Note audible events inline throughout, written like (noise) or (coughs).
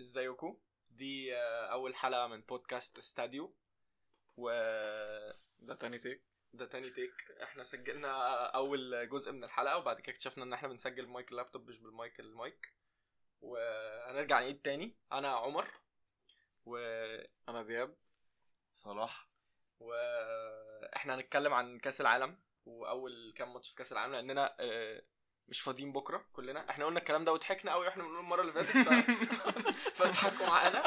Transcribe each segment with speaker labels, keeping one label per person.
Speaker 1: ازيكم دي آه، اول حلقه من بودكاست استاديو و
Speaker 2: ده تاني تيك
Speaker 1: ده تاني تيك احنا سجلنا اول جزء من الحلقه وبعد كده اكتشفنا ان احنا بنسجل بمايك اللابتوب مش بالمايك المايك وهنرجع نعيد تاني انا عمر و...
Speaker 2: انا دياب
Speaker 3: صلاح
Speaker 1: واحنا هنتكلم عن كاس العالم واول كام ماتش في كاس العالم لاننا آه، مش فاضيين بكره كلنا احنا قلنا الكلام ده وضحكنا قوي واحنا بنقول المره اللي فاتت ف- فاضحكوا معانا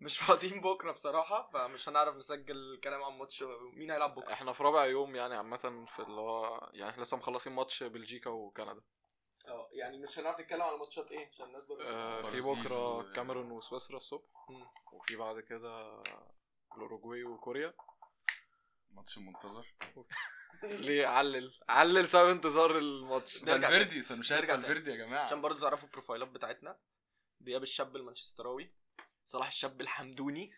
Speaker 1: مش فاضيين بكره بصراحه فمش هنعرف نسجل كلام عن ماتش مين هيلعب بكره
Speaker 2: احنا في رابع يوم يعني عامة في اللي هو يعني احنا لسه مخلصين ماتش بلجيكا وكندا
Speaker 1: اه يعني مش هنعرف نتكلم عن ماتشات ايه عشان الناس
Speaker 2: آه، في
Speaker 3: برازيل
Speaker 2: بكرة
Speaker 3: و-
Speaker 2: الكاميرون وسويسرا الصبح
Speaker 1: مم.
Speaker 2: وفي بعد كده الأوروجواي وكوريا
Speaker 3: ماتش منتظر
Speaker 2: ليه علل علل سبب انتظار الماتش
Speaker 1: ده- نرجع
Speaker 3: فالفيردي انا مش عارف
Speaker 1: نرجع تاني.
Speaker 3: فالفيردي يا
Speaker 1: عشان
Speaker 3: جماعه
Speaker 1: برضه تعرفوا البروفايلات بتاعتنا دياب الشاب المانشستراوي صلاح الشاب الحمدوني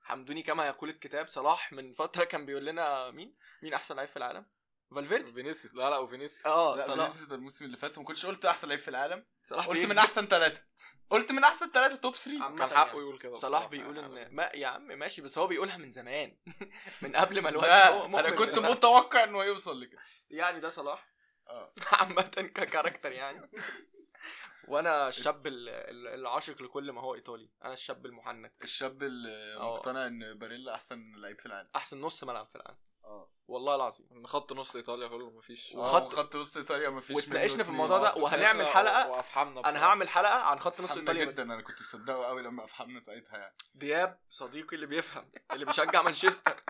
Speaker 1: حمدوني كما يقول الكتاب صلاح من فتره كان بيقول لنا مين مين احسن لعيب في العالم فالفيردي
Speaker 2: فينيسيوس لا لا وفينيسيوس
Speaker 1: اه
Speaker 3: لا
Speaker 1: صلاح
Speaker 3: فينيسيوس ده الموسم اللي فات ما كنتش قلت احسن لعيب في العالم
Speaker 1: صلاح
Speaker 3: قلت من
Speaker 1: بيكذب.
Speaker 3: احسن ثلاثه قلت من احسن ثلاثه توب 3
Speaker 1: عامة
Speaker 2: كان
Speaker 1: يعني.
Speaker 2: حقه يقول كده
Speaker 1: صلاح
Speaker 3: آه،
Speaker 2: بصراحة
Speaker 1: بيقول
Speaker 2: يعني.
Speaker 1: ان ما يا عم ماشي بس هو بيقولها من زمان (laughs) من قبل
Speaker 3: (laughs)
Speaker 1: ما الوقت هو مؤمن
Speaker 3: انا كنت
Speaker 1: بالله.
Speaker 3: متوقع انه هيوصل لكده
Speaker 1: (laughs) يعني ده صلاح (laughs) آه.
Speaker 3: اه
Speaker 1: عامة ككاركتر يعني (laughs) وانا الشاب ال- ال- العاشق لكل ما هو ايطالي انا الشاب المحنك
Speaker 3: الشاب اللي
Speaker 1: آه.
Speaker 3: مقتنع ان باريلا احسن لعيب في العالم
Speaker 1: احسن نص ملعب في العالم
Speaker 3: اه
Speaker 1: والله العظيم
Speaker 2: ان خط نص ايطاليا كله مفيش آه،
Speaker 1: وخط-
Speaker 3: آه، وخط خط نص ايطاليا ما فيش
Speaker 1: آه، واتناقشنا في الموضوع ده وهنعمل حلقة.
Speaker 2: وافحمنا
Speaker 1: انا هعمل حلقه عن خط نص ايطاليا
Speaker 3: جدا
Speaker 1: بس
Speaker 3: انا كنت مصدقه قوي لما افهمنا ساعتها يعني
Speaker 1: دياب صديقي اللي بيفهم اللي بيشجع (laughs) مانشستر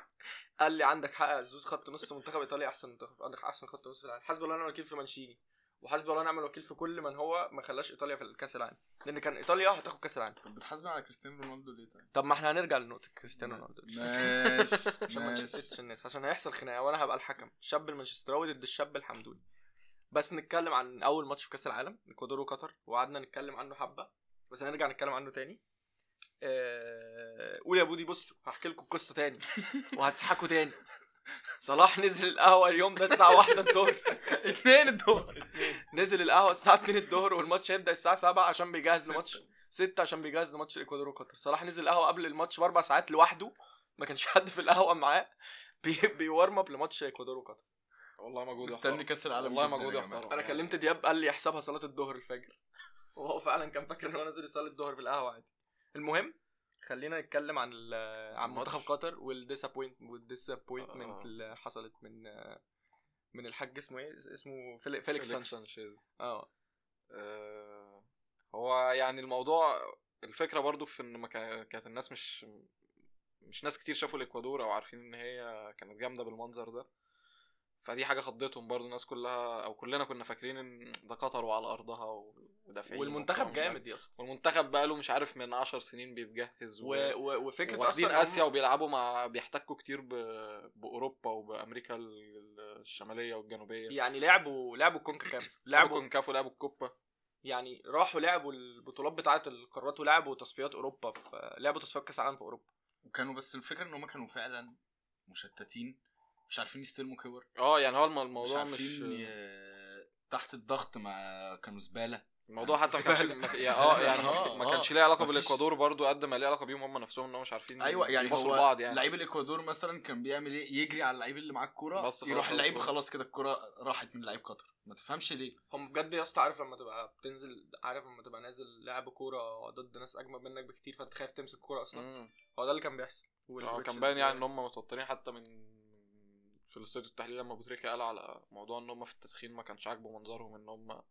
Speaker 1: قال لي عندك حق يا زوز خط نص منتخب ايطاليا احسن منتخب عندك احسن خط نص في العالم حسب الله انا وكيل في مانشيني وحسب الله نعمل وكيل في كل من هو ما خلاش ايطاليا في الكاس العالم لان كان ايطاليا هتاخد كاس العالم
Speaker 3: طب بتحاسبني على كريستيانو رونالدو ليه
Speaker 1: (laughs)
Speaker 3: طيب؟
Speaker 1: طب ما احنا هنرجع لنقطه كريستيانو رونالدو
Speaker 3: ماشي
Speaker 1: (laughs) عشان ما
Speaker 3: ماشي
Speaker 1: نشتتش الناس عشان هيحصل خناقه وانا هبقى الحكم الشاب المانشستراوي ضد الشاب الحمدوني بس نتكلم عن اول ماتش في كاس العالم اكوادور وقطر وقعدنا نتكلم عنه حبه بس هنرجع نتكلم عنه تاني آه، قول يا بودي بصوا هحكي لكم القصه تاني وهتضحكوا تاني صلاح نزل القهوه اليوم ده الساعه 1 الظهر 2 الظهر نزل القهوه الساعه 2 الظهر والماتش هيبدا الساعه 7 عشان بيجهز لماتش 6 عشان بيجهز لماتش الاكوادور وقطر صلاح نزل القهوه قبل الماتش باربع ساعات لوحده ما كانش حد في القهوه معاه بي- بيورم اب لماتش اكوادور وقطر
Speaker 2: والله مجهود
Speaker 3: مستني
Speaker 2: يحترم.
Speaker 3: كاس العالم
Speaker 2: والله
Speaker 3: جداً يا
Speaker 2: مجهود
Speaker 3: جماعة.
Speaker 2: يحترم
Speaker 1: انا
Speaker 2: يعني.
Speaker 1: كلمت دياب قال لي احسبها صلاه الظهر الفجر وهو فعلا كان فاكر ان هو نازل يصلي الظهر في القهوه عادي المهم خلينا نتكلم عن ال- عن
Speaker 2: الماتش.
Speaker 1: منتخب قطر والديسابوينت والديسابوينتمنت
Speaker 2: آه.
Speaker 1: اللي حصلت من من الحاج اسمه ايه اسمه فيلي- فيليكس
Speaker 2: فيليكس
Speaker 1: سانشيز
Speaker 2: سانشيز
Speaker 1: اه
Speaker 2: آه، هو يعني الموضوع الفكره برضو في ان ما كان- كانت الناس مش مش ناس كتير شافوا الاكوادور او عارفين ان هي كانت جامده بالمنظر ده فدي حاجه خضتهم برضو الناس كلها او كلنا كنا فاكرين ان ده قطر وعلى ارضها و- ودافعين وبتاع
Speaker 1: والمنتخب
Speaker 2: ومش عارف.
Speaker 1: جامد يا اسطى
Speaker 2: والمنتخب بقاله مش عارف من 10 سنين بيتجهز
Speaker 1: و- و- وفكره
Speaker 2: واخدين
Speaker 1: إن هم-
Speaker 2: اسيا وبيلعبوا مع بيحتكوا كتير ب... باوروبا وبامريكا ال- الشماليه والجنوبيه
Speaker 1: يعني لعبوا لعبوا كونكاكاف لعبوا
Speaker 2: كافو لعبوا الكوبا
Speaker 1: يعني راحوا لعبوا البطولات بتاعه القارات ولعبوا تصفيات اوروبا في لعبوا تصفيات كاس العالم في اوروبا
Speaker 3: وكانوا بس الفكره ان هم كانوا فعلا مشتتين مش عارفين يستلموا كور
Speaker 2: اه يعني هو الم-
Speaker 3: مش
Speaker 2: الموضوع مش,
Speaker 3: عارفين ي- تحت الضغط ما كانوا زباله
Speaker 2: الموضوع
Speaker 1: يعني
Speaker 2: حتى ما كانش
Speaker 1: زبالة.
Speaker 2: ما- يا- اه
Speaker 1: (laughs)
Speaker 2: يعني
Speaker 3: آه،
Speaker 2: ما
Speaker 3: آه.
Speaker 2: كانش ليه علاقه
Speaker 3: مفيش-
Speaker 2: بالاكوادور برضو قد ما ليه علاقه بيهم هم نفسهم ان هم مش عارفين
Speaker 1: أيوة،
Speaker 3: ايوه يعني
Speaker 2: يباصوا
Speaker 3: هو
Speaker 2: لبعض يعني
Speaker 3: لعيب الاكوادور مثلا كان بيعمل ايه يجري على اللعيب اللي معاه الكوره
Speaker 2: بس خلاص
Speaker 3: يروح
Speaker 2: خلاص
Speaker 3: اللعيب
Speaker 2: خلاص.
Speaker 3: خلاص كده الكوره راحت من لعيب قطر ما تفهمش ليه
Speaker 1: هم بجد يا اسطى عارف لما تبقى بتنزل عارف لما تبقى نازل لعب كوره ضد ناس اجمد منك بكتير فانت خايف تمسك كوره اصلا
Speaker 2: مم.
Speaker 1: هو ده اللي كان بيحصل وال-
Speaker 2: اه
Speaker 1: which
Speaker 2: كان
Speaker 1: is-
Speaker 2: باين يعني ان هم متوترين حتى من في الاستوديو التحليلي لما ابو تريكه قال على موضوع ان هم في التسخين ما كانش عاجبه منظرهم ان هم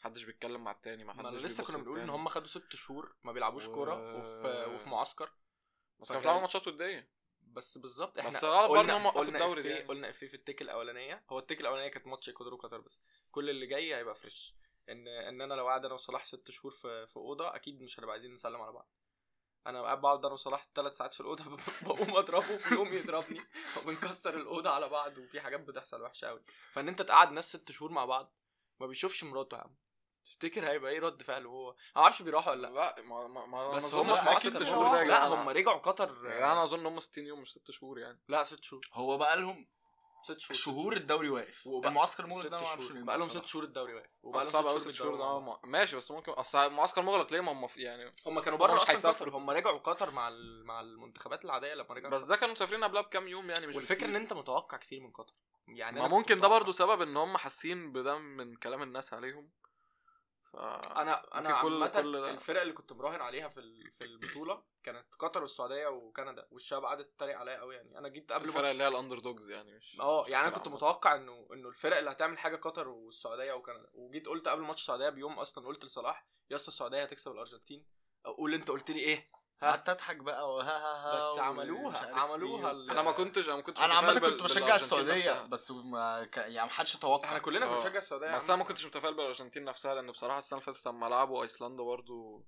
Speaker 2: محدش بيتكلم مع التاني ما
Speaker 1: ما
Speaker 2: حدش
Speaker 1: انا لسه كنا بنقول ان هم خدوا ست شهور ما بيلعبوش
Speaker 2: و-
Speaker 1: كوره وفي وفي معسكر
Speaker 2: بس كانوا
Speaker 1: فكان-
Speaker 2: بيلعبوا ماتشات وديه
Speaker 1: بس بالظبط احنا
Speaker 2: بس غلط برضه
Speaker 1: قلنا
Speaker 2: ان هم وقفوا
Speaker 1: قلنا
Speaker 2: الدوري ده
Speaker 1: إفيه-
Speaker 2: يعني.
Speaker 1: قلنا في في التيك الاولانيه هو التيك الاولانيه كانت ماتش اكوادور وقطر بس كل اللي جاي هيبقى فريش ان ان انا لو قاعد انا وصلاح ست شهور في في اوضه اكيد مش هنبقى عايزين نسلم على بعض انا قاعد بقعد انا وصلاح ثلاث ساعات في الاوضه (laughs) بقوم اضربه ويقوم يضربني وبنكسر الاوضه على بعض وفي حاجات بتحصل وحشه قوي فان انت تقعد ناس ست شهور مع بعض ما بيشوفش مراته يا عم تفتكر هيبقى ايه رد فعله هو انا ما اعرفش بيروحوا ولا لا
Speaker 2: لا ما ما ما
Speaker 1: بس
Speaker 2: ما
Speaker 1: هم في
Speaker 2: أظنش-
Speaker 1: مصر
Speaker 3: أكيد
Speaker 1: كانوا
Speaker 3: ست شهور ده يا
Speaker 1: بيروحوا. لا
Speaker 2: جدعان.
Speaker 1: هم رجعوا
Speaker 2: يعني
Speaker 1: قطر
Speaker 2: انا اظن هم 60 يوم مش 6 شهور يعني
Speaker 1: لا ست شهور
Speaker 3: هو بقى لهم
Speaker 1: ست شهور
Speaker 3: شهور الدوري واقف
Speaker 1: وبقى-
Speaker 3: المعسكر
Speaker 1: ست
Speaker 3: المغلق ده ما اعرفش
Speaker 1: شهور
Speaker 3: ليه
Speaker 1: بقى لهم
Speaker 3: بصراحة.
Speaker 1: ست شهور الدوري واقف وبقى لهم
Speaker 2: صعب قوي ست شهور ده
Speaker 1: بالدوري.
Speaker 2: آه، ماشي بس ممكن اصل معسكر مغلق ليه ما هم في يعني
Speaker 1: هم كانوا
Speaker 2: هم
Speaker 1: بره
Speaker 2: مش
Speaker 1: اصلا
Speaker 2: هيسافروا.
Speaker 1: قطر هم رجعوا قطر مع ال- مع المنتخبات العاديه لما رجعوا
Speaker 2: بس ده كانوا مسافرين قبلها بكام يوم يعني مش
Speaker 1: والفكره
Speaker 2: بكتير.
Speaker 1: ان انت متوقع كتير من قطر يعني
Speaker 2: ما
Speaker 1: أنا كنت
Speaker 2: ممكن ده
Speaker 1: متوقع.
Speaker 2: برضو سبب ان هم حاسين بده من كلام الناس عليهم ف
Speaker 1: انا انا
Speaker 2: ممكن كل-
Speaker 1: عامه
Speaker 2: كل ده.
Speaker 1: الفرق اللي كنت مراهن عليها في ال- في البطوله كانت قطر والسعوديه وكندا والشباب قعدت تتريق عليا قوي يعني انا جيت قبل
Speaker 2: الفرق
Speaker 1: ماتش-
Speaker 2: اللي هي الاندر دوجز يعني مش
Speaker 1: اه
Speaker 2: مش
Speaker 1: يعني انا
Speaker 2: فرق
Speaker 1: كنت
Speaker 2: عامة.
Speaker 1: متوقع انه انه الفرق اللي هتعمل حاجه قطر والسعوديه وكندا وجيت قلت قبل ماتش السعوديه بيوم اصلا قلت لصلاح يا اسطى السعوديه هتكسب الارجنتين قول انت قلت لي ايه ها.
Speaker 3: قعدت اضحك بقى وها ها ها
Speaker 1: بس
Speaker 3: آه، ومش
Speaker 1: عملوها-
Speaker 3: عارف
Speaker 1: عملوها
Speaker 3: إيه.
Speaker 1: ال-
Speaker 2: انا ما كنتش انا ما كنتش
Speaker 3: انا عامه
Speaker 2: متفائل
Speaker 3: كنت
Speaker 2: بال-
Speaker 3: بشجع
Speaker 2: بالأرجنتين
Speaker 3: السعوديه
Speaker 2: نفسها.
Speaker 3: بس ما ك... يعني ما حدش توقع
Speaker 1: احنا كلنا كنا
Speaker 2: آه.
Speaker 1: بنشجع السعوديه
Speaker 2: بس انا ما كنتش متفائل بالارجنتين نفسها لان بصراحه السنه اللي فاتت لما لعبوا ايسلندا برضو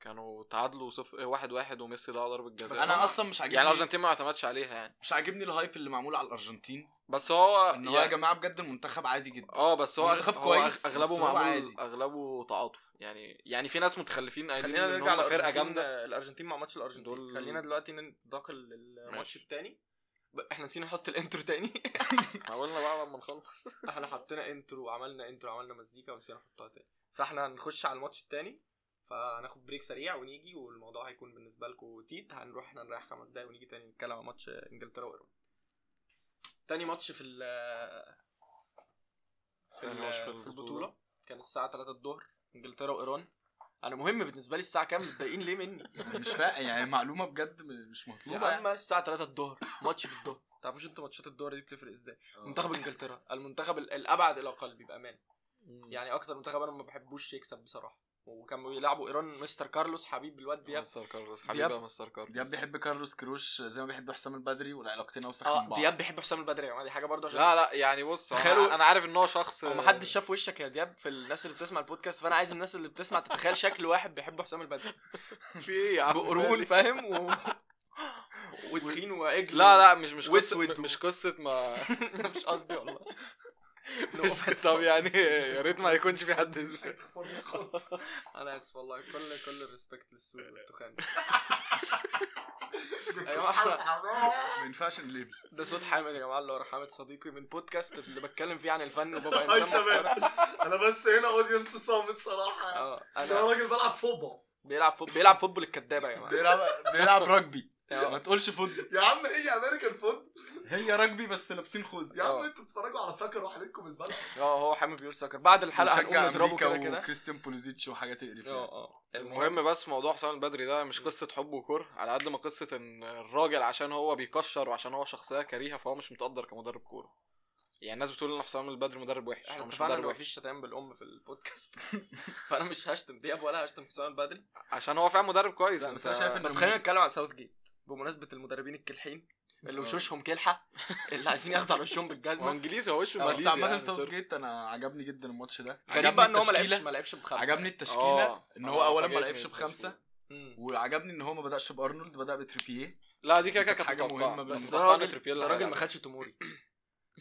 Speaker 2: كانوا تعادلوا صف... واحد واحد وميسي ضيع ضربه
Speaker 1: بس
Speaker 2: جزاء
Speaker 1: هما-
Speaker 3: انا اصلا مش عاجبني
Speaker 2: يعني الارجنتين ما اعتمدش عليها يعني
Speaker 3: مش عاجبني الهايب اللي معمول على الارجنتين
Speaker 2: بس هو
Speaker 3: ان هو يا
Speaker 2: يعني-
Speaker 3: جماعه بجد المنتخب عادي جدا
Speaker 2: اه بس هو,
Speaker 3: هو
Speaker 2: أغ...
Speaker 3: منتخب
Speaker 2: هو
Speaker 3: كويس،
Speaker 2: أغ- اغلبه
Speaker 3: بس هو
Speaker 2: معمول
Speaker 3: عادي.
Speaker 2: اغلبه تعاطف يعني يعني في ناس متخلفين قايلين
Speaker 1: خلينا
Speaker 2: ان
Speaker 1: نرجع
Speaker 2: هم فرقه
Speaker 1: للارجنتين
Speaker 2: جامده
Speaker 1: الارجنتين مع ماتش الارجنتين
Speaker 2: دول-
Speaker 1: دول... خلينا دلوقتي ننتقل للماتش
Speaker 2: ماشي.
Speaker 1: التاني ب- احنا نسينا نحط الانترو تاني
Speaker 2: (laughs)
Speaker 1: (laughs)
Speaker 2: حاولنا بقى لما نخلص
Speaker 1: احنا حطينا انترو وعملنا انترو وعملنا مزيكا ونسينا نحطها تاني فاحنا هنخش على الماتش التاني فهناخد بريك سريع ونيجي والموضوع هيكون بالنسبه لكم تيت هنروح احنا نريح خمس دقايق ونيجي تاني نتكلم على ماتش انجلترا وايران تاني ماتش في ال في,
Speaker 2: تاني ماتش في
Speaker 1: ال- في
Speaker 2: البطولة.
Speaker 1: البطوله كان الساعه 3 الظهر انجلترا وايران انا مهم بالنسبه لي الساعه كام متضايقين ليه
Speaker 2: (laughs)
Speaker 1: مني
Speaker 3: يعني مش فاهم يعني معلومه بجد م- مش
Speaker 1: يا
Speaker 3: مطلوبه
Speaker 1: عم الساعه 3 الظهر ماتش في الظهر ما تعرفوش انتوا ماتشات الظهر دي بتفرق ازاي
Speaker 2: آه.
Speaker 3: يعني.
Speaker 1: منتخب انجلترا المنتخب ال- الابعد الى قلبي بامان يعني اكتر منتخب انا ما بحبوش يكسب بصراحه وكانوا يلعبوا ايران مستر كارلوس حبيب الواد دياب
Speaker 2: مستر كارلوس حبيبي يا مستر كارلوس
Speaker 3: دياب بيحب كارلوس كروش زي ما بيحب حسام البدري والعلاقتين اوسخ من
Speaker 1: اه
Speaker 3: بعض
Speaker 1: دياب بيحب حسام البدري يا جماعه دي حاجه برضه عشان
Speaker 2: لا لا يعني بص
Speaker 1: تخيلوا-
Speaker 2: انا أنا عارف ان هو شخص
Speaker 1: هو محدش شاف وشك يا دياب في الناس اللي بتسمع البودكاست فانا عايز الناس اللي بتسمع تتخيل شكل واحد بيحب حسام البدري
Speaker 2: في ايه يا عم
Speaker 1: بقرون فاهم و... وتخين واجل
Speaker 2: لا لا مش مش
Speaker 1: وأسود
Speaker 2: قصه مش قصه ما
Speaker 1: مش قصدي والله (laughs)
Speaker 2: مش (laughs) طب يعني يا ريت ما يكونش في حد
Speaker 3: (laughs)
Speaker 2: اسود.
Speaker 1: خالص انا اسف والله كل كل الريسبكت للسود والتخان يا جماعة
Speaker 3: أيوة. ما ينفعش نليبل
Speaker 1: ده صوت حامد يا جماعه اللي ورا حامد صديقي من بودكاست اللي بتكلم فيه عن الفن وبابا
Speaker 4: هاي
Speaker 1: انسان
Speaker 4: شباب
Speaker 1: محترم.
Speaker 4: انا بس هنا اودينس صامت صراحه
Speaker 1: اه
Speaker 4: عشان انا
Speaker 1: انا
Speaker 4: راجل بلعب فوتبول
Speaker 1: بيلعب فوت بيلعب فوتبول الكدابه يا جماعه
Speaker 3: بيلعب بيلعب رجبي
Speaker 1: آه.
Speaker 3: ما تقولش فوتبول
Speaker 4: يا عم هي امريكان فوتبول
Speaker 3: هي رجبي بس لابسين خوذه
Speaker 4: يا عم
Speaker 1: آه.
Speaker 4: انتوا بتتفرجوا على سكر وحالتكم الملعب
Speaker 1: اه هو حامد بيقول سكر بعد الحلقه هنقوم
Speaker 3: نشجع
Speaker 1: نضربه
Speaker 3: أمريكا
Speaker 1: كده كده
Speaker 3: وكريستيان بوليزيتش وحاجه تقرف يعني.
Speaker 1: اه اه
Speaker 2: المهم بس موضوع حسام البدري ده مش قصه حب وكره على قد ما قصه ان الراجل عشان هو بيكشر وعشان هو شخصيه كريهه فهو مش متقدر كمدرب كوره يعني الناس بتقول ان حسام البدري مدرب وحش
Speaker 1: احنا
Speaker 2: هو مش
Speaker 1: اتفقنا
Speaker 2: مدرب
Speaker 1: ان
Speaker 2: وحش
Speaker 1: مفيش شتايم بالام في البودكاست (laughs) فانا مش هشتم دياب ولا هشتم حسام البدري
Speaker 2: عشان هو فعلا مدرب كويس
Speaker 3: لا،
Speaker 2: انت
Speaker 3: بس أنا شايف إن-
Speaker 1: بس خلينا نتكلم عن ساوث جيت بمناسبه المدربين الكلحين اللي
Speaker 3: آه.
Speaker 1: وشوشهم كلحه اللي عايزين ياخدوا على وشهم
Speaker 2: هو
Speaker 1: بالجزمه
Speaker 2: انجليزي هو وشه
Speaker 3: بس
Speaker 2: انجليزي
Speaker 3: عامه
Speaker 2: يعني،
Speaker 3: ساوث
Speaker 2: سوري.
Speaker 3: جيت انا عجبني جدا الماتش ده
Speaker 1: غريب
Speaker 3: عجبني
Speaker 1: بقى ان هو ما
Speaker 3: التشكيلة.
Speaker 1: لعبش ما لعبش بخمسه
Speaker 3: عجبني
Speaker 2: آه.
Speaker 3: التشكيله ان هو
Speaker 2: آه،
Speaker 3: اولا ما
Speaker 2: فاجأتني
Speaker 3: لعبش بخمسه
Speaker 1: مم.
Speaker 3: وعجبني ان هو ما بداش بارنولد بدا بتريبيه
Speaker 2: لا دي كده كده كانت
Speaker 3: حاجة
Speaker 2: متوقعة.
Speaker 3: مهمة
Speaker 2: بس
Speaker 1: ده
Speaker 2: ده راجل
Speaker 1: راجل ده راجل ما خدش تموري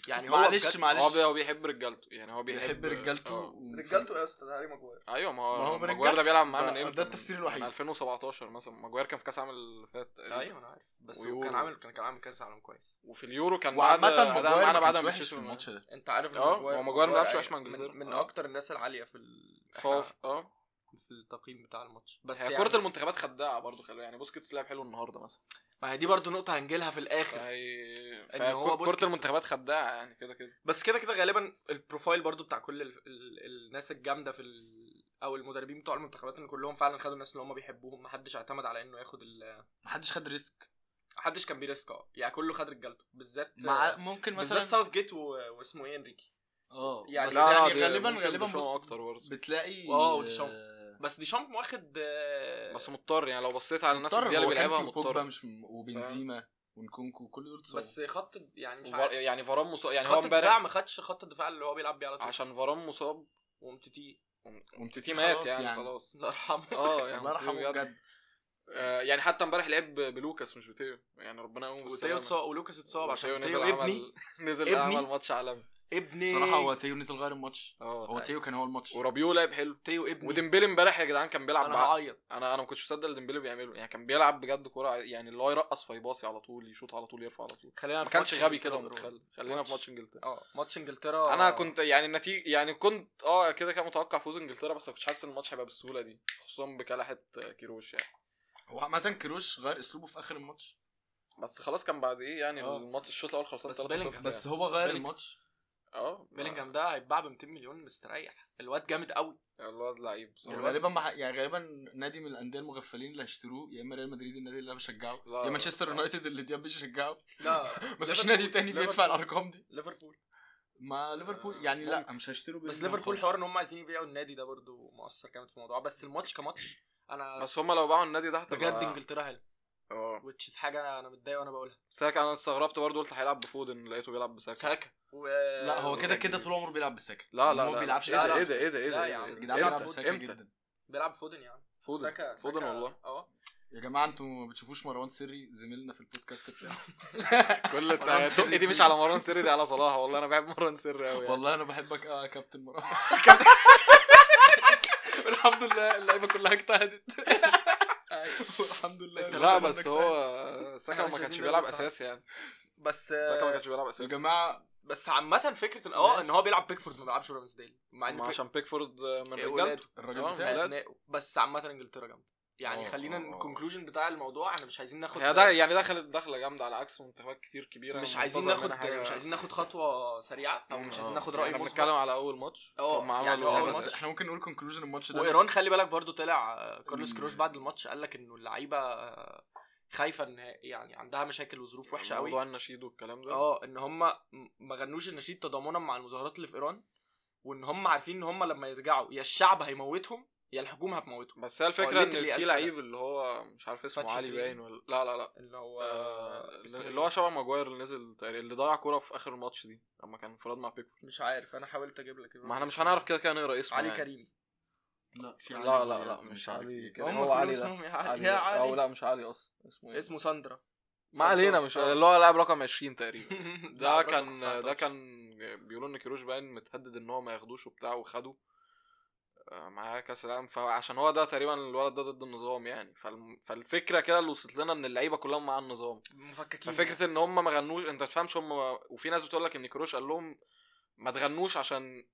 Speaker 1: يعني هو
Speaker 3: معلش
Speaker 1: بجد-
Speaker 3: معلش
Speaker 2: هو بي- هو بيحب رجالته يعني هو بيحب
Speaker 3: بيحب رجالته
Speaker 2: آه.
Speaker 3: و-
Speaker 1: يا اسطى ده هاري ماجواير
Speaker 2: ايوه ما
Speaker 3: ما
Speaker 2: هو
Speaker 3: هو
Speaker 2: ماجواير
Speaker 3: برجالته.
Speaker 2: ده بيلعب معاه من
Speaker 3: ده-
Speaker 2: امتى؟
Speaker 3: ده التفسير
Speaker 2: من-
Speaker 3: الوحيد.
Speaker 2: من 2017 مثلا ماجواير كان في كاس العالم اللي فات تقريباً.
Speaker 1: ايوه انا عارف بس هو
Speaker 2: ويورو.
Speaker 1: كان عامل كان كان عامل كاس عالم كويس
Speaker 2: وفي اليورو كان بعد
Speaker 3: وعامه
Speaker 2: أداء
Speaker 3: ماجواير
Speaker 2: معانا
Speaker 3: ما
Speaker 2: بعد
Speaker 3: كانش وحش
Speaker 2: مانشستر
Speaker 3: في
Speaker 2: يونايتد.
Speaker 3: الماتش ده
Speaker 1: انت عارف إن
Speaker 2: آه،
Speaker 1: ماجواير-
Speaker 2: هو ماجواير ما بيلعبش
Speaker 1: ماجواير
Speaker 2: وحش مع
Speaker 1: من-
Speaker 2: إنجلترا.
Speaker 1: من
Speaker 2: آه.
Speaker 1: اكتر الناس العاليه في ال...
Speaker 2: فهو
Speaker 1: إحنا-
Speaker 2: اه
Speaker 1: في التقييم بتاع الماتش
Speaker 2: بس
Speaker 1: بس
Speaker 2: هي
Speaker 1: يعني
Speaker 2: كرة المنتخبات خداعة برضه خلي يعني بوسكيتس لعب حلو النهارده
Speaker 3: (laughs)
Speaker 2: مثلا
Speaker 1: ما هي دي برضو نقطه هنجيلها في الاخر
Speaker 2: فهي
Speaker 1: إن
Speaker 2: فهي
Speaker 1: هو
Speaker 2: كرة-
Speaker 1: بوسكيتس-
Speaker 2: كرة المنتخبات خداعة يعني كده كده
Speaker 1: بس كده كده غالبا البروفايل برضو بتاع كل ال... ال... الناس الجامده في ال... او المدربين بتوع المنتخبات ان كلهم فعلا خدوا الناس اللي هم بيحبوهم محدش اعتمد على انه ياخد ال...
Speaker 3: محدش خد ريسك
Speaker 1: محدش كان بيريسك اه يعني كله خد رجالته بالذات
Speaker 3: مع ممكن
Speaker 1: بالذات
Speaker 3: مثلا
Speaker 1: ساوث جيت و... واسمه ايه انريكي
Speaker 3: اه
Speaker 1: يعني-
Speaker 3: بس
Speaker 1: لا، لا،
Speaker 3: يعني
Speaker 2: دي
Speaker 3: غالبا
Speaker 2: ممكن
Speaker 3: غالبا
Speaker 2: ديشامب
Speaker 3: بص-
Speaker 2: اكتر برضه
Speaker 3: بتلاقي
Speaker 1: آه، وديشامب.
Speaker 3: آه،
Speaker 1: بس ديشامب واخد آه،
Speaker 2: بس مضطر يعني لو بصيت على الناس
Speaker 3: مضطر،
Speaker 2: اللي
Speaker 3: هو
Speaker 2: بيلعبها
Speaker 3: كانتي وبوجبا
Speaker 2: مضطر
Speaker 3: مش م- وبنزيما ونكونكو كل دول اتصابوا.
Speaker 1: بس خط يعني مش
Speaker 2: وفار-
Speaker 1: عارف
Speaker 2: يعني فاران مصاب يعني هو
Speaker 1: خط الدفاع
Speaker 2: امبارح
Speaker 1: ما خدش خط الدفاع اللي هو بيلعب بيه على طول
Speaker 2: عشان فاران مصاب
Speaker 1: وامتيتي
Speaker 2: تيتي
Speaker 3: ومتيتي
Speaker 2: مات
Speaker 3: خلاص
Speaker 2: يعني خلاص
Speaker 1: الله يرحمه
Speaker 2: اه يعني
Speaker 3: الله يرحمه
Speaker 2: بجد.
Speaker 3: بجد
Speaker 2: آه، يعني حتى امبارح لعب ب- بلوكاس مش بتيو يعني ربنا يقوم
Speaker 1: وتيو اتصاب ولوكاس اتصاب عشان تيو
Speaker 2: نزل
Speaker 1: ابني
Speaker 2: عمل (laughs) نزل
Speaker 1: ابني.
Speaker 2: عمل ماتش عالمي
Speaker 1: ابني
Speaker 3: بصراحه هو تيو نزل غير الماتش هو
Speaker 2: اه
Speaker 3: تيو كان هو الماتش
Speaker 2: ورابيو لعب حلو
Speaker 1: تيو ابني
Speaker 2: وديمبلي امبارح يا جدعان كان بيلعب
Speaker 1: انا
Speaker 2: بع...
Speaker 1: هعيط
Speaker 2: انا انا ما كنتش مصدق اللي ديمبلي بيعمله يعني كان بيلعب بجد كوره يعني اللي هو يرقص فيباصي على طول يشوط على طول يرفع على طول
Speaker 1: خلينا
Speaker 2: ما
Speaker 1: في
Speaker 2: كانش
Speaker 1: ماتش
Speaker 2: غبي
Speaker 1: إنجلترا
Speaker 2: كده
Speaker 1: بالرغم.
Speaker 2: متخلف خلينا
Speaker 1: ماتش-
Speaker 2: في ماتش انجلترا
Speaker 1: اه ماتش انجلترا
Speaker 2: انا كنت يعني النتيجه يعني كنت اه كده كده متوقع فوز انجلترا بس ما كنتش حاسس ان الماتش هيبقى بالسهوله دي خصوصا بكلحه كيروش يعني
Speaker 3: هو عامه كيروش غير اسلوبه في اخر الماتش
Speaker 2: بس خلاص كان بعد ايه يعني
Speaker 1: آه.
Speaker 2: الماتش الشوط الاول خلصان
Speaker 1: بس
Speaker 2: 3-0
Speaker 1: بيلينغهام-
Speaker 3: بس هو يعني غير
Speaker 1: بيلينغهام.
Speaker 3: الماتش
Speaker 2: اه
Speaker 1: بيلينجهام ده هيتباع ب 200 مليون مستريح الواد جامد قوي
Speaker 2: الواد لعيب بصراحه
Speaker 3: غالبا ما ح- يعني غالبا نادي من الانديه المغفلين اللي هيشتروه يا اما ريال مدريد النادي اللي انا بشجعه
Speaker 2: لا.
Speaker 3: يا مانشستر يونايتد اللي دياب بيشجعه
Speaker 1: لا
Speaker 3: مفيش نادي تاني
Speaker 1: ليفربول.
Speaker 3: بيدفع الارقام دي
Speaker 1: ليفربول
Speaker 3: ما
Speaker 2: آه،
Speaker 3: ليفربول يعني لا مش هيشتروا
Speaker 1: بس
Speaker 3: بيلينغهام
Speaker 1: ليفربول
Speaker 3: خالص.
Speaker 1: حوار ان هم عايزين يبيعوا النادي ده برضو مؤثر جامد في الموضوع بس الماتش كماتش انا
Speaker 2: بس هما لو باعوا النادي ده هتبقى-
Speaker 1: بجد انجلترا حلو
Speaker 2: اه
Speaker 1: وتش حاجه انا متضايق وانا بقولها
Speaker 2: ساكا انا استغربت برضه قلت هيلعب بفودن لقيته بيلعب بساكا
Speaker 1: ساكا و...
Speaker 3: لا هو كده كده طول عمره بيلعب بساكا
Speaker 2: لا لا
Speaker 3: هو
Speaker 2: لا
Speaker 3: ما بيلعبش
Speaker 2: ايه ده
Speaker 1: لا،
Speaker 2: ايه
Speaker 1: لا،
Speaker 2: ده ايه ده ايه ده
Speaker 1: لا
Speaker 2: إيه
Speaker 1: يا
Speaker 2: ده؟
Speaker 1: عم.
Speaker 3: الجدعان
Speaker 1: إمتى؟
Speaker 3: بيلعب بساكا
Speaker 2: إمتى؟
Speaker 3: جدا
Speaker 1: بيلعب فودن يعني
Speaker 2: فودن
Speaker 1: ساكا
Speaker 2: فودن
Speaker 1: ساكا-
Speaker 2: والله
Speaker 1: اه
Speaker 3: يا جماعه انتوا ما بتشوفوش مروان سري زميلنا في البودكاست بتاعه
Speaker 2: (laughs) كل
Speaker 3: مروان
Speaker 2: الت-
Speaker 3: سري
Speaker 2: الدق دي مش
Speaker 3: زميلي.
Speaker 2: على مروان سري دي على صلاح والله انا بحب مروان سري قوي يعني.
Speaker 3: والله انا بحبك اه يا كابتن مروان الحمد لله اللعيبه كلها اجتهدت (laughs) الحمد لله
Speaker 2: لا بس هو
Speaker 1: إحنا
Speaker 2: ساكا ما
Speaker 1: مش
Speaker 2: كانش
Speaker 1: عايزين
Speaker 2: بيلعب
Speaker 1: نلعب صح.
Speaker 2: اساسي يعني
Speaker 1: بس
Speaker 2: ساكا ما كانش بيلعب
Speaker 3: يا
Speaker 2: اساسي
Speaker 3: جماعه
Speaker 1: بس عامه فكره ان اه ان هو بيلعب بيكفورد ما بيلعبش رامز ديل مع ان
Speaker 2: ما عشان بيكفورد من
Speaker 1: إيه،
Speaker 2: رجالته
Speaker 1: ولاده.
Speaker 3: الراجل
Speaker 2: آه،
Speaker 3: بتاعي
Speaker 2: لا.
Speaker 1: أبنائه. بس عامه انجلترا جامده يعني
Speaker 3: آه،
Speaker 1: خلينا
Speaker 3: آه، آه.
Speaker 1: الكونكلوجن بتاع الموضوع احنا مش عايزين ناخد
Speaker 2: هي ده يعني دخلت دخله جامده على عكس منتخبات كتير كبيره
Speaker 1: مش
Speaker 2: أنا
Speaker 1: عايزين
Speaker 2: منتظر
Speaker 1: ناخد
Speaker 2: منها حاجة.
Speaker 1: مش عايزين ناخد خطوه سريعه او مش عايزين
Speaker 2: آه.
Speaker 1: ناخد
Speaker 2: احنا
Speaker 1: راي
Speaker 2: بنتكلم
Speaker 1: مسبق
Speaker 2: على اول ماتش
Speaker 1: اه،
Speaker 2: هم
Speaker 1: يعني
Speaker 2: عملوا
Speaker 1: هو
Speaker 3: لا،
Speaker 2: اول
Speaker 1: بس
Speaker 3: بس
Speaker 2: ماتش
Speaker 3: احنا ممكن نقول كونكلوجن الماتش ده
Speaker 1: وايران خلي بالك برضو طلع آه، كارلوس
Speaker 3: مم.
Speaker 1: كروش بعد الماتش قال لك انه اللعيبه آه، خايفه ان هي- يعني عندها مشاكل وظروف وحشه قوي
Speaker 2: موضوع النشيد والكلام ده
Speaker 1: اه ان هم ما غنوش النشيد تضامنا مع المظاهرات اللي في ايران وان هم عارفين ان هم لما يرجعوا يا الشعب هيموتهم يا الحكومه هتموتهم
Speaker 2: بس هي الفكره
Speaker 1: هو
Speaker 2: ان
Speaker 1: literally قال
Speaker 2: في
Speaker 1: كده.
Speaker 2: لعيب اللي هو مش عارف اسمه
Speaker 1: فتحي
Speaker 2: علي
Speaker 1: تريمي.
Speaker 2: باين ولا لا لا لا
Speaker 1: اللي هو
Speaker 2: آه،
Speaker 1: اسمه
Speaker 2: اللي
Speaker 1: إيه؟
Speaker 2: هو شبه ماجواير اللي نزل تقريبا اللي ضيع كوره في اخر الماتش دي لما كان انفراد مع بيكفورد
Speaker 1: مش عارف انا حاولت اجيب لك
Speaker 2: ما احنا مش هنعرف كده كده نقرا اسمه
Speaker 1: علي
Speaker 2: يعني.
Speaker 1: كريمي
Speaker 3: لا في يعني
Speaker 2: لا
Speaker 3: علي
Speaker 2: لا لا
Speaker 3: مميز،
Speaker 2: مش علي كده
Speaker 1: هم
Speaker 2: هو
Speaker 1: كلهم
Speaker 2: علي ده
Speaker 1: اسمهم يا علي
Speaker 2: علي
Speaker 1: يا
Speaker 2: ده. او
Speaker 1: علي
Speaker 2: لا مش علي اصلا اسمه ايه
Speaker 1: اسمه ساندرا
Speaker 2: ما علينا مش
Speaker 1: آه.
Speaker 2: (laughs) اللي هو لاعب رقم
Speaker 1: (laughs)
Speaker 2: 20 تقريبا ده
Speaker 1: لا،
Speaker 2: كان
Speaker 1: رقم 19.
Speaker 2: ده كان بيقولوا ان كيروش باين متهدد ان هو ما ياخدوش وبتاع وخده آه، معاه كاس العالم فعشان هو ده تقريبا الولد ده ضد النظام يعني فالم- فالفكره كده اللي وصلت لنا ان اللعيبه كلهم مع النظام
Speaker 1: مفككين
Speaker 2: ففكره ان هم ما غنوش انت ما تفهمش هم وفي ناس بتقول لك ان كيروش قال لهم ما تغنوش عشان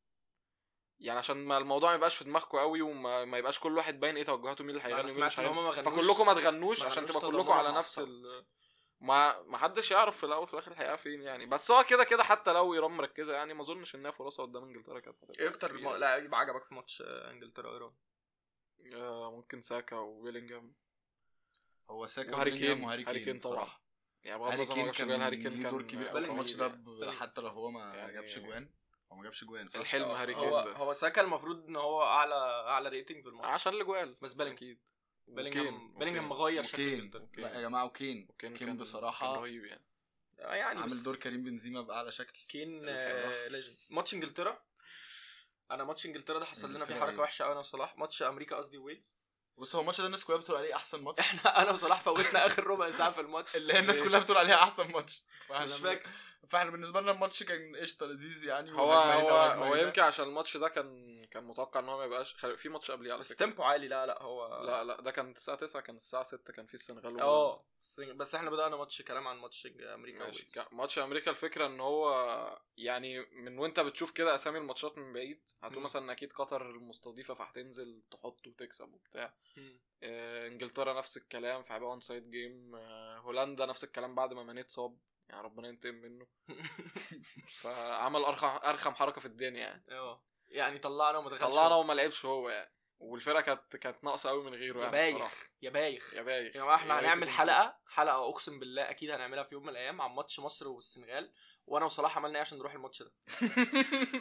Speaker 2: يعني عشان ما الموضوع ما يبقاش في دماغكم قوي وما ما يبقاش كل واحد باين ايه توجهاته مين اللي
Speaker 1: أنا
Speaker 2: هيغني ومين
Speaker 1: سمعت
Speaker 2: مش
Speaker 1: إن
Speaker 2: هيغني
Speaker 1: هما ما غنوش-
Speaker 2: فكلكم ما تغنوش
Speaker 1: ما
Speaker 2: عشان
Speaker 1: غنوش
Speaker 2: تبقى
Speaker 1: تضامنا
Speaker 2: كلكم على
Speaker 1: مع
Speaker 2: نفس
Speaker 1: بعض.
Speaker 2: ال ما ما حدش يعرف في الاول في الاخر الحقيقه فين يعني بس هو كده كده حتى لو ايران مركزه يعني ما اظنش انها فرصه قدام انجلترا كانت هتبقى
Speaker 1: ايه اكتر
Speaker 2: كبيرة.
Speaker 1: م- لعيب عجبك في ماتش آه، انجلترا وايران
Speaker 2: آه، ممكن ساكا وبيلينجهام
Speaker 3: هو ساكا
Speaker 2: وهاري كين
Speaker 3: وهاري
Speaker 2: هاري كين طبعا
Speaker 3: بصراحة.
Speaker 2: يعني بغض
Speaker 3: هاري
Speaker 2: النظر ما جابش
Speaker 3: كين
Speaker 2: جوان
Speaker 3: كان
Speaker 2: هاري كين
Speaker 3: ليه
Speaker 2: كان
Speaker 3: دور كبير قوي في
Speaker 1: بلينجهام.
Speaker 3: الماتش ده ب-
Speaker 1: بلينجهام.
Speaker 3: حتى لو هو ما
Speaker 2: يعني-
Speaker 3: جابش جوان هو ما جابش جوان صح؟
Speaker 2: الحلم هاري كين
Speaker 1: هو
Speaker 2: ده.
Speaker 1: هو ساكا المفروض ان هو اعلى اعلى ريتنج في الماتش
Speaker 2: عشان الاجوال
Speaker 1: بس بيلينجهام
Speaker 2: اكيد
Speaker 1: بيلينجهام بيلينغهام مغير شكل
Speaker 3: وكين
Speaker 1: جدا
Speaker 2: يعني
Speaker 3: لا يا جماعه وكين
Speaker 2: وكين
Speaker 3: كين
Speaker 2: كان- كان
Speaker 3: بصراحه
Speaker 2: رهيب يعني
Speaker 1: آه، يعني بس
Speaker 3: عامل دور كريم بنزيما باعلى شكل
Speaker 1: كين
Speaker 3: بصراحة.
Speaker 1: ليجند ماتش انجلترا انا ماتش انجلترا ده حصل لنا فيه
Speaker 3: إنجلترا
Speaker 1: حركه
Speaker 3: إيه؟
Speaker 1: وحشه قوي انا وصلاح ماتش امريكا قصدي ويلز
Speaker 3: بص هو الماتش ده الناس كلها بتقول عليه احسن
Speaker 2: (laughs)
Speaker 3: ماتش
Speaker 1: (laughs) احنا انا وصلاح فوتنا اخر ربع ساعه في الماتش إيه.
Speaker 3: اللي هي الناس كلها بتقول عليها احسن ماتش فاحنا
Speaker 1: مش فاكر
Speaker 3: فاحنا بالنسبه لنا الماتش كان قشطه لذيذ يعني
Speaker 2: هو
Speaker 3: وهجمينا
Speaker 2: هو هو
Speaker 3: وهجمينا.
Speaker 2: يمكن عشان الماتش ده كان كان متوقع ان هو ما يبقاش خل- في ماتش قبليه على
Speaker 1: بس
Speaker 2: فكره
Speaker 1: تيمبو عالي لا لا هو
Speaker 2: لا لا ده كان الساعه 9 كان الساعه 6 كان في السنغال وهولندا.
Speaker 1: اه بس- بس احنا بدانا ماتش كلام عن ماتش امريكا
Speaker 2: ماشي
Speaker 1: ويلز
Speaker 2: ك- ماتش امريكا الفكره ان هو يعني من وانت بتشوف كده اسامي الماتشات من بعيد هتقول
Speaker 1: مم.
Speaker 2: مثلا اكيد قطر المستضيفه فهتنزل تحط وتكسب وبتاع
Speaker 1: مم.
Speaker 2: آه، انجلترا نفس الكلام فهيبقى اون سايد جيم هولندا نفس الكلام بعد ما مانيت صاب يعني ربنا ينتقم منه فعمل ارخم ارخم حركه في الدنيا يعني
Speaker 1: اه يعني طلعنا وما دخلش
Speaker 2: طلعنا وما لعبش هو يعني والفرقه كانت كانت ناقصه قوي من غيره
Speaker 1: يا
Speaker 2: يعني
Speaker 1: بايخ
Speaker 2: بصراحة.
Speaker 1: يا بايخ
Speaker 2: يا بايخ
Speaker 1: يا جماعه احنا
Speaker 2: يا ريت
Speaker 1: هنعمل
Speaker 2: كنت-
Speaker 1: حلقه حلقه اقسم بالله اكيد هنعملها في يوم من الايام عن ماتش مصر والسنغال وانا وصلاح عملنا ايه عشان نروح الماتش
Speaker 3: (laughs)
Speaker 1: ده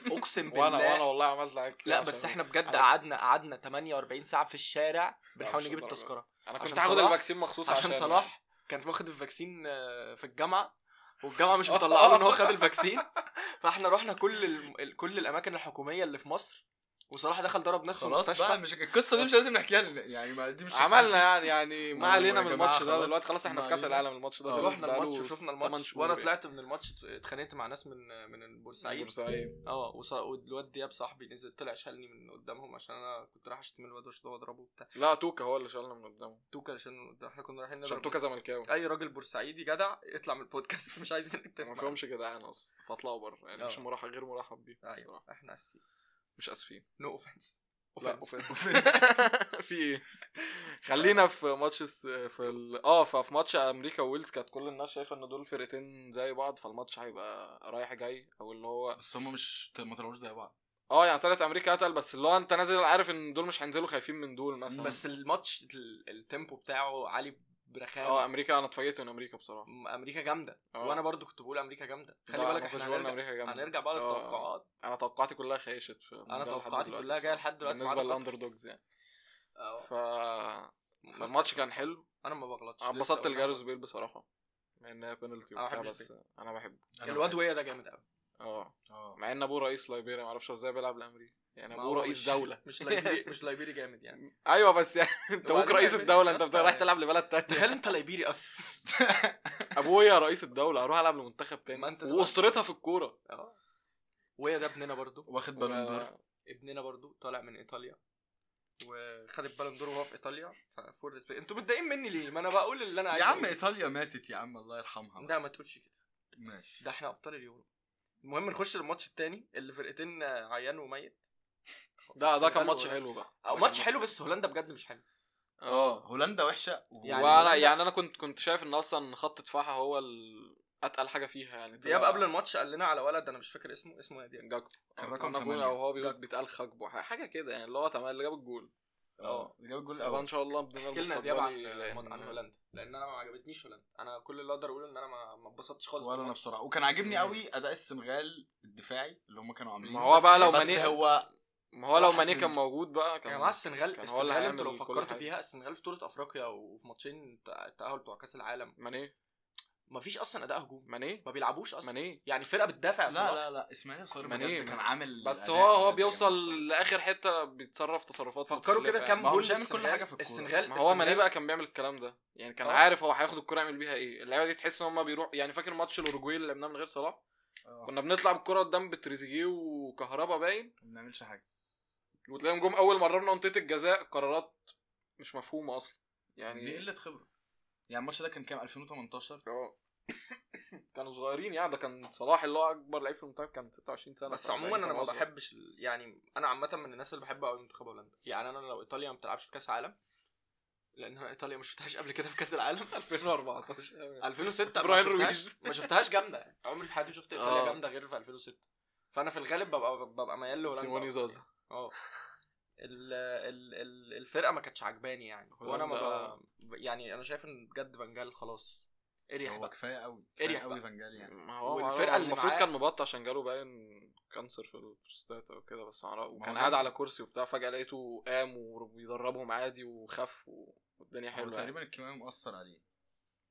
Speaker 1: اقسم بالله
Speaker 2: وانا وانا والله عملت لعيب كتير
Speaker 1: لا
Speaker 2: عشان-
Speaker 1: بس احنا بجد
Speaker 2: أنا-
Speaker 1: قعدنا قعدنا 48 ساعه في الشارع بنحاول
Speaker 2: مش
Speaker 1: نجيب
Speaker 2: للدرجة.
Speaker 1: التذكره
Speaker 2: انا
Speaker 1: عشان
Speaker 2: كنت هاخد
Speaker 1: صلاح-
Speaker 2: الفاكسين مخصوص
Speaker 1: عشان
Speaker 2: عشانه
Speaker 1: صلاح كان واخد الفاكسين آه، في الجامعه والجامعه مش
Speaker 2: (laughs)
Speaker 1: مطلعه له ان هو خد الفاكسين فاحنا رحنا كل ال... ال- كل الاماكن الحكوميه اللي في مصر وصلاح دخل ضرب ناس في
Speaker 3: خلاص بقى
Speaker 1: المستشفى
Speaker 3: مش القصه دي مش لازم نحكيها لنا، يعني ما دي مش
Speaker 2: عملنا يعني يعني
Speaker 3: ما
Speaker 2: ما
Speaker 3: هو يا
Speaker 2: علينا من
Speaker 3: جماعة
Speaker 2: الماتش ده
Speaker 3: خلاص،
Speaker 2: دلوقتي خلاص احنا
Speaker 3: ما
Speaker 2: في كاس
Speaker 3: علينا.
Speaker 2: العالم الماتش ده
Speaker 3: آه،
Speaker 2: خلاص
Speaker 1: رحنا
Speaker 2: بقاله
Speaker 1: الماتش وشفنا
Speaker 2: 8
Speaker 1: الماتش
Speaker 2: شهور
Speaker 1: وانا
Speaker 2: يعني.
Speaker 1: طلعت من الماتش اتخانقت مع ناس من من بورسعيد
Speaker 2: بورسعيد
Speaker 1: اه وص- والواد دياب صاحبي نزل طلع شالني من قدامهم عشان انا كنت رايح اشتم الواد واشتم واضربه وبتاع
Speaker 2: لا توكا هو اللي شالنا من قدامه
Speaker 1: توكا عشان احنا كنا رايحين
Speaker 2: عشان
Speaker 1: نضرب
Speaker 2: توكا زملكاوي
Speaker 1: اي راجل بورسعيدي جدع اطلع من البودكاست (laughs) مش عايزين انك
Speaker 2: ما
Speaker 1: تسمع
Speaker 2: فيهمش جدعان اصلا فاطلعوا بره يعني
Speaker 1: آه.
Speaker 2: مش مرحب غير مرحب بيه
Speaker 1: ايوه
Speaker 2: بصراحه
Speaker 1: احنا اسفين
Speaker 2: مش اسفين
Speaker 1: نو اوفنس
Speaker 2: لا،
Speaker 1: اوفنس
Speaker 2: (laughs) في ايه خلينا في ماتش الس- في ال... اه ففي ماتش امريكا وويلز كانت كل الناس شايفه ان دول فرقتين زي بعض فالماتش هيبقى رايح جاي او اللي هو
Speaker 3: بس هم مش ما طلعوش زي بعض
Speaker 2: اه يعني طلعت امريكا قتل بس اللي هو انت نازل عارف ان دول مش هينزلوا خايفين من دول مثلا
Speaker 1: بس الماتش ال- التيمبو بتاعه عالي
Speaker 2: اه
Speaker 1: برخامه
Speaker 2: امريكا انا اتفاجئت من امريكا بصراحه
Speaker 1: م- امريكا جامده
Speaker 2: آه.
Speaker 1: وانا برضو كنت بقول امريكا جامده خلي
Speaker 2: لا،
Speaker 1: بالك
Speaker 2: ما كنتش
Speaker 1: احنا
Speaker 2: بقول إن
Speaker 1: هنرجع
Speaker 2: امريكا جامده
Speaker 1: هنرجع بقى
Speaker 2: آه.
Speaker 1: للتوقعات
Speaker 2: انا توقعاتي كلها خيشت في
Speaker 1: انا توقعاتي كلها جايه لحد دلوقتي ما
Speaker 2: بالنسبه
Speaker 1: عدا
Speaker 2: للاندر دوجز يعني
Speaker 1: آه.
Speaker 2: ف... فالماتش كان حلو
Speaker 1: انا ما بغلطش
Speaker 2: انا
Speaker 1: لسه
Speaker 2: اتبسطت
Speaker 1: قلنا
Speaker 2: لجاريث بيل بصراحه مع انها بينالتي
Speaker 1: أنا ما
Speaker 2: وبتاع
Speaker 1: بحبش
Speaker 2: بس انا بحبه
Speaker 3: أنا
Speaker 1: الواد
Speaker 3: بحب-
Speaker 1: ويا ده جامد قوي
Speaker 2: اه
Speaker 3: آه.
Speaker 2: مع ان ابوه رئيس ليبيريا ما اعرفش ازاي بيلعب لامريكا يعني
Speaker 1: ما هو
Speaker 2: ابوه رئيس
Speaker 1: مش-
Speaker 2: دوله
Speaker 1: مش ليبيري مش ليبيري جامد يعني
Speaker 2: (laughs) ايوه بس يعني انت ابوك
Speaker 1: وبعدين
Speaker 2: رئيس
Speaker 1: ليبيريا
Speaker 2: الدوله انت
Speaker 1: أصلاً
Speaker 2: بت- رايح
Speaker 1: يعني.
Speaker 2: تلعب لبلد
Speaker 1: تخيل
Speaker 2: تانية
Speaker 1: انت ليبيري اصلا
Speaker 2: (laughs) ابويا رئيس الدوله اروح العب لمنتخب
Speaker 1: ما
Speaker 2: تاني
Speaker 1: أنت تبقى-
Speaker 2: واسطورتها في الكوره
Speaker 1: اه ويا ده ابننا برضو
Speaker 3: واخد بالون دور
Speaker 1: ابننا برضو طالع من ايطاليا وخد البالون دور وهو في ايطاليا ففور ريسبكت انتوا متضايقين مني ليه؟ ما انا بقول اللي انا
Speaker 3: يا
Speaker 1: عايزه
Speaker 3: عم
Speaker 1: أقوله.
Speaker 3: ايطاليا ماتت يا عم الله يرحمها
Speaker 1: ده ما تقولش كده
Speaker 3: ماشي
Speaker 1: ده احنا ابطال اليورو المهم نخش للماتش التاني اللي فرقتين آه، عيان وميت
Speaker 2: ده ده
Speaker 1: السنغال
Speaker 2: كان ماتش
Speaker 1: و-
Speaker 2: حلو بقى ده
Speaker 1: او
Speaker 2: كان
Speaker 1: ماتش حلو بس هولندا بجد مش حلو
Speaker 3: اه هولندا وحشه
Speaker 1: يعني
Speaker 2: آه. يعني وانا
Speaker 1: هولندا-
Speaker 2: يعني انا كنت كنت شايف ان اصلا خط دفاعها هو ال- اتقل حاجه فيها يعني
Speaker 1: دياب
Speaker 2: تبقى-
Speaker 1: قبل الماتش قال لنا على ولد انا مش فاكر اسمه اسمه ايه دياب
Speaker 2: جاكبو
Speaker 3: كان رقم
Speaker 2: أنا بقول-
Speaker 3: تمانية.
Speaker 2: او هو بيقول بيتقال خاكبو حاجه كده يعني اللي هو تمام اللي جاب الجول
Speaker 3: اه اللي جاب الجول
Speaker 2: طبعا ان
Speaker 3: الاول
Speaker 2: شاء الله بنبقى
Speaker 1: احكي لنا دياب عن
Speaker 2: المستقبلي
Speaker 1: عن
Speaker 2: لأن-
Speaker 1: هولندا لان انا ما عجبتنيش هولندا انا كل اللي اقدر اقوله ان انا ما ما اتبسطتش خالص
Speaker 3: ولا انا
Speaker 1: بالماتش.
Speaker 3: بسرعه وكان عاجبني
Speaker 2: مم.
Speaker 3: قوي اداء السنغال الدفاعي اللي هم كانوا عاملينه
Speaker 2: ما هو
Speaker 3: بس-
Speaker 2: بقى لو
Speaker 3: بس
Speaker 2: ماني-
Speaker 3: هو
Speaker 2: ما هو لو
Speaker 3: واحد
Speaker 2: ماني
Speaker 3: من-
Speaker 2: كان موجود بقى كان
Speaker 1: يا جماعه السنغال
Speaker 2: كان هو اللي
Speaker 1: السنغال انتوا لو
Speaker 2: هيعمل كل
Speaker 1: فكرتوا
Speaker 2: حاجة.
Speaker 1: فيها السنغال في بطوله افريقيا وفي ماتشين تأ- التاهل بتوع كاس العالم
Speaker 2: ماني
Speaker 1: ما فيش اصلا اداء هجوم
Speaker 2: ماني
Speaker 1: ما بيلعبوش اصلا
Speaker 2: ماني
Speaker 1: يعني فرقه بتدافع
Speaker 3: لا
Speaker 1: يا صلاح.
Speaker 3: لا لا اسماعيل صار
Speaker 2: ماني-
Speaker 3: بجد كان عامل
Speaker 2: بس
Speaker 3: أداء
Speaker 2: هو هو
Speaker 3: بجد
Speaker 2: بيوصل
Speaker 3: مش
Speaker 2: لاخر حته بيتصرف تصرفات
Speaker 1: فكروا كده
Speaker 2: متخلفة
Speaker 1: كام
Speaker 2: يعني.
Speaker 3: ما هو
Speaker 1: جول
Speaker 3: مش هيعمل كل
Speaker 1: للسنغال.
Speaker 3: حاجة في الكورة.
Speaker 1: السنغال
Speaker 2: ما هو ماني
Speaker 1: السنغال-
Speaker 2: بقى كان بيعمل الكلام ده يعني كان
Speaker 1: آه.
Speaker 2: عارف هو هياخد الكرة يعمل بيها ايه اللعيبه دي تحس ان هم بيروح يعني فاكر ماتش الاوروجواي اللي لعبناه من غير صلاح
Speaker 3: طبيعي. آه،
Speaker 2: كنا بنطلع بالكرة قدام بتريزيجيه وكهربا باين
Speaker 3: ما بنعملش حاجه
Speaker 2: وتلاقيهم جم اول مره من منطقه الجزاء قرارات مش مفهومه اصلا يعني
Speaker 3: دي قله خبره يعني الماتش ده كان كام 2018
Speaker 2: اه (coughs) كانوا صغيرين يعني ده كان صلاح اللي هو اكبر لعيب في المنتخب كان 26 سنه
Speaker 1: بس
Speaker 2: فده
Speaker 1: عموما
Speaker 2: كان
Speaker 1: انا ما
Speaker 2: أصغر.
Speaker 1: بحبش ال- يعني انا عامه من الناس اللي بحب قوي منتخب هولندا يعني انا لو ايطاليا ما بتلعبش في كاس عالم لان أنا ايطاليا ما شفتهاش قبل كده في كاس
Speaker 2: (laughs)
Speaker 1: العالم
Speaker 2: 2014
Speaker 1: 2006 ما
Speaker 2: براين
Speaker 1: شفتهاش
Speaker 2: رويز.
Speaker 1: ما شفتهاش جامده عمري في حياتي شفت ايطاليا
Speaker 2: آه.
Speaker 1: جامده غير في 2006 فانا في الغالب ببقى ببقى ميال لهولندا
Speaker 2: سيموني
Speaker 1: أكتر
Speaker 2: زازا.
Speaker 1: يعني. اه ال- ال- ال- الفرقه ما كانتش عجباني يعني وانا ما
Speaker 2: هولندا،
Speaker 1: بقى
Speaker 2: آه.
Speaker 1: يعني انا شايف ان بجد فانجال خلاص اريح
Speaker 3: هو
Speaker 1: بقى
Speaker 3: كفايه قوي
Speaker 1: اريح
Speaker 3: كفايه
Speaker 1: بقى.
Speaker 3: قوي فانجال يعني
Speaker 2: ما هو
Speaker 1: والفرقة
Speaker 2: والفرقه
Speaker 1: اللي
Speaker 2: المفروض
Speaker 1: معاه-
Speaker 2: كان مبطل عشان جاله باين كانسر في البروستات او كده بس معرفش وكان
Speaker 3: هو
Speaker 2: قاعد
Speaker 3: كان-
Speaker 2: على كرسي وبتاع فجاه لقيته قام وبيدربهم عادي وخف و- والدنيا
Speaker 3: هو
Speaker 2: حلوه يعني.
Speaker 3: تقريبا الكيماوي مؤثر عليه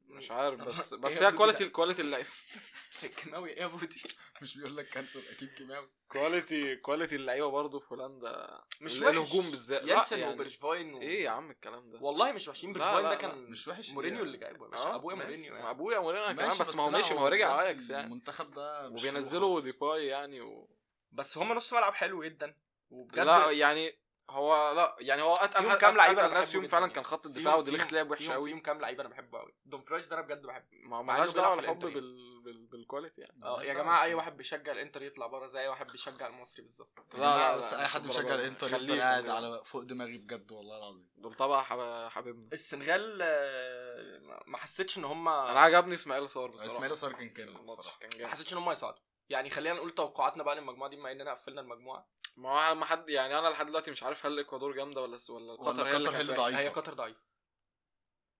Speaker 3: (laughs)
Speaker 2: مش عارف بس
Speaker 1: إيه
Speaker 2: بس
Speaker 1: يا
Speaker 2: هي
Speaker 1: ابني
Speaker 2: كواليتي
Speaker 1: ده؟
Speaker 2: كواليتي اللعيبه
Speaker 1: (laughs) الكيماوي ايه يا بودي
Speaker 3: مش بيقول لك كانسل اكيد كيماوي
Speaker 2: كواليتي كواليتي اللعيبه برضه في هولندا
Speaker 1: مش
Speaker 2: ال-
Speaker 1: وحش
Speaker 2: الهجوم بالذات لا،
Speaker 1: يانسن
Speaker 2: يعني
Speaker 1: وبرشفاين و...
Speaker 2: ايه يا عم الكلام ده
Speaker 1: والله مش وحشين
Speaker 2: لا،
Speaker 1: برشفاين ده
Speaker 2: لا، لا،
Speaker 1: كان
Speaker 3: مش وحش إيه
Speaker 1: مورينيو
Speaker 3: يعني.
Speaker 1: اللي جايبه يا باشا
Speaker 2: آه،
Speaker 1: ابويا
Speaker 2: ماشي.
Speaker 1: مورينيو
Speaker 2: ما
Speaker 1: يعني
Speaker 2: ابويا مورينيو كمان
Speaker 3: ماشي،
Speaker 2: آه، بس, ما هو
Speaker 3: لا،
Speaker 2: مشي ما هو رجع
Speaker 3: بجد
Speaker 2: اياكس يعني
Speaker 3: المنتخب ده مش حلو
Speaker 2: وبينزلوا
Speaker 3: خالص.
Speaker 2: ديباي يعني و...
Speaker 1: بس هم نص ملعب حلو جدا وبجد
Speaker 2: لا يعني هو لا يعني هو اتقل
Speaker 1: فيهم
Speaker 2: أتقل-
Speaker 1: كام لعيبه
Speaker 2: أتقل
Speaker 1: انا
Speaker 2: ناس
Speaker 1: بحبه
Speaker 2: فيهم
Speaker 1: جداً
Speaker 2: فعلا
Speaker 1: يعني.
Speaker 2: كان خط
Speaker 1: فيهم-
Speaker 2: الدفاع ودي
Speaker 1: فيهم-
Speaker 2: ليخت لعب وحش
Speaker 1: فيهم-
Speaker 2: قوي
Speaker 1: فيهم كام لعيبه انا بحبه قوي دوم فرايز ده انا بجد بحبه مع
Speaker 2: ما
Speaker 1: إنه
Speaker 2: مالهاش
Speaker 1: بيلعب
Speaker 2: دعوه
Speaker 1: في
Speaker 2: الحب
Speaker 1: الإنتر
Speaker 2: بال... بال... بالكواليتي يعني
Speaker 1: اه يا جماعه اي واحد بيشجع الانتر يطلع بره زي اي واحد بيشجع المصري بالظبط
Speaker 3: لا لا بس اي حد بيشجع الانتر يفضل
Speaker 2: خليه
Speaker 3: قاعد
Speaker 2: يكمل.
Speaker 3: على فوق دماغي بجد والله العظيم
Speaker 2: دول طبعا حب- حبيبنا
Speaker 1: السنغال آه، ما- ما حسيتش ان هم
Speaker 2: انا عجبني اسماعيل صار بصراحه
Speaker 3: اسماعيل صار كان كده
Speaker 2: الماتش
Speaker 3: بصراحه
Speaker 2: كان
Speaker 1: ما
Speaker 2: جامد
Speaker 1: حسيتش ان هم يصعدوا يعني خلينا نقول توقعاتنا بقى للمجموعه دي بما اننا قفلنا المجموعه
Speaker 2: ما هو ما حد يعني انا لحد دلوقتي مش عارف هل الاكوادور جامده ولا ولا قطر هي اللي
Speaker 3: قطر هي
Speaker 2: كانت
Speaker 3: اللي
Speaker 2: وحشة.
Speaker 3: ضعيفة.
Speaker 1: هي قطر ضعيفه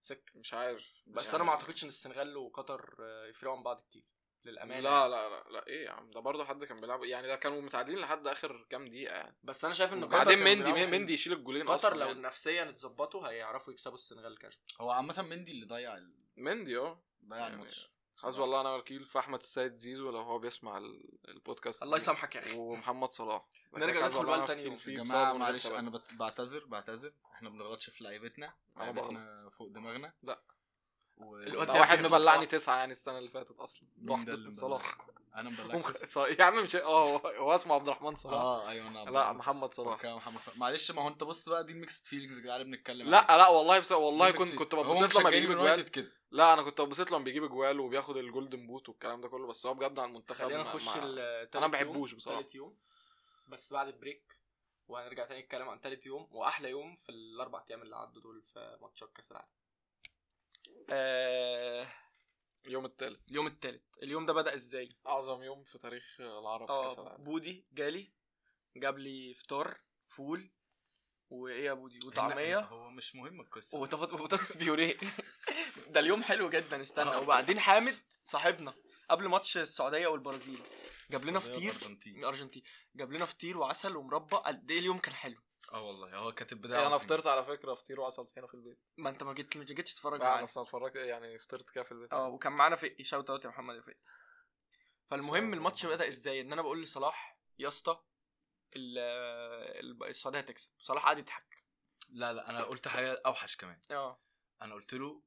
Speaker 1: سك
Speaker 2: مش عارف مش يعني
Speaker 1: بس
Speaker 2: عارف.
Speaker 1: انا ما اعتقدش ان السنغال وقطر آه، يفرقوا عن بعض كتير يعني. للامانه
Speaker 2: لا لا لا لا ايه يا عم ده برضه حد كان بيلعب يعني ده كانوا متعادلين لحد اخر كام دقيقه يعني
Speaker 1: بس انا شايف ان قطر
Speaker 2: وبعدين
Speaker 1: كانوا
Speaker 2: مندي
Speaker 1: بيلعبوا
Speaker 2: مين-
Speaker 1: حلو.
Speaker 2: مندي يشيل الجولين
Speaker 1: قطر
Speaker 2: أصلاً
Speaker 1: لو
Speaker 2: يعني.
Speaker 1: نفسيا اتظبطوا هيعرفوا يكسبوا السنغال كاش
Speaker 3: هو عامه مندي اللي ضيع ال-
Speaker 2: مندي اه
Speaker 3: ضيع
Speaker 2: يعني
Speaker 3: الماتش
Speaker 2: حسبي الله ونعم الوكيل فاحمد السيد زيزو لو هو بيسمع ال- البودكاست
Speaker 1: الله
Speaker 2: ده.
Speaker 1: يسامحك يا (laughs) اخي
Speaker 2: ومحمد صلاح
Speaker 1: نرجع ندخل بقى لتاني يوم.
Speaker 3: يا جماعه معلش انا بت- بعتذر بعتذر احنا ما بنغلطش في لعيبتنا
Speaker 2: أنا
Speaker 3: لعيبتنا فوق دماغنا
Speaker 2: لا.
Speaker 3: و...
Speaker 1: الواد
Speaker 2: ده
Speaker 1: ده
Speaker 2: واحد
Speaker 1: بيغلط
Speaker 2: مبلعني
Speaker 1: واحد.
Speaker 2: تسعه يعني السنه اللي فاتت اصلا
Speaker 3: مين
Speaker 2: لوحده (laughs)
Speaker 3: ده اللي
Speaker 2: صلاح
Speaker 3: مبلعك؟ انا
Speaker 2: هم
Speaker 3: مبلغ
Speaker 2: خ- صلاح. يا عم مش اه هو- هو اسمه عبد الرحمن صلاح
Speaker 3: اه ايوه انا
Speaker 2: لا محمد صلاح
Speaker 3: اوكي يا محمد صلاح معلش ما هو انت بص بقى دي الميكس فيلينجز اللي قاعد بنتكلم
Speaker 2: لا
Speaker 3: عليها.
Speaker 2: لا والله بس
Speaker 3: دي
Speaker 2: والله
Speaker 3: الميكس
Speaker 2: كنت كنت
Speaker 3: فيلينجز. هم
Speaker 2: ببسط لما
Speaker 3: مشجعين
Speaker 2: بيجيب
Speaker 3: اليونايتد
Speaker 2: اجوال
Speaker 3: كده
Speaker 2: لا انا كنت ببسط لما بيجيب اجوال وبياخد الجولدن بوت والكلام ده كله بس هو بجد على المنتخب
Speaker 1: خلينا
Speaker 2: ما-
Speaker 1: نخش
Speaker 2: ما-
Speaker 1: التالت
Speaker 2: أنا ما بحبوش
Speaker 1: يوم-
Speaker 2: بصراحة.
Speaker 1: تالت يوم بس بعد البريك وهنرجع تاني نتكلم عن تالت يوم واحلى يوم في الاربع ايام اللي عدوا دول في ماتشات كاس العالم آه،
Speaker 2: اليوم الثالث
Speaker 1: اليوم التالت اليوم ده بدا ازاي
Speaker 2: اعظم يوم في تاريخ العرب
Speaker 3: آه.
Speaker 2: في كاس
Speaker 1: اه
Speaker 2: العالم
Speaker 1: بودي جالي جاب لي فطار فول وايه يا بودي
Speaker 3: لا،
Speaker 1: وطعميه
Speaker 3: هو مش مهم القصه
Speaker 1: وبطاط- وبطاطس بيوريه (laughs) ده اليوم حلو جدا
Speaker 2: آه.
Speaker 1: استنى وبعدين حامد صاحبنا قبل ماتش السعوديه والبرازيل جاب لنا
Speaker 3: السعودية
Speaker 1: فطير
Speaker 3: والأرجنتين.
Speaker 1: الارجنتين جاب لنا فطير وعسل ومربى قد ايه اليوم كان حلو
Speaker 3: اه والله هو كانت بدايه
Speaker 2: انا
Speaker 3: عظيمة.
Speaker 2: يعني فطرت على فكره فطير وعسل هنا في البيت
Speaker 1: ما انت ما جيت ما جيتش تتفرج
Speaker 2: لا، انا
Speaker 1: معانا
Speaker 2: أصلاً اتفرجت يعني فطرت كده في
Speaker 3: (laughs)
Speaker 2: البيت
Speaker 1: اه وكان معانا فقي شوت اوت يا محمد يا فقي فالمهم
Speaker 2: شاوت
Speaker 1: الماتش
Speaker 2: أوت.
Speaker 1: بدا ازاي ان انا بقول لصلاح يا اسطى ال- ال- السعوديه هتكسب صلاح قعد يضحك
Speaker 3: لا لا انا قلت حاجه اوحش كمان
Speaker 2: آه.
Speaker 1: اه
Speaker 3: انا قلت له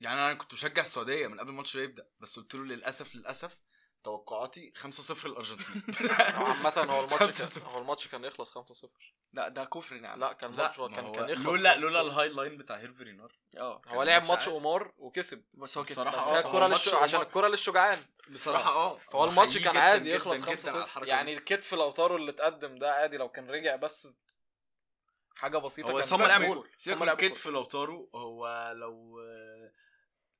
Speaker 3: يعني انا كنت مشجع السعوديه من قبل الماتش ما يبدا بس قلت له للاسف للاسف توقعاتي
Speaker 2: (laughs)
Speaker 3: 5-0 الارجنتين
Speaker 2: عامة هو الماتش
Speaker 3: 5-0.
Speaker 2: كان هو الماتش كان يخلص 5-0
Speaker 1: لا ده كفر نعم
Speaker 2: لا كان
Speaker 3: لا
Speaker 2: ماتش هو كان
Speaker 3: ما هو
Speaker 2: كان يخلص
Speaker 3: لولا
Speaker 2: 5-0.
Speaker 3: لولا الهاي لاين بتاع هيرفي رينار
Speaker 1: اه
Speaker 2: هو
Speaker 3: كان
Speaker 2: لعب
Speaker 3: ماتش
Speaker 2: ماتش
Speaker 3: عادي.
Speaker 2: قمار وكسب
Speaker 1: بس هو كسب
Speaker 3: بصراحة
Speaker 1: بس
Speaker 2: هي
Speaker 1: هي
Speaker 3: هو
Speaker 2: الكرة
Speaker 3: ماتش
Speaker 2: للش... عشان
Speaker 3: قمار.
Speaker 2: الكرة للشجعان
Speaker 3: بصراحه اه
Speaker 2: فهو
Speaker 3: أنا
Speaker 2: الماتش
Speaker 3: حقيقي
Speaker 2: كان
Speaker 3: جداً
Speaker 2: عادي
Speaker 3: جداً
Speaker 2: يخلص
Speaker 3: جداً على
Speaker 2: 5-0
Speaker 3: الحركة
Speaker 2: يعني
Speaker 3: دي.
Speaker 2: الكتف لوتارو اللي اتقدم ده عادي لو كان رجع بس حاجة بسيطة
Speaker 3: هو
Speaker 2: كان
Speaker 3: سيبك
Speaker 1: هما لعبوا
Speaker 3: من-
Speaker 1: كورة.
Speaker 3: سيبك
Speaker 2: هما
Speaker 3: من
Speaker 2: لعبوا كورة.
Speaker 3: كتف لوتارو هو لو آه،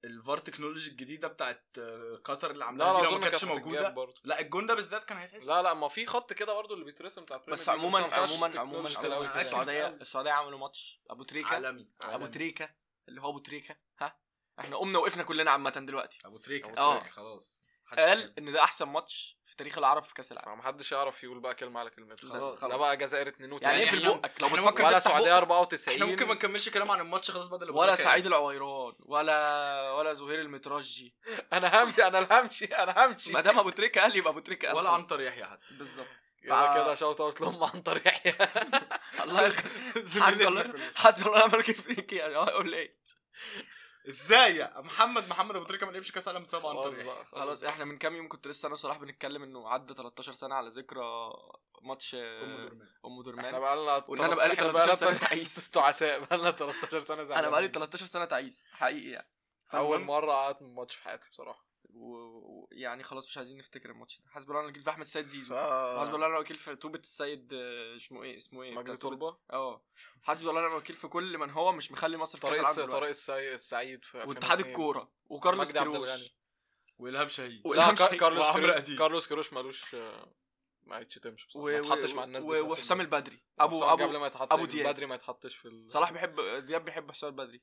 Speaker 3: الفار تكنولوجي الجديدة بتاعت آه، قطر اللي
Speaker 2: لا
Speaker 3: عاملاها
Speaker 2: لا
Speaker 3: دي لو
Speaker 2: اظن
Speaker 3: ما كانتش
Speaker 2: هتتجاب
Speaker 3: موجودة
Speaker 2: برضه
Speaker 3: لا الجون ده بالذات كان هيتحسب
Speaker 2: لا لا ما في خط كده برضه اللي بيترسم بتاع
Speaker 1: بس
Speaker 2: البريمير
Speaker 1: عموما
Speaker 2: ليج، ما ينفعش
Speaker 1: عموما
Speaker 2: تكنولوجي
Speaker 1: عموما
Speaker 2: كده أوي
Speaker 1: عموماً
Speaker 2: كده.
Speaker 3: أكيد.
Speaker 1: السعوديه السعوديه عملوا ماتش ابو تريكه
Speaker 3: عالمي
Speaker 1: ابو
Speaker 3: عالمي.
Speaker 1: تريكه اللي هو ابو تريكه ها احنا قمنا وقفنا كلنا عامه دلوقتي
Speaker 3: ابو تريكة
Speaker 2: أبو آه.
Speaker 3: اه
Speaker 1: تريكة.
Speaker 3: خلاص محدش
Speaker 1: قال
Speaker 3: يتكلم.
Speaker 1: ان ده احسن ماتش في تاريخ العرب في كاس العالم
Speaker 2: ما محدش يعرف يقول بقى كلمة على كلمتين
Speaker 1: خلاص،
Speaker 2: خلاص ده
Speaker 1: خلاص.
Speaker 2: بقى جزائر 2
Speaker 1: يعني
Speaker 3: يعني
Speaker 1: اقفل
Speaker 3: إحنا-
Speaker 1: بقك لو
Speaker 3: إحنا
Speaker 1: بتفكر
Speaker 2: ولا
Speaker 1: تفتح
Speaker 2: سعودية
Speaker 1: بقك
Speaker 2: 94
Speaker 3: احنا ممكن ما نكملش كلام عن الماتش خلاص بدل أبو
Speaker 1: ولا
Speaker 3: تريكة يعني.
Speaker 1: سعيد العويران ولا ولا زهير المترجي
Speaker 2: انا همشي انا همشي انا همشي
Speaker 1: ما دام ابو تريكه قال يبقى ابو تريكه قال
Speaker 3: ولا
Speaker 1: خلاص.
Speaker 3: عنتر يحيى
Speaker 2: (laughs)
Speaker 3: حتى
Speaker 1: بالظبط
Speaker 2: كده كده شوت اوت لهم عن طريق يحيى
Speaker 1: الله حسبي الله حسبي الله ونعم الوكيل فيكي يعني هو يقول ايه
Speaker 3: ازاي يا محمد محمد ابو تريكة ما لعبش كاس عالم سبعة
Speaker 2: خلاص
Speaker 3: عنتر يحيى
Speaker 2: بقى
Speaker 1: خلاص احنا من كام يوم كنت لسه انا وصلاح بنتكلم انه عدى 13 سنه على ذكرى ماتش
Speaker 3: أم
Speaker 1: ام
Speaker 3: درمان.
Speaker 1: درمان
Speaker 2: احنا بقى لنا
Speaker 1: وإن أنا بقالي 13 سنة تعيس.
Speaker 2: استعساء بقى لنا 13 سنه زعلان
Speaker 1: انا بقالي 13 سنه تعيس حقيقي يعني
Speaker 2: اول
Speaker 1: فالمهم-
Speaker 2: مره قعدت من ماتش في حياتي بصراحه
Speaker 1: و- ويعني خلاص مش عايزين نفتكر الماتش ده حسبي الله ونعم الوكيل في احمد السيد زيزو حسبي
Speaker 2: حسب
Speaker 1: الله ونعم الوكيل في توبه السيد آه، اسمه ايه اسمه ايه بتاع
Speaker 2: مجدي
Speaker 1: توبة-
Speaker 2: طلبه
Speaker 1: اه حسبي الله ونعم الوكيل في كل من هو مش مخلي مصر في كأس
Speaker 2: طريق
Speaker 1: العالم
Speaker 2: الس- طريق
Speaker 1: دلوقتي.
Speaker 2: السي... السعيد في
Speaker 1: واتحاد
Speaker 2: 2002.
Speaker 1: الكوره وكارلوس
Speaker 2: مجدي عبد
Speaker 1: كيروش
Speaker 2: الغني
Speaker 3: والهام شاهين
Speaker 1: و-
Speaker 2: لا
Speaker 3: (laughs)
Speaker 1: والهام
Speaker 2: كا-
Speaker 1: شاهين
Speaker 2: كارلوس
Speaker 3: وعمرو
Speaker 2: كيروش
Speaker 3: أديب.
Speaker 2: كارلوس كيروش مالوش آه، ما يتشتمش بصراحه ما يتحطش مع الناس دي في
Speaker 1: و-
Speaker 2: نفس
Speaker 1: وحسام
Speaker 2: البيت.
Speaker 1: البدري ابو
Speaker 2: حسام قبل
Speaker 1: ابو
Speaker 2: ما يتحط
Speaker 1: أبو دياب.
Speaker 2: بدري ما يتحطش في ال...
Speaker 1: صلاح بيحب دياب بيحب حسام البدري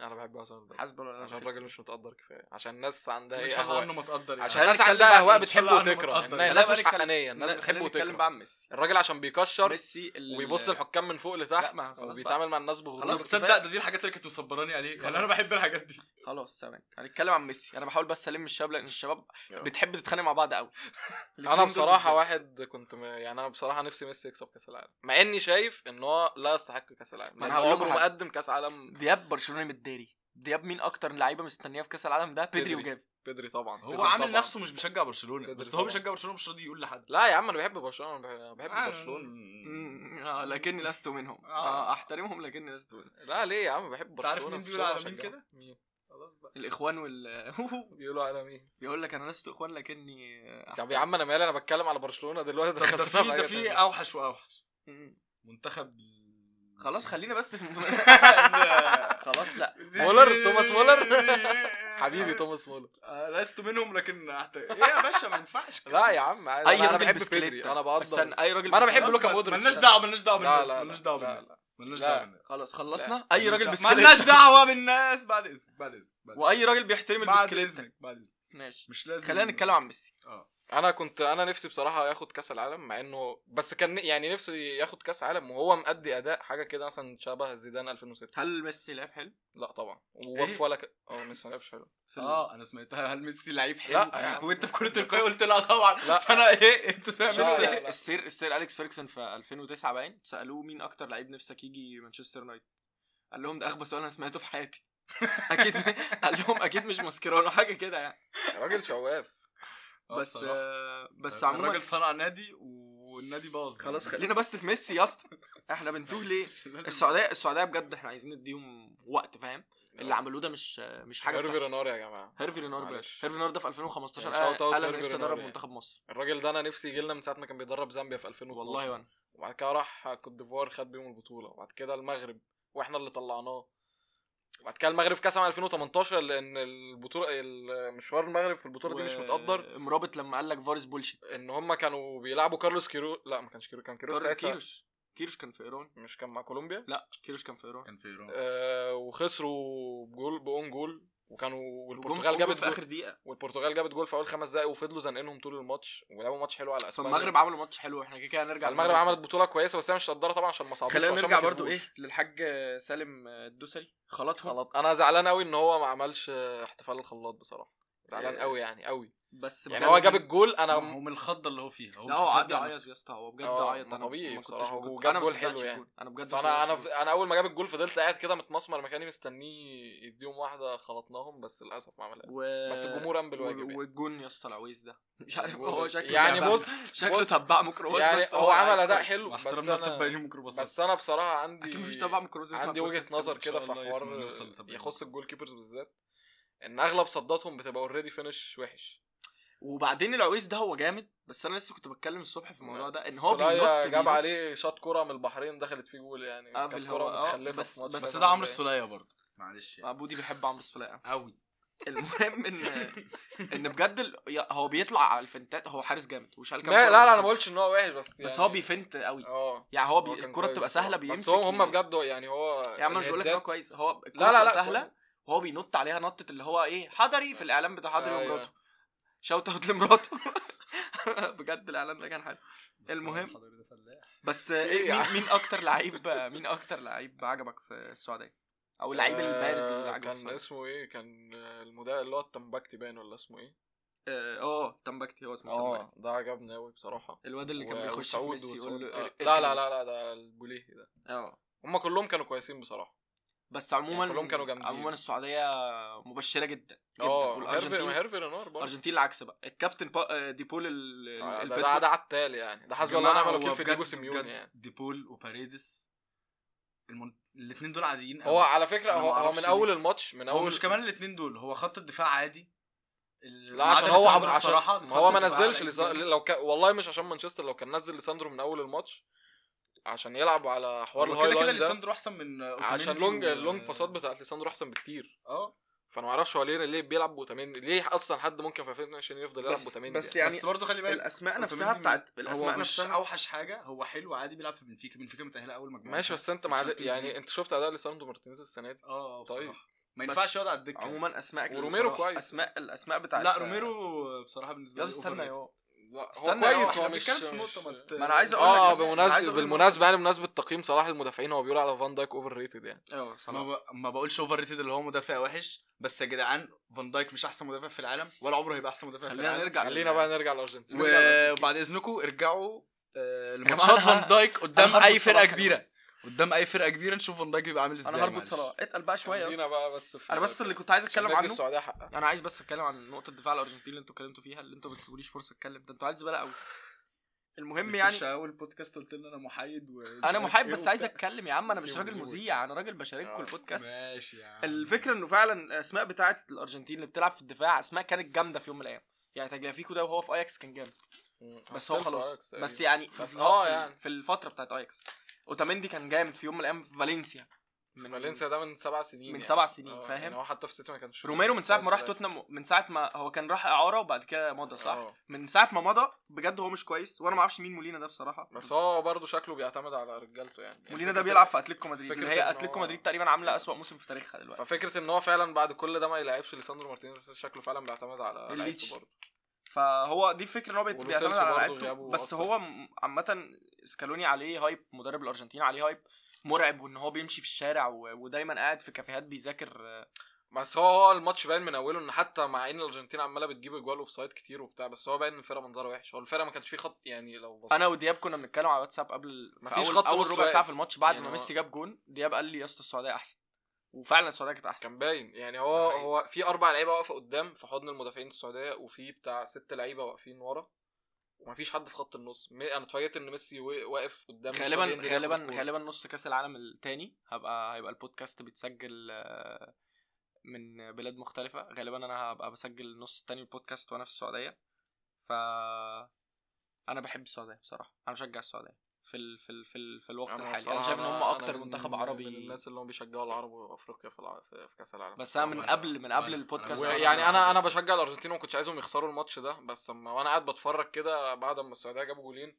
Speaker 2: انا بحب حسام البدري
Speaker 1: حسبي الله ونعم
Speaker 2: عشان
Speaker 1: الوكيل
Speaker 2: الراجل مش متقدر كفايه عشان الناس عندها
Speaker 3: ان
Speaker 2: ايه
Speaker 3: شاء الله
Speaker 2: اهواء
Speaker 3: عنه ما تقدر يعني
Speaker 2: عشان
Speaker 1: خلينا
Speaker 2: الناس
Speaker 1: نتكلم
Speaker 2: عندها
Speaker 1: بقى
Speaker 2: اهواء
Speaker 1: عن-
Speaker 2: بتحب
Speaker 3: إن شاء الله عنه
Speaker 2: وتكره
Speaker 3: متقدر.
Speaker 2: الناس
Speaker 1: خلينا
Speaker 2: مش
Speaker 1: بقى نتكلم-
Speaker 2: حقانيه الناس
Speaker 1: ن-
Speaker 2: بتحب
Speaker 1: خلينا نتكلم
Speaker 2: وتكره
Speaker 1: بقى عن ميسي
Speaker 2: الراجل عشان بيكشر
Speaker 1: ميسي ال-
Speaker 2: وبيبص الحكام من فوق لتحت
Speaker 1: ما- خلاص بقى.
Speaker 2: وبيتعامل مع الناس بغرور
Speaker 1: خلاص
Speaker 3: خلاص
Speaker 1: كفاية.
Speaker 3: تصدق ده دي الحاجات اللي كانت مصبراني عليه يعني انا بحب الحاجات دي
Speaker 1: خلاص تمام هنتكلم عن ميسي انا بحاول بس الم الشباب لان الشباب
Speaker 2: يلا.
Speaker 1: بتحب تتخانق مع (laughs) بعض قوي
Speaker 2: انا بصراحه واحد كنت م... يعني انا بصراحه نفسي ميسي يكسب كاس العالم مع اني شايف ان هو لا يستحق كاس العالم
Speaker 1: ما أنا
Speaker 2: لان هو
Speaker 1: هقول لكم
Speaker 2: عمره ما
Speaker 1: حاجة.
Speaker 2: قدم كاس عالم
Speaker 1: دياب برشلونه متداري دياب مين اكتر لعيبه مستنيه في كاس العالم ده بيدري
Speaker 2: بيدري.
Speaker 1: وجافي
Speaker 2: بدري طبعا
Speaker 3: هو
Speaker 2: بدري
Speaker 3: عامل
Speaker 2: طبعا.
Speaker 3: نفسه مش بيشجع برشلونه
Speaker 2: بدري
Speaker 3: بس هو
Speaker 2: طبعاً.
Speaker 3: بيشجع برشلونه مش راضي يقول لحد
Speaker 2: لا يا عم انا بحب برشلونه أنا بحب
Speaker 3: آه،
Speaker 2: بحب برشلونه
Speaker 3: مم.
Speaker 1: مم، آه، لكني لست منهم
Speaker 3: آه.
Speaker 1: (laughs) آه، احترمهم لكني لست منهم
Speaker 2: لا ليه يا عم بحب برشلونه
Speaker 3: عارف مين
Speaker 2: بس
Speaker 3: بيقول
Speaker 2: أنا
Speaker 3: على
Speaker 2: بشجعه.
Speaker 3: مين كده؟
Speaker 2: مين
Speaker 3: خلاص بقى
Speaker 1: الاخوان وال (laughs)
Speaker 2: بيقولوا على مين
Speaker 1: بيقول لك انا لست اخوان لكني آه،
Speaker 2: طب يا عم انا مالي انا بتكلم على برشلونه دلوقتي (laughs)
Speaker 3: ده ده
Speaker 2: دخلتنا
Speaker 3: في ده
Speaker 2: حاجة
Speaker 3: في
Speaker 2: تانية.
Speaker 3: اوحش واوحش
Speaker 1: مم.
Speaker 3: منتخب (laughs)
Speaker 1: خلاص خلينا بس في (laughs) خلاص لا
Speaker 2: مولر، توماس
Speaker 3: (laughs)
Speaker 2: مولر. حبيبي توماس مولر
Speaker 3: آه، لست منهم لكن أحت- ايه يا باشا ما ينفعش كده.
Speaker 2: لا يا عم عادي.
Speaker 1: اي
Speaker 2: انا أنا
Speaker 1: راجل
Speaker 2: بحب
Speaker 1: بسكليت.
Speaker 2: بدري انا بقدر
Speaker 1: استنى اي راجل
Speaker 2: ما أنا
Speaker 1: بس-
Speaker 2: بحب
Speaker 3: خلاص،
Speaker 2: لوكا
Speaker 3: ما-
Speaker 2: مودريتش.
Speaker 3: ملناش دعوه ملناش
Speaker 2: لا،
Speaker 3: دعوه بالناس
Speaker 2: لا، لا.
Speaker 3: ملناش دعوه
Speaker 2: لا،
Speaker 3: بالناس ملناش
Speaker 2: لا.
Speaker 3: دعوه بالناس
Speaker 1: خلاص خلصنا اي راجل
Speaker 3: بسكليت
Speaker 1: بسكليت
Speaker 3: مالناش دعوه بالناس بعد اذنك بعد اذنك بعد إذنك.
Speaker 1: واي راجل بيحترم
Speaker 3: بعد
Speaker 1: البسكليت
Speaker 3: اذنك بعد اذنك
Speaker 1: ماشي
Speaker 3: مش لازم
Speaker 1: خلينا نتكلم عن ميسي
Speaker 3: اه
Speaker 2: انا كنت انا نفسي بصراحه ياخد كاس العالم مع انه بس كان يعني نفسي ياخد كاس عالم وهو مأدي اداء حاجه كده مثلا شبه زيدان 2006
Speaker 1: هل ميسي لعب حلو؟
Speaker 2: لا طبعا
Speaker 1: إيه؟
Speaker 2: ووف ولا ك... اه ميسي ما لعبش حلو
Speaker 1: في ال-
Speaker 3: اه انا سمعتها هل ميسي لعيب حلو
Speaker 2: لا يا عم.
Speaker 3: وانت في كره القدم قلت لا طبعا
Speaker 2: لا.
Speaker 3: فانا ايه انت فاهم
Speaker 2: لا،
Speaker 3: انت
Speaker 2: لا،
Speaker 1: إيه؟
Speaker 3: ايه
Speaker 2: لا.
Speaker 1: السير السير اليكس فيرجسون في 2009 باين سالوه مين اكتر لعيب نفسك يجي مانشستر يونايتد قال لهم ده اغبى سؤال انا سمعته في حياتي (laughs) اكيد قال لهم اكيد مش ماسكيرانو حاجه كده يعني
Speaker 2: راجل شواف
Speaker 3: آه،
Speaker 1: بس
Speaker 3: بصراحة.
Speaker 1: آه، بس عموما
Speaker 3: الراجل صنع نادي والنادي باظ
Speaker 1: خلاص خلينا بس في ميسي يا اسطى احنا بنتوه
Speaker 2: (laughs)
Speaker 1: ليه السعوديه السعوديه بجد احنا عايزين نديهم وقت فاهم اللي عملوه ده مش مش حاجه
Speaker 2: آه. هيرفي
Speaker 1: بتحصل.
Speaker 2: رينار يا جماعه
Speaker 1: هيرفي رينار
Speaker 2: معلش.
Speaker 1: بلاش هيرفي رينار ده في 2015
Speaker 2: يعني shout out
Speaker 1: قال قال انا
Speaker 2: هيرفي
Speaker 1: نفسي
Speaker 2: رينار
Speaker 1: ادرب
Speaker 2: يعني.
Speaker 1: منتخب مصر
Speaker 2: الراجل ده انا نفسي يجي لنا من ساعه ما كان بيدرب زامبيا في 2012
Speaker 1: والله وانا
Speaker 2: وبعد كده راح كوت ديفوار خد بيهم البطوله وبعد كده المغرب واحنا اللي طلعناه وبعد كده المغرب كاس عام 2018 لان البطوله مشوار المغرب في البطوله دي مش متقدر
Speaker 1: مرابط لما قال لك فارس بولشيت
Speaker 2: ان هم كانوا بيلعبوا كارلوس كيرو لا ما كانش كيرو كان كيرو ساعتها
Speaker 1: كيروش كيروش كان في ايران
Speaker 2: مش كان مع كولومبيا
Speaker 1: لا كيروش كان في ايران
Speaker 3: كان في ايران
Speaker 2: آه وخسروا بجول باون جول وكانوا والبرتغال
Speaker 1: وجم- وجم
Speaker 2: جابت
Speaker 1: في اخر
Speaker 2: جول
Speaker 1: دقيقه
Speaker 2: والبرتغال جابت جول في اول خمس دقايق وفضلوا زنقينهم طول الماتش ولعبوا ماتش حلو على اسبانيا
Speaker 1: فالمغرب عملوا ماتش حلو احنا كده كده هنرجع
Speaker 2: المغرب
Speaker 1: للمغرب.
Speaker 2: عملت بطوله كويسه بس هي مش مقدره طبعا عشان ما صعدوش
Speaker 1: خلينا
Speaker 2: وعشان
Speaker 1: نرجع
Speaker 2: ما
Speaker 1: برضو
Speaker 2: كسبوش.
Speaker 1: ايه للحاج سالم الدوسري خلطهم
Speaker 2: خلاص انا زعلان قوي ان هو ما عملش احتفال الخلاط بصراحه زعلان
Speaker 1: إيه.
Speaker 2: قوي يعني قوي
Speaker 1: بس
Speaker 2: يعني هو جاب الجول انا
Speaker 3: هو
Speaker 2: م-
Speaker 3: هو من الخضه اللي هو فيها هو
Speaker 1: لا هو عدى
Speaker 3: مصدق
Speaker 1: عيط
Speaker 3: نفسه.
Speaker 1: يا اسطى هو بجد
Speaker 2: اه،
Speaker 1: عيط
Speaker 2: ما
Speaker 1: أنا
Speaker 2: طبيعي
Speaker 1: ما كنتش
Speaker 2: بصراحة،
Speaker 1: موجود.
Speaker 2: هو جاب
Speaker 1: أنا ما
Speaker 2: جول
Speaker 1: صدقتش
Speaker 2: حلو يعني.
Speaker 1: الجول. انا بجد ما
Speaker 2: فانا
Speaker 1: صدقتش الجول.
Speaker 2: انا انا اول ما جاب الجول فضلت قاعد كده متمسمر مكاني مستنيه يديهم واحده خلطناهم بس للاسف ما عملها
Speaker 1: و...
Speaker 2: بس الجمهور قام بالواجب
Speaker 1: و-
Speaker 2: يعني.
Speaker 1: والجون يا اسطى العويس ده مش عارف هو شكله
Speaker 2: يعني
Speaker 1: تبع-
Speaker 2: بص
Speaker 1: شكله
Speaker 2: بص،
Speaker 1: تبع ميكروباص
Speaker 2: يعني
Speaker 1: بس
Speaker 2: هو عمل
Speaker 1: لعيب
Speaker 2: اداء
Speaker 1: كويس.
Speaker 2: حلو
Speaker 3: مع
Speaker 2: بس
Speaker 3: احترامنا
Speaker 2: انا
Speaker 3: لتباني ميكروباصات
Speaker 2: بس انا بصراحه عندي
Speaker 1: اكيد مفيش تبع ميكروباص
Speaker 2: عندي وجهه نظر كده
Speaker 3: إن
Speaker 2: في
Speaker 3: شاء الله يسمع
Speaker 2: حوار
Speaker 3: نوصل لتباني
Speaker 2: يخص الجول كيبرز بالذات ان اغلب صداتهم بتبقى اوريدي فينش وحش
Speaker 1: وبعدين العويس ده هو جامد بس انا لسه كنت بتكلم الصبح في الموضوع ده ان هو
Speaker 2: سولايا
Speaker 1: بينط
Speaker 2: جاب
Speaker 1: بينط.
Speaker 2: عليه شاط كوره من البحرين دخلت فيه جول يعني
Speaker 1: آه، في
Speaker 2: كانت
Speaker 1: الهواء،
Speaker 2: كوره
Speaker 1: آه،
Speaker 2: متخلفه
Speaker 1: بس-
Speaker 2: في ماتش
Speaker 1: بس
Speaker 3: بس
Speaker 2: مثلا
Speaker 3: ده عمرو
Speaker 2: زي-
Speaker 3: السوليه برضه معلش يعني
Speaker 1: عبودي آه، بيحب عمرو السولية
Speaker 3: قوي
Speaker 1: المهم
Speaker 2: (laughs)
Speaker 1: ان ان بجد ال... يا- هو بيطلع على الفنتات هو حارس جامد وشال كام
Speaker 2: ما-
Speaker 1: كرة
Speaker 2: لا لا انا
Speaker 1: بس-
Speaker 2: ما قلتش ان هو وحش بس
Speaker 1: بس
Speaker 2: يعني-
Speaker 1: هو بيفنت قوي
Speaker 2: اه
Speaker 1: يعني هو
Speaker 2: هو
Speaker 1: بي...
Speaker 2: كان
Speaker 1: الكرة
Speaker 2: كويس
Speaker 1: بتبقى سهلة
Speaker 2: بصراحة.
Speaker 1: بيمسك
Speaker 2: بس هو هم
Speaker 1: ي-
Speaker 2: بجد يعني هو
Speaker 1: يا عم انا مش بقول لك ان هو
Speaker 2: الهدات-
Speaker 1: كويس هو الكرة
Speaker 2: لا لا لا
Speaker 1: سهلة وهو بينط عليها نطة اللي هو ايه حضري في الاعلان بتاع حضري
Speaker 2: أيوة.
Speaker 1: ومراته (laughs) شوت اوت لمراته (laughs) بجد الاعلان ده كان حلو المهم. بس
Speaker 2: إيه يا
Speaker 1: ايه مين,
Speaker 2: عم؟
Speaker 1: مين اكتر لعيب مين اكتر لعيب عجبك في السعوديه او اللعيب البارز اللي
Speaker 2: آه،
Speaker 1: عجبك في السعودية؟
Speaker 2: كان اسمه ايه كان آه، المدرب اللي هو التمبكتي باين ولا اسمه ايه
Speaker 1: اه آه، تمبكتي هو اسمه تمبكتي
Speaker 2: اه ده عجبني قوي بصراحه
Speaker 1: الواد اللي
Speaker 2: و-
Speaker 1: كان بيخش في
Speaker 2: وسعود-
Speaker 1: ميسي يقول
Speaker 2: وسعود-
Speaker 1: له إيه،
Speaker 2: آه،
Speaker 1: ار-
Speaker 2: لا لا
Speaker 1: اركن
Speaker 2: لا
Speaker 1: ميسي.
Speaker 2: لا ده البوليهي ده
Speaker 1: اه
Speaker 2: هم كلهم كانوا كويسين بصراحه
Speaker 1: بس عموما
Speaker 2: يعني كلهم كانوا جامدين.
Speaker 1: عموما السعوديه مبشره جدا جدا
Speaker 2: اه هيرفي
Speaker 1: والارجنتين
Speaker 2: هيرفي رينار برضه
Speaker 1: الارجنتين العكس بقى الكابتن با... آه، ديبول
Speaker 2: آه، ده
Speaker 1: البيت
Speaker 2: ده ده على التالي يعني ده حسبي الله
Speaker 3: جماعة،
Speaker 2: ونعم
Speaker 3: هو
Speaker 2: الوكيل في
Speaker 3: بجد-
Speaker 2: ديجو سيميوني
Speaker 3: بجد
Speaker 2: يعني
Speaker 3: ديبول وباريدس المن... الاثنين دول عاديين
Speaker 2: هو
Speaker 3: أوي.
Speaker 2: على فكره
Speaker 3: أنا
Speaker 2: هو هو
Speaker 3: معرفش
Speaker 2: من
Speaker 3: ليه.
Speaker 2: اول الماتش من
Speaker 3: هو
Speaker 2: اول
Speaker 3: مش كمان الاثنين دول هو خط الدفاع عادي ال-
Speaker 2: لا
Speaker 3: ما
Speaker 2: عشان
Speaker 3: عدا
Speaker 2: هو
Speaker 3: لساندرو
Speaker 2: عم عشان
Speaker 3: بصراحة،
Speaker 2: ما هو ما
Speaker 3: لساندرو دفاع
Speaker 2: نزلش
Speaker 3: لعيب
Speaker 2: لسا...
Speaker 3: جامد.
Speaker 2: لو ك... والله مش عشان مانشستر لو كان نزل ليساندرو من اول الماتش عشان يلعب على حوار
Speaker 3: هو كده
Speaker 2: الهاي
Speaker 3: كده
Speaker 2: لاين ده
Speaker 3: لساندرو احسن من أوتاميندي
Speaker 2: عشان لونج
Speaker 3: و-
Speaker 2: اللونج باسات بتاعت ليساندرو احسن بكتير
Speaker 3: اه
Speaker 2: فانا ما اعرفش هو ليه ليه بيلعب بوتامين ليه اصلا حد ممكن في 2020 يفضل يلعب بوتامين
Speaker 1: بس
Speaker 2: بس
Speaker 1: يعني
Speaker 3: بس برضه خلي بالك
Speaker 1: الاسماء نفسها
Speaker 3: أوتاميندي
Speaker 1: بتاعت
Speaker 3: هو
Speaker 1: الاسماء
Speaker 3: مش
Speaker 1: نفسها
Speaker 3: اوحش حاجه هو حلو عادي بيلعب في بنفيكا بنفيكا متاهله اول
Speaker 1: يعني
Speaker 3: مجموعه
Speaker 2: ماشي بس انت مع
Speaker 3: Champions League.
Speaker 2: يعني انت شفت اداء ليساندرو مارتينيز السنه دي
Speaker 3: اه آه،
Speaker 2: طيب.
Speaker 3: بصراحه ما
Speaker 1: بس
Speaker 3: ينفعش يقعد على الدكه
Speaker 1: عموما اسماء كتير
Speaker 2: وروميرو
Speaker 1: بصراحة.
Speaker 2: كويس.
Speaker 1: اسماء الاسماء بتاعت
Speaker 3: لا روميرو بصراحه بالنسبه
Speaker 1: يا
Speaker 3: لي
Speaker 1: اسطى استنى
Speaker 3: overrated.
Speaker 1: يا هو
Speaker 2: لا هو
Speaker 1: استنى يا
Speaker 2: كويس
Speaker 1: واحد،
Speaker 2: هو
Speaker 1: أنا
Speaker 2: مش
Speaker 3: بنتكلم في
Speaker 2: مش-
Speaker 3: نقطة ما ت-
Speaker 1: ما أنا عايز أقول لك
Speaker 2: اه
Speaker 1: بس، أنا عايز
Speaker 2: بمناسبه
Speaker 1: أقول لك
Speaker 2: بالمناسبه يعني بمناسبه تقييم صلاح المدافعين هو بيقول على فان دايك اوفر ريتد يعني
Speaker 1: اه
Speaker 3: ما,
Speaker 1: صلاح
Speaker 3: ب... ما بقولش اوفر ريتد اللي هو مدافع وحش بس يا جدعان فان دايك مش احسن مدافع في العالم ولا عمره هيبقى احسن مدافع في
Speaker 1: خلينا
Speaker 3: العالم
Speaker 1: نرجع
Speaker 2: خلينا بقى نرجع للارجنتين
Speaker 1: نرجع للأرجنتين.
Speaker 3: وبعد اذنكم ارجعوا آه،
Speaker 1: جماعة،
Speaker 3: لماتشات
Speaker 1: أنا ه-
Speaker 3: فان دايك قدام
Speaker 1: أنا هربط
Speaker 3: اي فرقه
Speaker 1: صلاح يا
Speaker 3: كبيره قدام اي فرقه كبيره نشوف فان دايك بيبقى عامل ازاي
Speaker 1: انا هربط
Speaker 3: معلش.
Speaker 1: صلاح اتقل بقى شويه يا
Speaker 2: خلينا
Speaker 1: اسطى.
Speaker 2: بقى بس في
Speaker 1: انا بس اللي كنت عايز اتكلم
Speaker 2: عشان ندي
Speaker 1: عنه
Speaker 2: السعوديه حقها
Speaker 1: انا عايز بس اتكلم عن نقطه دفاع الارجنتين اللي انتوا اتكلمتوا فيها اللي انتوا ما بتسيبوليش فرصه اتكلم ده انتوا عيال زباله قوي المهم
Speaker 3: مش
Speaker 1: يعني
Speaker 3: مش اول بودكاست قلت لنا انا محايد و إيه
Speaker 1: انا محب
Speaker 2: إيه
Speaker 1: بس عايز اتكلم يا عم انا مش
Speaker 3: سيبه
Speaker 1: راجل
Speaker 3: يزور.
Speaker 1: مذيع انا راجل بشارككم
Speaker 2: آه.
Speaker 1: البودكاست
Speaker 3: ماشي يا عم.
Speaker 1: الفكره انه فعلا الاسماء بتاعه الارجنتين اللي بتلعب في الدفاع اسماء كانت جامده في يوم من الايام يعني تجلافيكو ده وهو في اياكس كان جامد
Speaker 2: آه،
Speaker 1: بس هو خلاص بس يعني في
Speaker 2: بس
Speaker 1: في-
Speaker 2: آه
Speaker 1: في-
Speaker 2: يعني.
Speaker 1: في الفتره بتاعت اياكس اوتاميندي كان جامد في يوم من الايام في فالنسيا من
Speaker 2: فالنسيا ده من سبع سنين
Speaker 1: من
Speaker 2: يعني.
Speaker 1: سبع سنين،
Speaker 2: آه،
Speaker 1: فاهم؟
Speaker 2: يعني هو حتى في سيتي ما كانش
Speaker 1: روميرو من ساعه ما راح
Speaker 2: كويس
Speaker 1: توتنهام من ساعه ما هو كان راح اعاره وبعد كده مضى
Speaker 2: ولا-
Speaker 1: صح؟
Speaker 2: آه.
Speaker 1: من ساعه ما مضى بجد هو مش كويس وانا ما اعرفش مين مولينا ده بصراحه
Speaker 2: بس هو برضه شكله بيعتمد على رجالته يعني يعني
Speaker 1: مولينا ده
Speaker 2: فكرة-
Speaker 1: بيلعب في اتلتيكو مدريد
Speaker 2: فكرة
Speaker 1: اللي هي
Speaker 2: إن
Speaker 1: اتلتيكو
Speaker 2: هو-
Speaker 1: مدريد تقريبا عامله اسوأ موسم في تاريخها دلوقتي
Speaker 2: ففكره ان هو فعلا بعد كل ده ما يلعبش ليساندرو مارتينيز شكله فعلا بيعتمد على لعيبته
Speaker 1: الليتش.
Speaker 2: برضه
Speaker 1: فهو دي الفكره ان هو بيت-
Speaker 2: ولوسيلسو
Speaker 1: بيعتمد على
Speaker 2: برضه
Speaker 1: لعيبته
Speaker 2: غيابه
Speaker 1: بس
Speaker 2: أثر.
Speaker 1: هو م- عامه سكالوني عليه هايب مدرب الارجنتين عليه هايب مرعب وان هو بيمشي في الشارع و... ودايما قاعد في كافيهات بيذاكر آه،
Speaker 2: بس هو هو الماتش باين من اوله ان حتى مع ان الارجنتين عماله بتجيب اجوال اوف سايد كتير وبتاع بس هو باين ان الفرقه منظرها وحش هو الفرقه ما كانش فيه خط يعني لو بص
Speaker 1: انا ودياب كنا بنتكلم على واتساب قبل ال- في
Speaker 2: مفيش
Speaker 1: أول-
Speaker 2: خط
Speaker 1: اول
Speaker 2: نص
Speaker 1: ربع ساعه
Speaker 2: واقف.
Speaker 1: في الماتش بعد
Speaker 2: يعني
Speaker 1: ما
Speaker 2: هو-
Speaker 1: ميسي جاب جون دياب قال لي يا اسطى السعوديه احسن وفعلا السعوديه كانت احسن
Speaker 2: كان باين يعني هو
Speaker 3: أيوة.
Speaker 2: هو في اربع لعيبه واقفه قدام في حضن المدافعين السعوديه وفي بتاع ست لعيبه واقفين ورا ومفيش حد في خط النص م- انا اتفاجئت ان ميسي وا- واقف قدام السعوديين
Speaker 1: غالبا
Speaker 2: دي ياخد
Speaker 1: غالبا
Speaker 2: الكورة.
Speaker 1: غالبا نص كاس العالم التاني هبقى هيبقى البودكاست بيتسجل آه، من بلاد مختلفة غالبا انا هبقى بسجل النص التاني البودكاست وانا في السعودية ف انا بحب السعودية بصراحة انا بشجع السعودية في ال... في ال... في, ال... في الوقت
Speaker 2: أنا
Speaker 1: الحالي انا
Speaker 2: بصراحة
Speaker 1: شايف ان هم
Speaker 2: أنا
Speaker 1: اكتر
Speaker 2: من-
Speaker 1: منتخب
Speaker 2: من-
Speaker 1: عربي
Speaker 2: من الناس اللي هم بيشجعوا العرب وافريقيا في الع- في في كاس العالم
Speaker 1: بس انا من
Speaker 3: وأنا-
Speaker 1: قبل من
Speaker 3: وأنا-
Speaker 1: قبل
Speaker 3: أنا
Speaker 1: البودكاست
Speaker 3: بشجع-
Speaker 2: يعني انا انا
Speaker 3: العرب.
Speaker 2: بشجع الارجنتين وما كنتش عايزهم يخسروا الماتش ده بس اما وانا قاعد بتفرج كده بعد ما السعوديه جابوا جولين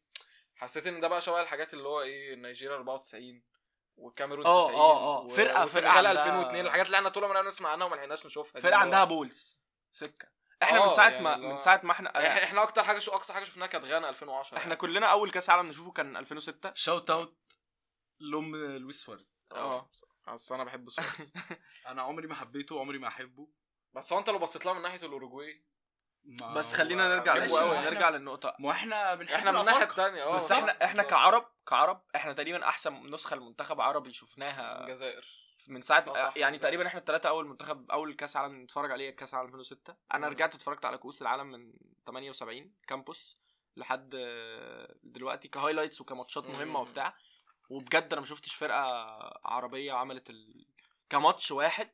Speaker 2: حسيت ان ده بقى شبه الحاجات اللي هو ايه نيجيريا 94 والكاميرون
Speaker 1: آه،
Speaker 2: 90
Speaker 1: آه، آه.
Speaker 2: و-
Speaker 1: فرقة-
Speaker 2: والسنغال
Speaker 1: فرقة عندها-
Speaker 2: 2002 الحاجات اللي احنا طول عمرنا بنسمع عنها وما لحقناش نشوفها دي
Speaker 1: فرقة
Speaker 2: اللي هو-
Speaker 1: عندها بولز سكة احنا
Speaker 2: آه،
Speaker 1: من ساعة
Speaker 2: يعني
Speaker 1: ما
Speaker 2: اللي هو-
Speaker 1: من ساعة ما احنا
Speaker 2: (laughs) إح- احنا اكتر حاجه شو اقصى حاجه شفناها كانت غانا 2010
Speaker 1: احنا
Speaker 2: يعني.
Speaker 1: كلنا اول كاس عالم نشوفه كان 2006
Speaker 3: شوت اوت لام لويس سواريز
Speaker 1: اه
Speaker 2: آه. بس انا بحب سواريز
Speaker 3: انا عمري ما حبيته عمري ما احبه
Speaker 2: بس هو انت لو بصيت لها من ناحيه الاوروجواي
Speaker 3: ما
Speaker 1: بس
Speaker 3: هو-
Speaker 1: خلينا نرجع للنقطة-
Speaker 2: ماشي، ما
Speaker 3: آه، إحنا-
Speaker 1: نرجع للنقطة
Speaker 3: ما احنا بنحب
Speaker 2: احنا من الناحيه
Speaker 3: الأفارقة.
Speaker 2: الثانيه اه
Speaker 1: بس احنا احنا
Speaker 2: بالظبط.
Speaker 1: كعرب كعرب احنا تقريبا احسن نسخه لمنتخب عربي شفناها
Speaker 2: الجزائر
Speaker 1: من
Speaker 2: اه
Speaker 1: ساعه
Speaker 2: صح،
Speaker 1: يعني
Speaker 2: صح.
Speaker 1: تقريبا احنا الثلاثه اول منتخب اول كاس عالم نتفرج عليه كاس عالم 2006 انا
Speaker 2: مم.
Speaker 1: رجعت اتفرجت على كؤوس العالم من 78 كامبوس لحد آه، دلوقتي كهايلايتس وكماتشات مهمه
Speaker 2: مم.
Speaker 1: وبتاع وبجد انا ما شفتش فرقه عربيه عملت ال... كماتش واحد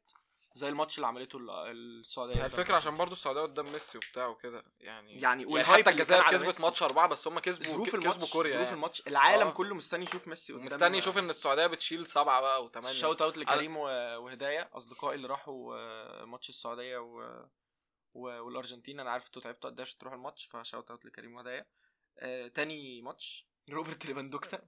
Speaker 1: زي الماتش اللي عملته ال- السعوديه
Speaker 2: هي الفكره عشان برضو السعوديه قدام ميسي وبتاع وكده يعني
Speaker 1: يعني
Speaker 2: يعني
Speaker 1: والهايب
Speaker 2: حتى
Speaker 1: اللي كان
Speaker 2: الجزائر
Speaker 1: على
Speaker 2: كسبت
Speaker 1: ميسي.
Speaker 2: ماتش اربعه بس هم كسبوا
Speaker 1: ظروف
Speaker 2: كسبوا
Speaker 1: الماتش
Speaker 2: كوريا
Speaker 1: ظروف
Speaker 2: يعني.
Speaker 1: الماتش العالم
Speaker 2: اه.
Speaker 1: كله مستني يشوف ميسي قدام
Speaker 2: مستني يشوف ان السعوديه بتشيل سبعه بقى وثمانيه
Speaker 1: شوت اوت لكريم و- وهدايا اصدقائي اللي راحوا آه، ماتش السعوديه و... و... والارجنتين انا عارف انتوا تعبتوا قد ايه عشان تروحوا الماتش فشوت اوت لكريم وهدايا آه، تاني ماتش روبرت ليفاندوكسا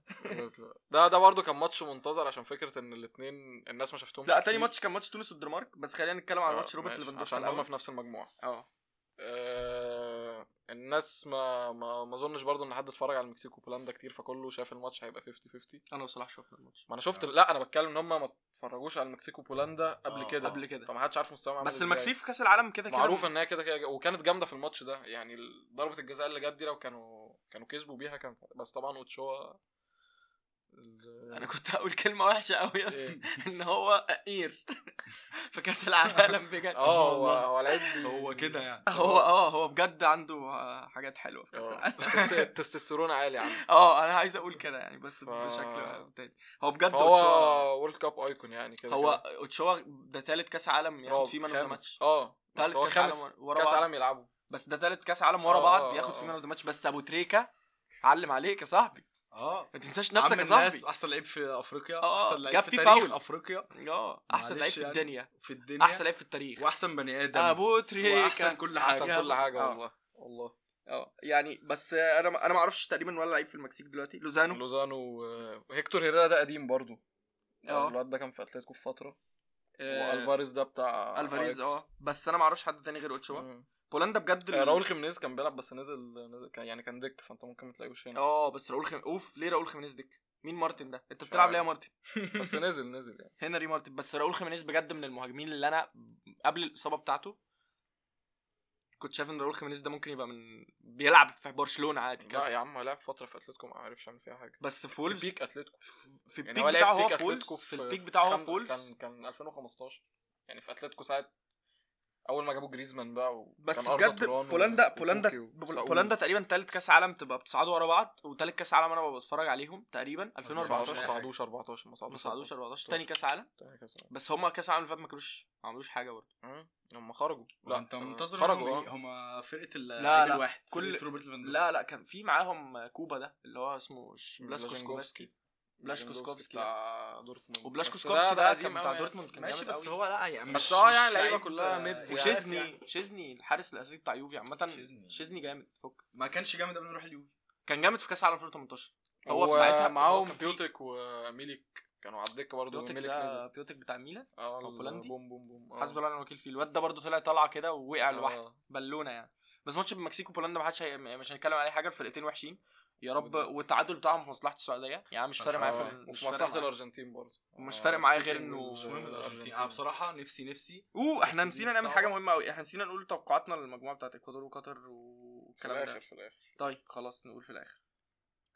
Speaker 2: ده ده برضو كان ماتش منتظر عشان فكره ان الاثنين الناس ما شفتهمش
Speaker 1: لا
Speaker 2: كتير.
Speaker 1: تاني ماتش كان ماتش تونس والدنمارك بس خلينا نتكلم
Speaker 2: آه،
Speaker 1: على ماتش روبرت
Speaker 2: ماشي،
Speaker 1: ليفاندوكسا
Speaker 2: عشان هم
Speaker 1: الأول.
Speaker 2: في نفس المجموعه
Speaker 1: اه
Speaker 2: آه، الناس ما ما ما اظنش برضو ان حد اتفرج على المكسيك وبولندا كتير فكله شاف الماتش هيبقى 50 50
Speaker 1: انا وصلاح شفنا الماتش
Speaker 2: ما انا شفت لا انا بتكلم ان هم ما اتفرجوش على المكسيك وبولندا قبل
Speaker 3: آه،
Speaker 2: كده
Speaker 1: اه، قبل كده.
Speaker 2: فما حدش عارف مستواهم عامل
Speaker 1: بس
Speaker 2: إزاي.
Speaker 1: المكسيك في كاس العالم كده كده
Speaker 2: معروف ان هي كده كده وكانت جامده في الماتش ده يعني ال- ضربه الجزاء اللي جت دي لو كانوا كانوا كسبوا بيها كان بس طبعا اوتشوا ال-
Speaker 1: (laughs) انا كنت هقول كلمه وحشه قوي (laughs)
Speaker 2: إيه.
Speaker 1: ان هو قير (laughs) في كاس العالم بجد
Speaker 2: اه هو
Speaker 1: والله.
Speaker 2: هو لعيب
Speaker 3: هو كده يعني
Speaker 1: (laughs) هو اه هو بجد عنده آه، حاجات حلوه في كاس
Speaker 2: آه،
Speaker 1: العالم
Speaker 2: التست-
Speaker 1: (laughs)
Speaker 2: التستوستيرون عالي يعني
Speaker 1: اه انا عايز اقول كده يعني بس
Speaker 2: ف-
Speaker 1: بشكل تاني هو بجد
Speaker 2: فهو
Speaker 1: اوتشوا
Speaker 2: وورلد كاب ايكون يعني كده
Speaker 1: هو
Speaker 2: كده.
Speaker 1: اوتشوا ده تالت كاس عالم ياخد
Speaker 2: رابع،
Speaker 1: فيه مان اوف ذا
Speaker 2: خامس.
Speaker 1: ماتش
Speaker 2: اه بس
Speaker 1: تالت
Speaker 2: هو
Speaker 1: كاس
Speaker 2: خامس
Speaker 1: عالم ورا
Speaker 2: كاس
Speaker 1: بعض
Speaker 2: عالم يلعبوا
Speaker 1: بس ده تالت كاس عالم ورا
Speaker 2: آه،
Speaker 1: بعض
Speaker 2: آه،
Speaker 1: ياخد فيه
Speaker 2: آه.
Speaker 1: مان اوف ذا ماتش بس ابو تريكه علم عليك يا صاحبي
Speaker 3: اه
Speaker 1: ما تنساش
Speaker 3: نفسك
Speaker 1: نفسك يا صاحبي
Speaker 3: احسن لعيب في افريقيا
Speaker 1: آه،
Speaker 3: احسن
Speaker 1: جاب
Speaker 3: لعيب في
Speaker 1: فيه
Speaker 3: تاريخ
Speaker 1: فاول.
Speaker 3: افريقيا
Speaker 1: اه احسن لعيب
Speaker 3: معلش
Speaker 1: في
Speaker 3: يعني.
Speaker 1: الدنيا
Speaker 3: في الدنيا
Speaker 1: احسن لعيب في التاريخ
Speaker 3: واحسن بني ادم
Speaker 1: ابو تريكه
Speaker 3: واحسن كل حاجه
Speaker 2: احسن كل حاجه
Speaker 1: آه.
Speaker 2: والله والله
Speaker 1: اه يعني بس انا ما- انا ما اعرفش تقريبا ولا لعيب في المكسيك دلوقتي لوزانو
Speaker 2: لوزانو و- وهيكتور هيريرا ده قديم برضو
Speaker 1: آه.
Speaker 2: الواد ده كان في اتلتيكو في فتره
Speaker 1: آه،
Speaker 2: والفاريز ده بتاع
Speaker 1: الفاريز
Speaker 2: أياكس.
Speaker 1: اه بس انا ما اعرفش حد تاني غير اوتشوا
Speaker 2: مم.
Speaker 1: بولندا بجد
Speaker 2: آه،
Speaker 1: ال-
Speaker 2: راؤول خيمينيز كان بيلعب بس نزل, نزل كان يعني كان دك فانت ممكن ما تلاقيهوش هنا
Speaker 1: اه بس راؤول خم... اوف ليه راؤول خيمينيز دك مين مارتن ده انت
Speaker 2: مش
Speaker 1: بتلعب
Speaker 2: عارف.
Speaker 1: ليه يا مارتن
Speaker 2: بس نزل نزل
Speaker 1: (laughs)
Speaker 2: يعني
Speaker 1: هنري مارتن بس راؤول خيمينيز بجد من المهاجمين اللي انا قبل الاصابه بتاعته كنت شايف ان راؤول خيمينيز ده ممكن يبقى من بيلعب في برشلونه عادي
Speaker 2: لا
Speaker 1: كده
Speaker 2: يا عم لعب فتره في اتلتيكو ما عرفش يعمل فيها حاجه
Speaker 1: بس يعني في
Speaker 2: في
Speaker 1: وولفز
Speaker 2: بيك اتلتيكو
Speaker 1: في البيك
Speaker 2: يعني هو لعب
Speaker 1: بتاعه هو
Speaker 2: بيك
Speaker 1: في وولفز
Speaker 2: أتلتيكو
Speaker 1: في البيك بتاعه هو في وولفز
Speaker 2: كان كان 2015 يعني في اتلتيكو ساعه اول ما جابوا جريزمان بقى وكان
Speaker 1: بس
Speaker 2: أردا
Speaker 1: بجد
Speaker 2: توران و-
Speaker 1: بولندا
Speaker 2: وكوكي
Speaker 1: بولندا
Speaker 2: وساول.
Speaker 1: بولندا تقريبا تالت كاس عالم تبقى بتصعدوا ورا بعض وتالت كاس عالم انا ببقى بتفرج عليهم تقريبا
Speaker 2: 2014 ما
Speaker 1: 2014
Speaker 2: صعدوش 14 ما
Speaker 1: ما
Speaker 2: صعدوش
Speaker 1: صعدوش 14 تاني كاس عالم
Speaker 2: تاني كاس العالم.
Speaker 1: بس هما كاس العالم اللي فات ما كانوش ما عملوش حاجه برضه
Speaker 2: مم. هم خرجوا
Speaker 3: لا انت
Speaker 2: آه،
Speaker 3: منتظر
Speaker 2: خرجوا
Speaker 3: هم
Speaker 2: آه.
Speaker 3: هم فرقه
Speaker 1: لا،
Speaker 3: اللاعب
Speaker 1: لا.
Speaker 3: الواحد
Speaker 1: كل-
Speaker 3: فرقة روبرت ليفاندوفسكي
Speaker 1: لا لا كان في معاهم كوبا ده اللي هو اسمه ش- بلاسكو
Speaker 2: بلاشكوسكوفسكي.
Speaker 1: سكوبسكي بلاشكو سكوفسكي
Speaker 2: بتاع دورتموند
Speaker 1: وبلاشكو
Speaker 2: بس
Speaker 1: سكوفسكي ده كان
Speaker 2: قديم
Speaker 1: بتاع
Speaker 2: أوي يعني.
Speaker 1: دورتمund كان
Speaker 3: ماشي
Speaker 1: جامد
Speaker 3: بس
Speaker 1: أوي.
Speaker 3: هو لا يعني مش
Speaker 2: بس هو يعني
Speaker 3: مش
Speaker 2: لعيبة
Speaker 3: لعيب،
Speaker 2: كلها
Speaker 3: آه،
Speaker 2: ميدز
Speaker 3: يعني
Speaker 2: يعني.
Speaker 1: وشيزني شيزني الحارس الاساسي بتاع يوفي عامه
Speaker 3: شيزني. يعني.
Speaker 1: شيزني جامد فك
Speaker 3: ما كانش جامد قبل ما نروح اليوفي
Speaker 1: كان جامد في كاس العالم 2018 هو
Speaker 2: هو
Speaker 1: في ساعتها- هو
Speaker 2: معاهم
Speaker 1: كان
Speaker 2: بيوتك وميليك كانوا على الدكه برضه
Speaker 1: بيوتك
Speaker 2: ميليك
Speaker 1: ده
Speaker 2: نزل
Speaker 1: بيوتك بتاع ميلان
Speaker 2: اه
Speaker 1: هو بولندي؟
Speaker 2: بوم بوم بوم آه.
Speaker 1: حسب الله ونعم الوكيل فيه الواد ده برضه طلع طالعه كده ووقع
Speaker 2: آه.
Speaker 1: لوحده بالونه يعني بس ماتش المكسيك وبولندا ما حدش هي... مش هنتكلم عليه حاجه الفرقتين وحشين يا رب والتعادل بتاعهم في مصلحه السعوديه يعني مش فارق معايا في- مش
Speaker 2: وفي
Speaker 1: فارق
Speaker 2: مصلحه
Speaker 1: معايا.
Speaker 2: الارجنتين برضه
Speaker 1: مش
Speaker 2: آه،
Speaker 1: فارق معايا
Speaker 2: speaking
Speaker 1: غير إنه-
Speaker 3: مش مهم
Speaker 2: آه،
Speaker 3: الارجنتين انا بصراحه نفسي نفسي
Speaker 1: اوه
Speaker 3: بس
Speaker 1: احنا
Speaker 3: دي
Speaker 1: نسينا نعمل
Speaker 3: صعبة.
Speaker 1: حاجه مهمه قوي احنا نسينا نقول توقعاتنا للمجموعه بتاعت اكوادور وقطر
Speaker 2: في
Speaker 1: والكلام
Speaker 2: الاخر
Speaker 1: ده
Speaker 2: في الاخر
Speaker 1: طيب خلاص نقول في الاخر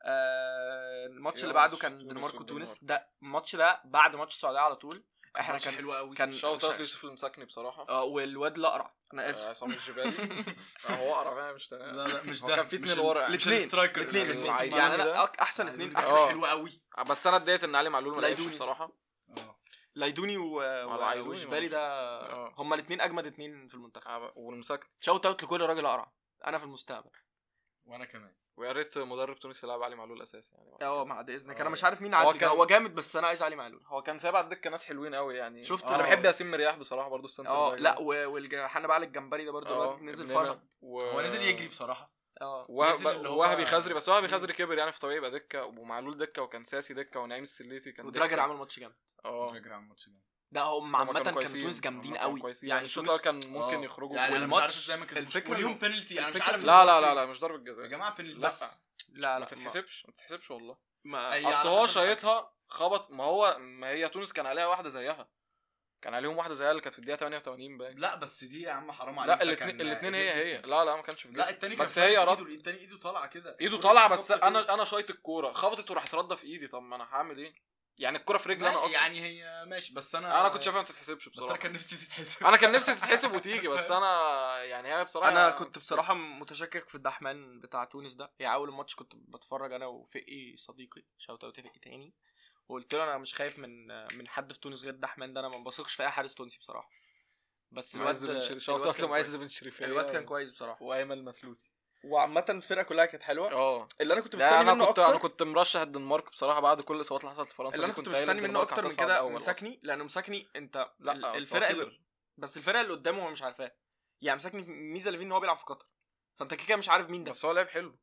Speaker 1: آه الماتش
Speaker 2: إيه
Speaker 1: اللي
Speaker 2: هو
Speaker 1: بعده
Speaker 2: تونس
Speaker 1: كان دنمارك
Speaker 2: والدنمارك.
Speaker 1: وتونس ده الماتش ده بعد ماتش السعوديه على طول احنا
Speaker 3: ماتش
Speaker 1: كان
Speaker 3: حلو قوي
Speaker 1: كان
Speaker 2: شوت
Speaker 1: مش-
Speaker 2: اوت ليوسف المساكني بصراحه
Speaker 1: اه والواد الاقرع انا (laughs)
Speaker 2: آه،
Speaker 1: اسف
Speaker 2: عصام
Speaker 1: (laughs)
Speaker 2: الجباسي آه، هو اقرب يعني مش تمام
Speaker 3: لا لا مش
Speaker 2: هو
Speaker 3: ده
Speaker 2: كان في
Speaker 3: مش
Speaker 2: اتنين
Speaker 3: ال-
Speaker 2: ورا يعني.
Speaker 3: مش
Speaker 1: الاتنين-
Speaker 3: السترايكر
Speaker 1: الاثنين
Speaker 2: كان
Speaker 1: الاثنين
Speaker 2: العيدوني
Speaker 1: يعني
Speaker 2: ده.
Speaker 1: انا أك- احسن اثنين احسن
Speaker 2: اه.
Speaker 3: حلو قوي
Speaker 2: آه، بس انا اتضايقت ان علي معلول ما لعبش
Speaker 1: لايدوني.
Speaker 2: بصراحه
Speaker 1: لايدوني و- و-
Speaker 2: العيدوني
Speaker 1: وشبالي
Speaker 2: برضه.
Speaker 1: ده
Speaker 2: آه.
Speaker 1: هما الاثنين اجمد اثنين في المنتخب
Speaker 2: آه، والمساكني
Speaker 1: شوت اوت لكل راجل اقرع انا في المستقبل
Speaker 3: وانا كمان
Speaker 2: ويا ريت مدرب تونس يلعب علي معلول اساسي يعني
Speaker 1: اه بعد اذنك انا
Speaker 3: آه.
Speaker 1: مش عارف مين
Speaker 2: هو
Speaker 1: عادي ده
Speaker 2: كان-
Speaker 1: هو جامد بس انا عايز علي معلول
Speaker 2: هو كان سايب على الدكه ناس حلوين قوي يعني
Speaker 1: شفت؟
Speaker 2: انا
Speaker 3: آه.
Speaker 2: بحب ياسين مرياح بصراحه برضه السنتر
Speaker 1: اه
Speaker 2: ده
Speaker 1: لا
Speaker 2: جامد.
Speaker 1: و- والحنا بقى الجمبري ده برضه
Speaker 2: آه،
Speaker 1: الواد نزل
Speaker 2: ابننا.
Speaker 1: فرهد
Speaker 2: و...
Speaker 3: هو نزل يجري بصراحه
Speaker 1: اه
Speaker 2: وه-
Speaker 3: نزل اللي هو-
Speaker 2: وهبي خزري بس وهبي
Speaker 1: مم.
Speaker 2: خزري كبر يعني في طبيعي يبقى دكه ومعلول دكه وكان ساسي دكه ونعيم السليتي كان
Speaker 1: ودراجر
Speaker 2: دكة.
Speaker 1: عمل ماتش جامد
Speaker 2: اه
Speaker 3: راجع على الماتش ده
Speaker 1: ده هم
Speaker 2: هما
Speaker 1: عامة كانوا
Speaker 2: كويسين.
Speaker 1: تونس جامدين
Speaker 2: هما كانوا
Speaker 1: قوي
Speaker 2: كويسين.
Speaker 1: يعني
Speaker 2: يعني الشوط الاول
Speaker 1: تونس
Speaker 2: كان ممكن
Speaker 3: آه.
Speaker 2: يخرجوا
Speaker 3: يعني
Speaker 2: بجول.
Speaker 3: انا مش
Speaker 1: والماتش-
Speaker 3: عارف ازاي ما كسبوش
Speaker 1: الفكرة
Speaker 3: وليهم بينالتي انا مش
Speaker 1: الفكرة
Speaker 3: عارف
Speaker 1: إن-
Speaker 2: لا لا
Speaker 3: البينالتي.
Speaker 2: لا لا مش ضربه
Speaker 3: يا
Speaker 2: جزاء
Speaker 3: جماعه بينالتي
Speaker 2: لا
Speaker 1: لا
Speaker 2: ما
Speaker 1: لا ما-
Speaker 2: تتحسبش ما تتحسبش والله
Speaker 1: ما
Speaker 3: أي- هي
Speaker 2: اصل هو
Speaker 3: على حسب الحكم.
Speaker 2: شايطها خبط ما هو ما هي تونس كان عليها واحده زيها كان عليهم واحده زيها اللي كانت في الدقيقه 88 باين
Speaker 3: لا بس دي يا عم حرام عليك
Speaker 2: لا
Speaker 3: ده
Speaker 2: الاثنين
Speaker 3: كان
Speaker 2: الاثنين
Speaker 3: إيديه
Speaker 2: هي
Speaker 3: في
Speaker 2: هي
Speaker 3: جسمه.
Speaker 2: لا لا ما كانش في
Speaker 3: لا
Speaker 2: جسمه
Speaker 3: التاني كان
Speaker 2: بس هي
Speaker 3: فاتح
Speaker 2: رد
Speaker 3: إيده، التاني ايده طالعه كده
Speaker 2: ايده طالعه بس
Speaker 3: خبطة كده.
Speaker 2: انا انا شايط الكوره خبطت وراحت رده في ايدي طب ما انا هعمل ايه يعني الكوره في رجلي انا
Speaker 3: لا،
Speaker 2: اصلا
Speaker 3: يعني هي ماشي بس انا
Speaker 2: انا كنت شايفها ما تتحسبش
Speaker 3: بس انا
Speaker 2: بصراحه
Speaker 3: كان نفسي تتحسب (laughs)
Speaker 2: انا كان نفسي تتحسب وتيجي بس انا يعني هي بصراحه
Speaker 1: انا كنت بصراحة متشكك في الدحمان بتاع تونس ده يعني اول الماتش كنت بتفرج انا وفقي صديقي شوت اوت فقي تاني وقلت له انا مش خايف من من حد في تونس غير الدحمان ده انا ما بثقش في اي حارس تونسي بصراحة بس الواد
Speaker 2: معز بن شريف شوت
Speaker 1: الواد
Speaker 2: اوت
Speaker 1: كان
Speaker 2: لمعز
Speaker 1: كويس.
Speaker 2: بن شريف
Speaker 1: الواد كان كويس بصراحة
Speaker 2: وايمن المثلوثي
Speaker 1: وعامة الفرقة كلها كانت حلوة
Speaker 2: اه
Speaker 1: اللي انا كنت
Speaker 2: لا
Speaker 1: مستني
Speaker 2: انا
Speaker 1: منه
Speaker 2: كنت انا
Speaker 1: اكتر
Speaker 2: كنت مرشح الدنمارك بصراحه بعد كل الاصابات اللي حصلت في فرنسا
Speaker 1: اللي انا
Speaker 2: دي
Speaker 1: كنت
Speaker 2: قايل
Speaker 1: مستني منه
Speaker 2: الدنمارك
Speaker 1: اكتر من
Speaker 2: هتصعد
Speaker 1: كده
Speaker 2: أول أصلاً.
Speaker 1: مساكني لانه مساكني انت ال-
Speaker 2: لا
Speaker 1: الفرقة اللي
Speaker 2: أساطير.
Speaker 1: بس الفرقه اللي قدامه هو مش عارفاه يعني مساكني الميزه اللي فيه ان هو بيلعب في قطر فانت كده كده مش عارف مين ده
Speaker 2: بس هو لعب حلو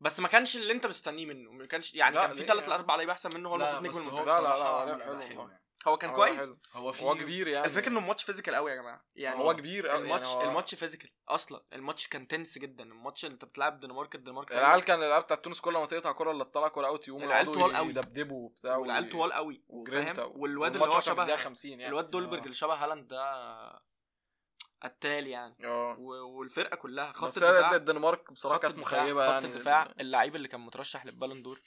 Speaker 1: بس ما كانش اللي انت مستنيه منه ما كانش يعني
Speaker 2: لا،
Speaker 1: كان في
Speaker 2: ليه
Speaker 1: ثلاث
Speaker 2: يعني؟
Speaker 1: لاربع لعيبه احسن منه هو
Speaker 3: لا
Speaker 1: المفروض
Speaker 3: بس
Speaker 1: نجم
Speaker 3: هو
Speaker 1: المنتخب
Speaker 2: لا، لا،
Speaker 3: بصراحة
Speaker 2: لا،
Speaker 3: عمل
Speaker 2: لا،
Speaker 3: أداء
Speaker 2: لا، لا.
Speaker 3: حلو يعني.
Speaker 1: هو كان
Speaker 2: هو
Speaker 1: كويس
Speaker 2: حلو.
Speaker 3: هو في
Speaker 2: هو كبير يعني
Speaker 1: الفكره انه الماتش فيزيكال قوي يا جماعه يعني
Speaker 2: هو كبير أوي،
Speaker 1: الماتش
Speaker 2: يعني هو-
Speaker 1: الماتش فيزيكال اصلا الماتش كان تنس جدا الماتش اللي انت بتلعب دنمارك الدنمارك
Speaker 2: العيال كان العيال بتاع تونس كل ما تقطع كوره اللي تطلع كوره اوت يقوم
Speaker 1: العيال
Speaker 2: يقعدوا
Speaker 1: طوال أوي.
Speaker 2: يدبدبوا وبتاع
Speaker 1: والعيال طوال قوي
Speaker 2: وجرينتا
Speaker 1: فاهم
Speaker 2: و-
Speaker 1: والواد اللي
Speaker 2: والماتش
Speaker 1: هو
Speaker 2: كان في الدقيقة
Speaker 1: شبه
Speaker 2: 50 يعني
Speaker 1: الواد دولبرج
Speaker 2: آه.
Speaker 1: اللي شبه هالاند ده قتال يعني
Speaker 2: اه
Speaker 1: و- والفرقه كلها خط
Speaker 2: بس
Speaker 1: الدفاع
Speaker 2: هي الدنمارك بصراحه
Speaker 1: خط
Speaker 2: كانت
Speaker 1: الدفاع-
Speaker 2: مخيبه يعني
Speaker 1: خط الدفاع اللعيب اللي كان مترشح للبالون دور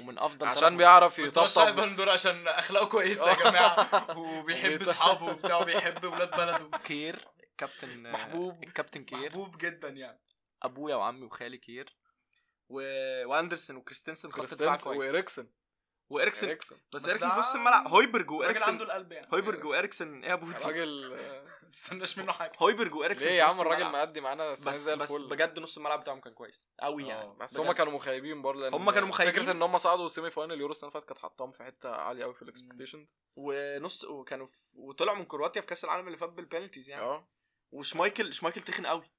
Speaker 1: ومن افضل
Speaker 2: عشان
Speaker 1: ثلاث-
Speaker 2: بيعرف
Speaker 3: بترشح
Speaker 2: يطبطب
Speaker 3: بندور عشان اخلاقه كويسه يا جماعه وبيحب
Speaker 2: وبيت-
Speaker 3: اصحابه وبتاع وبيحب ولاد
Speaker 1: (laughs)
Speaker 3: بلده
Speaker 1: كير كابتن
Speaker 3: محبوب.
Speaker 1: الكابتن كير
Speaker 3: محبوب جدا يعني
Speaker 1: ابويا وعمي وخالي كير و... واندرسون وكريستنسن خط دفاع
Speaker 2: كريستنسن
Speaker 1: كويس
Speaker 2: وإريكسن
Speaker 1: واريكسن
Speaker 2: إريكسن.
Speaker 1: بس,
Speaker 3: بس
Speaker 1: اريكسن في
Speaker 3: ده-
Speaker 1: نص الملعب هويبرج
Speaker 3: الراجل عنده
Speaker 1: واريكسن
Speaker 3: القلب يعني
Speaker 1: هويبرج واريكسن ايه يا بودي
Speaker 2: راجل آه،
Speaker 3: ما تستناش منه حاجه
Speaker 1: هويبرج واريكسن
Speaker 2: ليه
Speaker 1: في
Speaker 2: يا
Speaker 1: نص
Speaker 2: عم الراجل
Speaker 1: الملعب.
Speaker 2: مأدي معانا السنه
Speaker 1: بس
Speaker 2: زي
Speaker 1: بس
Speaker 2: الفل
Speaker 1: بجد نص الملعب بتاعهم كان كويس قوي
Speaker 3: آه.
Speaker 1: يعني
Speaker 2: بس هم
Speaker 1: بجد.
Speaker 2: كانوا مخيبين برضه لأن
Speaker 1: هم كانوا مخيبين.
Speaker 2: فكره ان هم صعدوا سيمي فاينل يورو السنه اللي فاتت كانت حطاهم في حته عاليه قوي في الاكسبكتيشنز
Speaker 1: ونص وكانوا في... وطلعوا من كرواتيا في كاس العالم اللي فات بالبنالتيز يعني
Speaker 2: اه
Speaker 1: وشمايكل شمايكل تخن قوي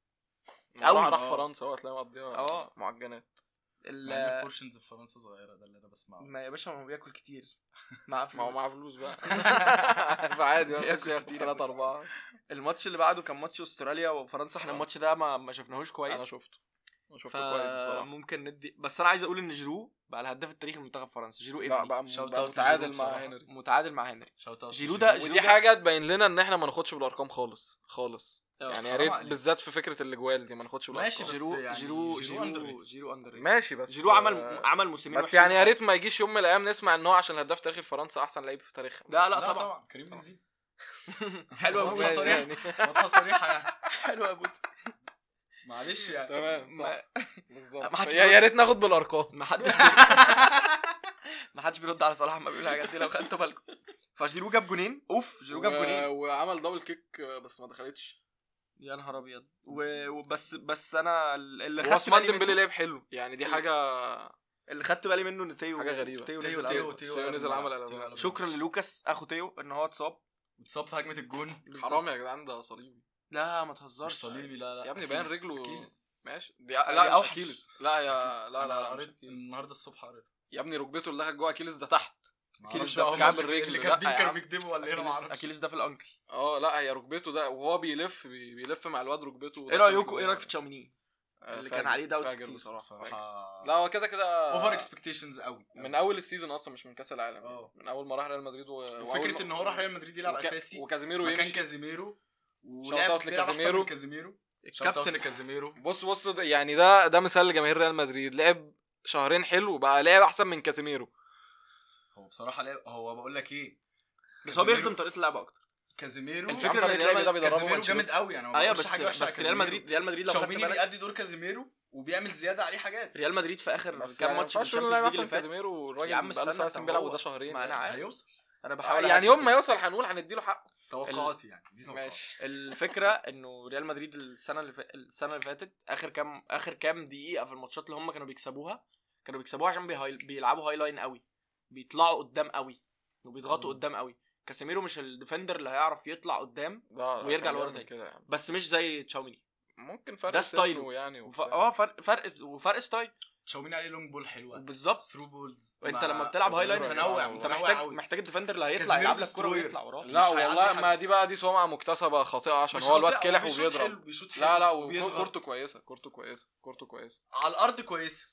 Speaker 2: راح
Speaker 1: أوي.
Speaker 2: راح
Speaker 3: آه.
Speaker 2: فرنسا هو هتلاقيه مقضيها
Speaker 1: آه.
Speaker 2: معجنات
Speaker 1: ال...
Speaker 3: البورشنز في فرنسا صغيره ده اللي انا بسمعه
Speaker 1: ما يا باشا ما هو بياكل (laughs) كتير مع
Speaker 2: ما هو معاه
Speaker 1: فلوس
Speaker 2: فلوس
Speaker 1: (laughs)
Speaker 2: بقى (laughs) فعادي بقى
Speaker 1: بياكل
Speaker 2: مش هياخد
Speaker 1: كتير.
Speaker 2: تلاتة أربعة
Speaker 1: الماتش اللي بعده كان ماتش استراليا وفرنسا احنا
Speaker 2: آه.
Speaker 1: الماتش ده ما, ما شفناهوش كويس
Speaker 2: أنا شفته أنا
Speaker 1: ف...
Speaker 2: شفته كويس بصراحة
Speaker 1: ممكن ندي بس انا عايز اقول ان جيرو بقى الهداف التاريخي لمنتخب فرنسا جيرو
Speaker 2: لا
Speaker 1: ابني
Speaker 2: بقى
Speaker 3: Shout
Speaker 2: بقى
Speaker 3: out
Speaker 2: متعادل
Speaker 3: لجيرو
Speaker 2: مع
Speaker 3: بصراحة.
Speaker 2: هنري
Speaker 1: متعادل مع هنري
Speaker 3: شوت اوت
Speaker 1: جيرو ده-
Speaker 2: ودي حاجة تبين لنا إن إحنا ما ناخدش بالأرقام خالص خالص يعني يا
Speaker 3: حرام
Speaker 2: ريت
Speaker 3: عليك.
Speaker 2: بالذات في فكرة الأجوال دي ما ناخدش بالأرقام
Speaker 3: ماشي، بس
Speaker 1: جيرو
Speaker 3: يعني
Speaker 1: جيرو
Speaker 3: جيرو
Speaker 1: جيرو
Speaker 3: underrated.
Speaker 1: جيرو اندر
Speaker 2: ماشي بس
Speaker 1: جيرو عمل
Speaker 2: آه،
Speaker 1: عمل موسمين
Speaker 2: بس
Speaker 1: وحشين
Speaker 2: يعني يا
Speaker 1: في
Speaker 2: ريت ما يجيش يوم من الأيام نسمع إن هو عشان هداف تاريخي فرنسا أحسن لعيب في تاريخها
Speaker 1: فرنسا. لا يعني لا
Speaker 3: لا
Speaker 1: طبعا
Speaker 3: طبعا كريم بنزيما
Speaker 1: (laughs) حلوه
Speaker 3: والله
Speaker 2: يعني،
Speaker 1: بوت
Speaker 3: صريح. واضحه صريحه يعني
Speaker 1: حلوه يا بوت
Speaker 3: معلش يعني
Speaker 2: تمام صح
Speaker 1: ما- ما
Speaker 2: بالظبط
Speaker 1: حدش
Speaker 2: يا يا ريت ناخد بالأرقام
Speaker 1: ما حدش بي- (laughs) ما حدش بيرد على صلاح ما بيقول حاجه دي لو خدتوا بالكم فجيرو جاب جونين اوف جيرو جاب
Speaker 2: و-
Speaker 1: جونين
Speaker 2: وعمل دبل كيك آه، بس ما دخلتش
Speaker 1: يا نهار ابيض و- وبس بس انا اللي خدت
Speaker 2: وعثمان
Speaker 1: بالي
Speaker 2: ديمبلي
Speaker 1: منه
Speaker 2: لعب حلو يعني دي حاجه
Speaker 1: اللي خدت بالي منه ان تيو
Speaker 2: حاجة
Speaker 1: (laughs)
Speaker 2: غريبة.
Speaker 1: تيو
Speaker 3: تيو
Speaker 1: نزل
Speaker 3: تيو
Speaker 1: أول.
Speaker 2: تيو
Speaker 3: تيو
Speaker 2: نزل عمل قلبان.
Speaker 3: تيو قلبان.
Speaker 1: شكرا للوكاس اخو تيو ان هو اتصاب
Speaker 3: اتصاب في هجمه الجون
Speaker 2: حرام يا جدعان ده صليبي
Speaker 1: لا ما
Speaker 3: مش
Speaker 1: تهزرش
Speaker 3: صليبي لا لا
Speaker 2: يا ابني باين
Speaker 3: أكيليس،
Speaker 2: رجله-
Speaker 3: أكيليس.
Speaker 2: ماشي دي لا
Speaker 1: يعني
Speaker 2: مش
Speaker 1: أوحش.
Speaker 2: اكيلس لا يا لا لا,
Speaker 3: انا
Speaker 2: لا مش
Speaker 3: قريت
Speaker 2: أكيلس.
Speaker 3: النهارده الصبح قريت
Speaker 2: يا ابني ركبته اللي دخل جوه اكيلس ده تحت
Speaker 3: معرفش
Speaker 2: ده
Speaker 3: بقى
Speaker 2: في
Speaker 3: هم
Speaker 2: كعب
Speaker 3: اللي-
Speaker 2: الرجل.
Speaker 3: اللي
Speaker 2: لا
Speaker 3: كاتبين
Speaker 2: يا
Speaker 3: كانوا
Speaker 2: عم.
Speaker 3: بيكدبوا ولا ايه انا
Speaker 1: اكيليس
Speaker 3: معرفش
Speaker 1: اكيليس ده في الانكل
Speaker 2: اه لا هي ركبته ده وهو بيلف بي- بيلف مع الواد ركبته
Speaker 1: ايه رايكم ايه رايك في تشاوميني
Speaker 3: آه،
Speaker 1: اللي كان عليه داوتس
Speaker 2: فاجر
Speaker 1: كتير.
Speaker 2: بصراحه فاجر.
Speaker 3: بصراحه
Speaker 2: لا هو كده كده
Speaker 3: اوفر اكسبكتيشنز قوي
Speaker 2: من اول السيزون اصلا مش من كاس العالم
Speaker 3: اه.
Speaker 2: يعني. من اول ما راح ريال مدريد و... وأول ما-
Speaker 3: وفكره ان هو راح ريال مدريد يلعب
Speaker 2: وك-
Speaker 3: اساسي
Speaker 2: وكازيميرو
Speaker 3: مكان
Speaker 2: يمشي
Speaker 3: كازيميرو
Speaker 2: Shout
Speaker 3: ولعب
Speaker 2: out
Speaker 3: بيلعب احسن
Speaker 2: لكازيميرو.
Speaker 3: من كازيميرو
Speaker 1: الكابتن
Speaker 3: الكابتن كازيميرو
Speaker 2: بص بص ده- يعني ده ده مثال لجماهير ريال مدريد لعب شهرين حلو بقى لعب احسن من كازيميرو
Speaker 3: هو بصراحه لعب هو بقول لك ايه
Speaker 1: بس هو
Speaker 3: كازيميرو-
Speaker 1: بيخدم طريقه اللعب اكتر
Speaker 3: كازيميرو
Speaker 2: الفكرة
Speaker 3: عم
Speaker 2: إن
Speaker 3: طريقة
Speaker 2: ريال
Speaker 3: لعب-
Speaker 2: ده بيدربه
Speaker 3: كازيميرو
Speaker 2: أنشيلوتي.
Speaker 3: جامد قوي انا ما
Speaker 1: ايوه
Speaker 3: بقولش
Speaker 1: بس
Speaker 3: حاجه وحشه على
Speaker 1: بس ريال
Speaker 3: كازيميرو.
Speaker 1: مدريد ريال مدريد لو خدت
Speaker 3: تشاوميني
Speaker 1: بالك
Speaker 3: بيأدي دور كازيميرو وبيعمل زياده عليه حاجات
Speaker 1: ريال مدريد في اخر
Speaker 2: بس
Speaker 1: كام
Speaker 2: يعني ما
Speaker 1: ماتش في
Speaker 2: ينفعش تقول
Speaker 1: الشامبيونز
Speaker 2: إن لاعب
Speaker 1: ليج اللي
Speaker 2: احسن من
Speaker 1: فات
Speaker 2: كازيميرو
Speaker 1: يا عم
Speaker 2: الراجل بقاله
Speaker 1: استنى،
Speaker 2: سبع
Speaker 1: طب
Speaker 2: سنين بيلعب
Speaker 1: هو-
Speaker 2: وده شهرين
Speaker 1: ما انا
Speaker 2: يعني.
Speaker 1: عارف
Speaker 3: هيوصل
Speaker 1: انا بحاول
Speaker 2: يعني
Speaker 1: أهدي
Speaker 2: يوم ما
Speaker 1: كده.
Speaker 2: يوصل هنقول هنديله حقه
Speaker 3: توقعاتي يعني دي توقعاتي
Speaker 2: ماشي
Speaker 1: الفكره انه ريال مدريد السنه اللي فا... السنه اللي فاتت اخر كام اخر كام دقيقه في الماتشات اللي هم كانوا بيكسبوها كانوا بيكسبوها عشان بيهاي... بيلعبوا هاي لاين قوي بيطلعوا قدام قوي وبيضغطوا
Speaker 3: مم.
Speaker 1: قدام قوي كاسيميرو مش الديفندر اللي هيعرف يطلع قدام
Speaker 2: لا، لا،
Speaker 1: ويرجع
Speaker 2: كان
Speaker 1: لورا
Speaker 2: بيعمل
Speaker 1: تاني.
Speaker 2: كده يعني.
Speaker 1: بس مش زي تشاوميني
Speaker 2: ممكن فرق
Speaker 1: ده
Speaker 2: سنه
Speaker 1: ستايله.
Speaker 2: يعني
Speaker 1: وف...
Speaker 3: آه،
Speaker 2: وبتاع.
Speaker 1: اه فرق فرق وفرق ستايل
Speaker 3: تشاوميني عليه لونج بول حلوه
Speaker 1: بالظبط
Speaker 3: ثرو بولز
Speaker 1: انت
Speaker 3: مع-
Speaker 1: لما بتلعب هاي لاين
Speaker 2: كازيميرو
Speaker 3: متنوع
Speaker 2: يعني.
Speaker 1: انت
Speaker 3: متنوع
Speaker 1: محتاج
Speaker 3: قوي
Speaker 1: محتاج الديفندر اللي هيطلع
Speaker 3: كازيميرو
Speaker 1: يلعب لك الكوره
Speaker 3: destroyer.
Speaker 1: ويطلع وراه
Speaker 2: لا
Speaker 3: مش هيعدي
Speaker 2: والله
Speaker 3: حد.
Speaker 2: ما دي بقى دي سمعه مكتسبه خاطئه عشان
Speaker 3: مش
Speaker 2: هو الواد
Speaker 3: خاطئة،
Speaker 2: كلح
Speaker 3: بيشوط
Speaker 2: وبيضرب
Speaker 3: حلو، بيشوط حلو،
Speaker 2: لا لا
Speaker 3: وبيضغط.
Speaker 2: وكورته كويسه كورته كويسه كورته كويسه
Speaker 3: على الارض كويسه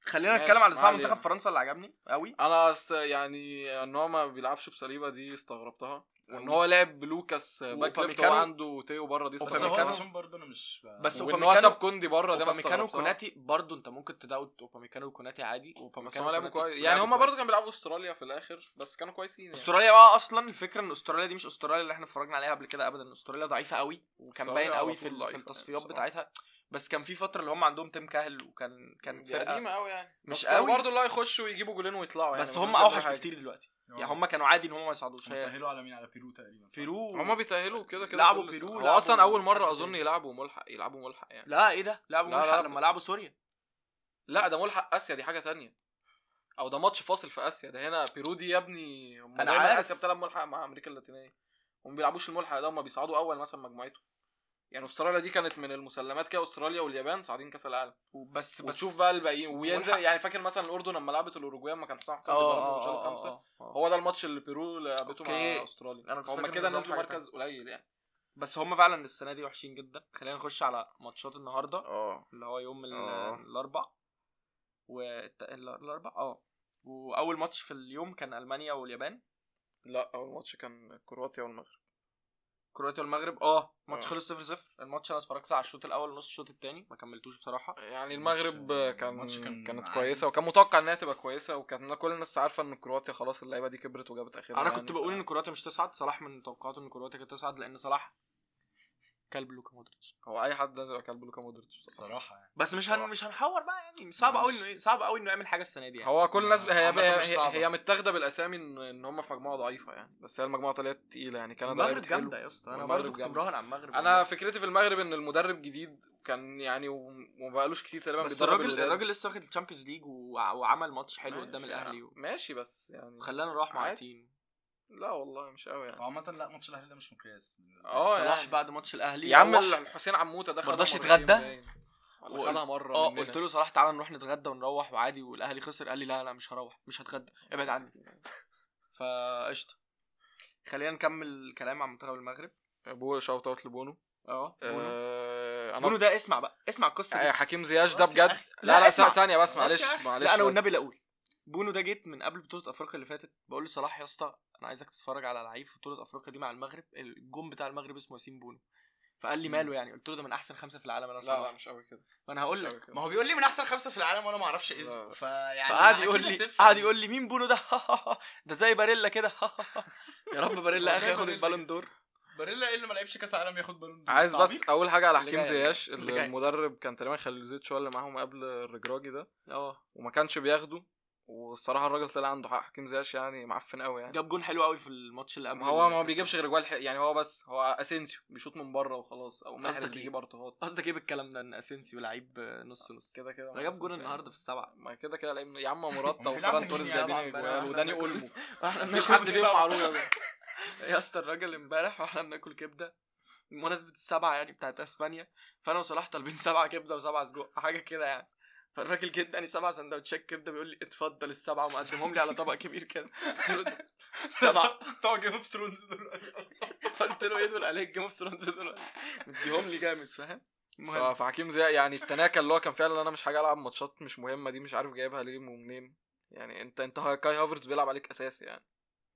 Speaker 1: خلينا
Speaker 2: ماشي،
Speaker 1: نتكلم على
Speaker 2: ما
Speaker 1: دفاع
Speaker 2: علينا.
Speaker 1: منتخب فرنسا اللي عجبني قوي
Speaker 2: انا س- يعني ان هو ما بيلعبش بصليبه دي استغربتها وان هو لعب بلوكاس باك ليفت
Speaker 1: وأوباميكانو-
Speaker 2: هو عنده تيو بره دي
Speaker 3: بس هو
Speaker 1: أوباميكانو-
Speaker 2: استغربتها
Speaker 3: عشان برضه انا مش ب-
Speaker 1: بس
Speaker 2: وان هو
Speaker 1: اوباميكانو
Speaker 2: ساب كوندي بره ده ما
Speaker 1: اوباميكانو
Speaker 2: استغربتها
Speaker 1: وكوناتي برضه انت ممكن تداوت اوباميكانو وكوناتي عادي
Speaker 2: بس
Speaker 1: اوباميكانو
Speaker 2: هم لعبوا
Speaker 1: وكوناتي
Speaker 2: كويس يعني
Speaker 1: لعبوا
Speaker 2: هم برضه
Speaker 1: كويس.
Speaker 2: كانوا بيلعبوا استراليا في الاخر بس كانوا كويسين يعني.
Speaker 1: استراليا بقى اصلا الفكره ان استراليا دي مش استراليا اللي احنا اتفرجنا عليها قبل كده ابدا استراليا ضعيفه قوي وكان
Speaker 2: أستراليا
Speaker 1: باين
Speaker 2: على
Speaker 1: قوي
Speaker 2: طول
Speaker 1: في, ال-
Speaker 2: ضعيفة
Speaker 1: في
Speaker 2: يعني
Speaker 1: التصفيات
Speaker 2: بصراحة.
Speaker 1: بتاعتها بس كان في فتره اللي هم عندهم تيم كاهل وكان كانت
Speaker 2: دي
Speaker 1: فرقه
Speaker 2: قديمه قوي يعني
Speaker 1: مش
Speaker 2: بس كانوا
Speaker 1: قوي.
Speaker 2: برضه اللي هيخشوا ويجيبوا جولين ويطلعوا يعني
Speaker 1: بس
Speaker 2: ما
Speaker 1: هم
Speaker 2: كانوش
Speaker 1: اوحش
Speaker 2: بيعملوا حاجة. آه.
Speaker 1: بكتير دلوقتي يعني هم كانوا عادي ان هم ما يصعدوش هي
Speaker 3: تاهلوا على مين على بيرو تقريبا صح؟
Speaker 1: بيرو
Speaker 2: هما بيتأهلوا كده كده
Speaker 1: لعبوا
Speaker 2: كل
Speaker 1: بيرو،
Speaker 2: سنة. هو
Speaker 1: لعبوا
Speaker 2: اصلا اول مره
Speaker 1: حد
Speaker 2: اظن
Speaker 1: تاني.
Speaker 2: يلعبوا ملحق يلعبوا ملحق يعني
Speaker 1: لا ايه ده لعبوا
Speaker 2: لا،
Speaker 1: ملحق
Speaker 2: لا.
Speaker 1: لما لعبوا سوريا
Speaker 2: لا ده ملحق اسيا دي حاجه تانية او ده ماتش فاصل في اسيا ده هنا بيرو دي يا ابني هم
Speaker 1: أنا
Speaker 2: دايما
Speaker 1: عارف.
Speaker 2: اسيا بتلعب ملحق مع امريكا اللاتينيه هم بيلعبوش الملحق ده هم بيصعدوا اول مثلا مجموعتهم يعني استراليا دي كانت من المسلمات كده استراليا واليابان صاعدين كاس العالم
Speaker 1: بس بس
Speaker 2: وتشوف بقى الباقيين وينزل
Speaker 1: ملحق.
Speaker 2: يعني فاكر مثلا الاردن لما لعبت الاوروجواي ما كان حسام حسن بيضربهم
Speaker 1: اه
Speaker 2: وشال خمسه
Speaker 1: خمسه
Speaker 2: هو ده الماتش اللي بيرو لعبته
Speaker 1: أوكي.
Speaker 2: مع استراليا
Speaker 1: أنا كنت
Speaker 2: هم
Speaker 1: فاكر
Speaker 2: كده
Speaker 1: إن ده
Speaker 2: نزلوا
Speaker 1: حاجة
Speaker 2: مركز قليل يعني
Speaker 1: بس هم فعلا السنه دي وحشين جدا خلينا نخش على ماتشات النهارده
Speaker 2: اه
Speaker 1: اللي هو يوم ال-
Speaker 2: آه.
Speaker 1: الاربع و الاربع اه واول ماتش في اليوم كان المانيا واليابان
Speaker 2: لا اول ماتش كان كرواتيا والمغرب
Speaker 1: كرواتيا والمغرب اه ماتش
Speaker 2: آه.
Speaker 1: خلص 0 0 الماتش انا اتفرجت على الشوط الاول ونص الشوط الثاني ما كملتوش بصراحه
Speaker 2: يعني
Speaker 3: الماتش-
Speaker 2: المغرب كان,
Speaker 3: الماتش كان
Speaker 2: كانت
Speaker 3: عادي.
Speaker 2: كويسه وكان متوقع انها تبقى كويسه وكان كل الناس عارفه ان كرواتيا خلاص اللعيبه دي كبرت وجابت اخرها
Speaker 1: انا
Speaker 2: يعني.
Speaker 1: كنت بقول ان كرواتيا مش تصعد صلاح من توقعاته ان كرواتيا كانت تصعد لان صلاح كلب لوكا مودريتش
Speaker 2: هو اي حد لازم يبقى كلب لوكا مودريتش بصراحة.
Speaker 3: صراحه يعني
Speaker 1: بس مش هن...
Speaker 2: صلاح.
Speaker 1: مش هنحور بقى يعني صعب قوي انه صعب قوي انه يعمل حاجه السنه دي يعني
Speaker 2: هو كل الناس هي,
Speaker 3: عامة
Speaker 2: هي,
Speaker 3: مش
Speaker 2: هي,
Speaker 3: صعبة.
Speaker 2: هي متاخده بالاسامي ان ان هم في مجموعه ضعيفه يعني بس هي المجموعه طلعت تقيله يعني كندا
Speaker 1: المغرب
Speaker 2: لعبت حلو.
Speaker 1: جامده يا اسطى انا
Speaker 2: والمغرب
Speaker 1: برضه كنت
Speaker 2: جامدة.
Speaker 1: مراهن على المغرب
Speaker 2: انا فكرتي في المغرب ان المدرب جديد كان يعني وم- وما بقالوش كتير تقريبا
Speaker 1: بس
Speaker 2: بيدرب
Speaker 1: الراجل
Speaker 2: الولاد.
Speaker 1: الراجل لسه واخد الشامبيونز ليج وع- وعمل ماتش حلو
Speaker 2: ماشي
Speaker 1: قدام
Speaker 2: يعني.
Speaker 1: الاهلي و-
Speaker 2: ماشي بس يعني
Speaker 1: وخلانا نروح مع
Speaker 2: عادي.
Speaker 1: التيم
Speaker 2: لا والله مش قوي يعني
Speaker 3: عامه لا ماتش الاهلي ده مش مقياس بالنسبه لي.
Speaker 2: اه
Speaker 1: صلاح
Speaker 2: يعني.
Speaker 1: بعد ماتش الاهلي
Speaker 2: يا عم
Speaker 1: روح.
Speaker 2: الحسين عموته ده خدها
Speaker 1: مرضاش
Speaker 2: مرتين
Speaker 1: يتغدى؟
Speaker 2: باين. ولا
Speaker 1: وقلت-
Speaker 2: خدها مره
Speaker 1: اه
Speaker 2: مننا.
Speaker 1: قلت له صلاح تعالى نروح نتغدى ونروح وعادي والاهلي خسر قال لي لا لا مش هروح مش هتغدى ابعد
Speaker 2: (laughs)
Speaker 1: عني فقشطه خلينا نكمل الكلام عن منتخب المغرب
Speaker 2: بو شوت اوت لبونو
Speaker 1: اه بونو.
Speaker 2: آه،
Speaker 1: بونو
Speaker 2: انا
Speaker 1: ده اسمع بقى اسمع القصه
Speaker 2: آه،
Speaker 1: دي
Speaker 2: حكيم زياش ده
Speaker 3: خلاص يا
Speaker 2: بجد
Speaker 3: أخي.
Speaker 2: لا
Speaker 1: لا،
Speaker 2: لا
Speaker 1: اسمع.
Speaker 2: س- ثانيه بس
Speaker 3: خلاص يا
Speaker 2: معلش
Speaker 3: أخي.
Speaker 2: معلش
Speaker 1: لا انا
Speaker 2: بس.
Speaker 1: والنبي لا اقول بونو ده جيت من قبل بطوله افريقيا اللي فاتت بقول لصلاح يا اسطى انا عايزك تتفرج على لعيب في بطوله افريقيا دي مع المغرب الجون بتاع المغرب اسمه ياسين بونو فقال لي
Speaker 3: مم.
Speaker 1: ماله يعني قلت له ده من احسن خمسه في العالم انا
Speaker 2: لا لا
Speaker 1: صلاح
Speaker 2: مش قوي كده
Speaker 1: ما انا هقول
Speaker 2: مش
Speaker 1: لك
Speaker 2: قوي كده.
Speaker 3: ما هو بيقول لي من احسن خمسه في العالم وانا ما اعرفش
Speaker 2: لا.
Speaker 3: اسمه
Speaker 2: يعني
Speaker 3: فيعني
Speaker 1: فقعد
Speaker 3: أنا
Speaker 1: يقول
Speaker 3: أكيد
Speaker 1: لي
Speaker 3: صفر
Speaker 1: قعد
Speaker 3: يعني.
Speaker 1: يقول لي مين بونو ده (laughs) ده زي باريلا
Speaker 2: (laughs)
Speaker 1: كده يا رب باريلا
Speaker 3: هو
Speaker 1: اخي
Speaker 3: زي
Speaker 1: ياخد
Speaker 3: باريلا
Speaker 1: البالون
Speaker 3: كده.
Speaker 1: دور
Speaker 3: باريلا ايه اللي ما لعبش كاس عالم ياخد بالون دور؟
Speaker 2: عايز
Speaker 3: أنت
Speaker 2: بس
Speaker 3: عبيط؟
Speaker 2: اول حاجه على
Speaker 1: اللي
Speaker 2: حكيم
Speaker 1: جاي يعني.
Speaker 2: زياش
Speaker 1: اللي جاي.
Speaker 2: اللي المدرب كان تقريبا خليل زيتش هو اللي معاهم قبل الرجراجي ده
Speaker 1: اه
Speaker 2: وما كانش بياخده والصراحه الراجل طلع عنده حق حكيم زياش يعني معفن قوي يعني
Speaker 1: جاب جون حلو قوي في الماتش اللي قبل
Speaker 2: ما هو ما هو
Speaker 1: الكاس.
Speaker 2: بيجيبش غير جوال حق- يعني هو بس هو اسينسيو بيشوط من بره وخلاص او محرز
Speaker 1: قصدك إيه؟
Speaker 2: بيجيب ارتوهات
Speaker 1: قصدك ايه بالكلام ده ان اسينسيو لعيب آه، نص نص
Speaker 2: كده كده
Speaker 1: ده جاب جون
Speaker 2: محرز يعني.
Speaker 1: النهارده في السبعه
Speaker 2: ما كده كده لعيب يا عم مراتا
Speaker 1: (laughs)
Speaker 3: هم بيلعبوا
Speaker 2: وفران توريس
Speaker 3: مين يا
Speaker 2: جايبين
Speaker 3: عم؟
Speaker 2: اجوال
Speaker 3: بقى-
Speaker 2: وداني
Speaker 3: بقى-
Speaker 2: اولمو
Speaker 1: احنا
Speaker 2: مفيش
Speaker 1: بناكل
Speaker 2: حد
Speaker 1: في
Speaker 2: فيهم
Speaker 1: السبعة.
Speaker 2: معروضه
Speaker 1: (laughs)
Speaker 2: ده
Speaker 1: يا اسطى الراجل امبارح واحنا بناكل كبده بمناسبه السبعه يعني بتاعت اسبانيا فانا وصلاح طالبين سبعه كبده وسبعه سجق حاجه كده يعني فالراجل جدا سبع سندوتشات كبده بيقول لي اتفضل السبعه ومقدمهم لي على طبق كبير كده قلت له
Speaker 2: (laughs)
Speaker 1: سبعه
Speaker 3: بتوع جيم اوف ثرونز دول
Speaker 1: قلت له ايه دول عليك جيم اوف ثرونز دول مديهم لي جامد فاهم المهم
Speaker 2: ف- فحكيم زي يعني التناكه اللي هو كان فعلا انا مش حاجه العب ماتشات مش مهمه دي مش عارف جايبها ليه ومنين يعني انت انت ها- كاي هافرز بيلعب عليك اساسي يعني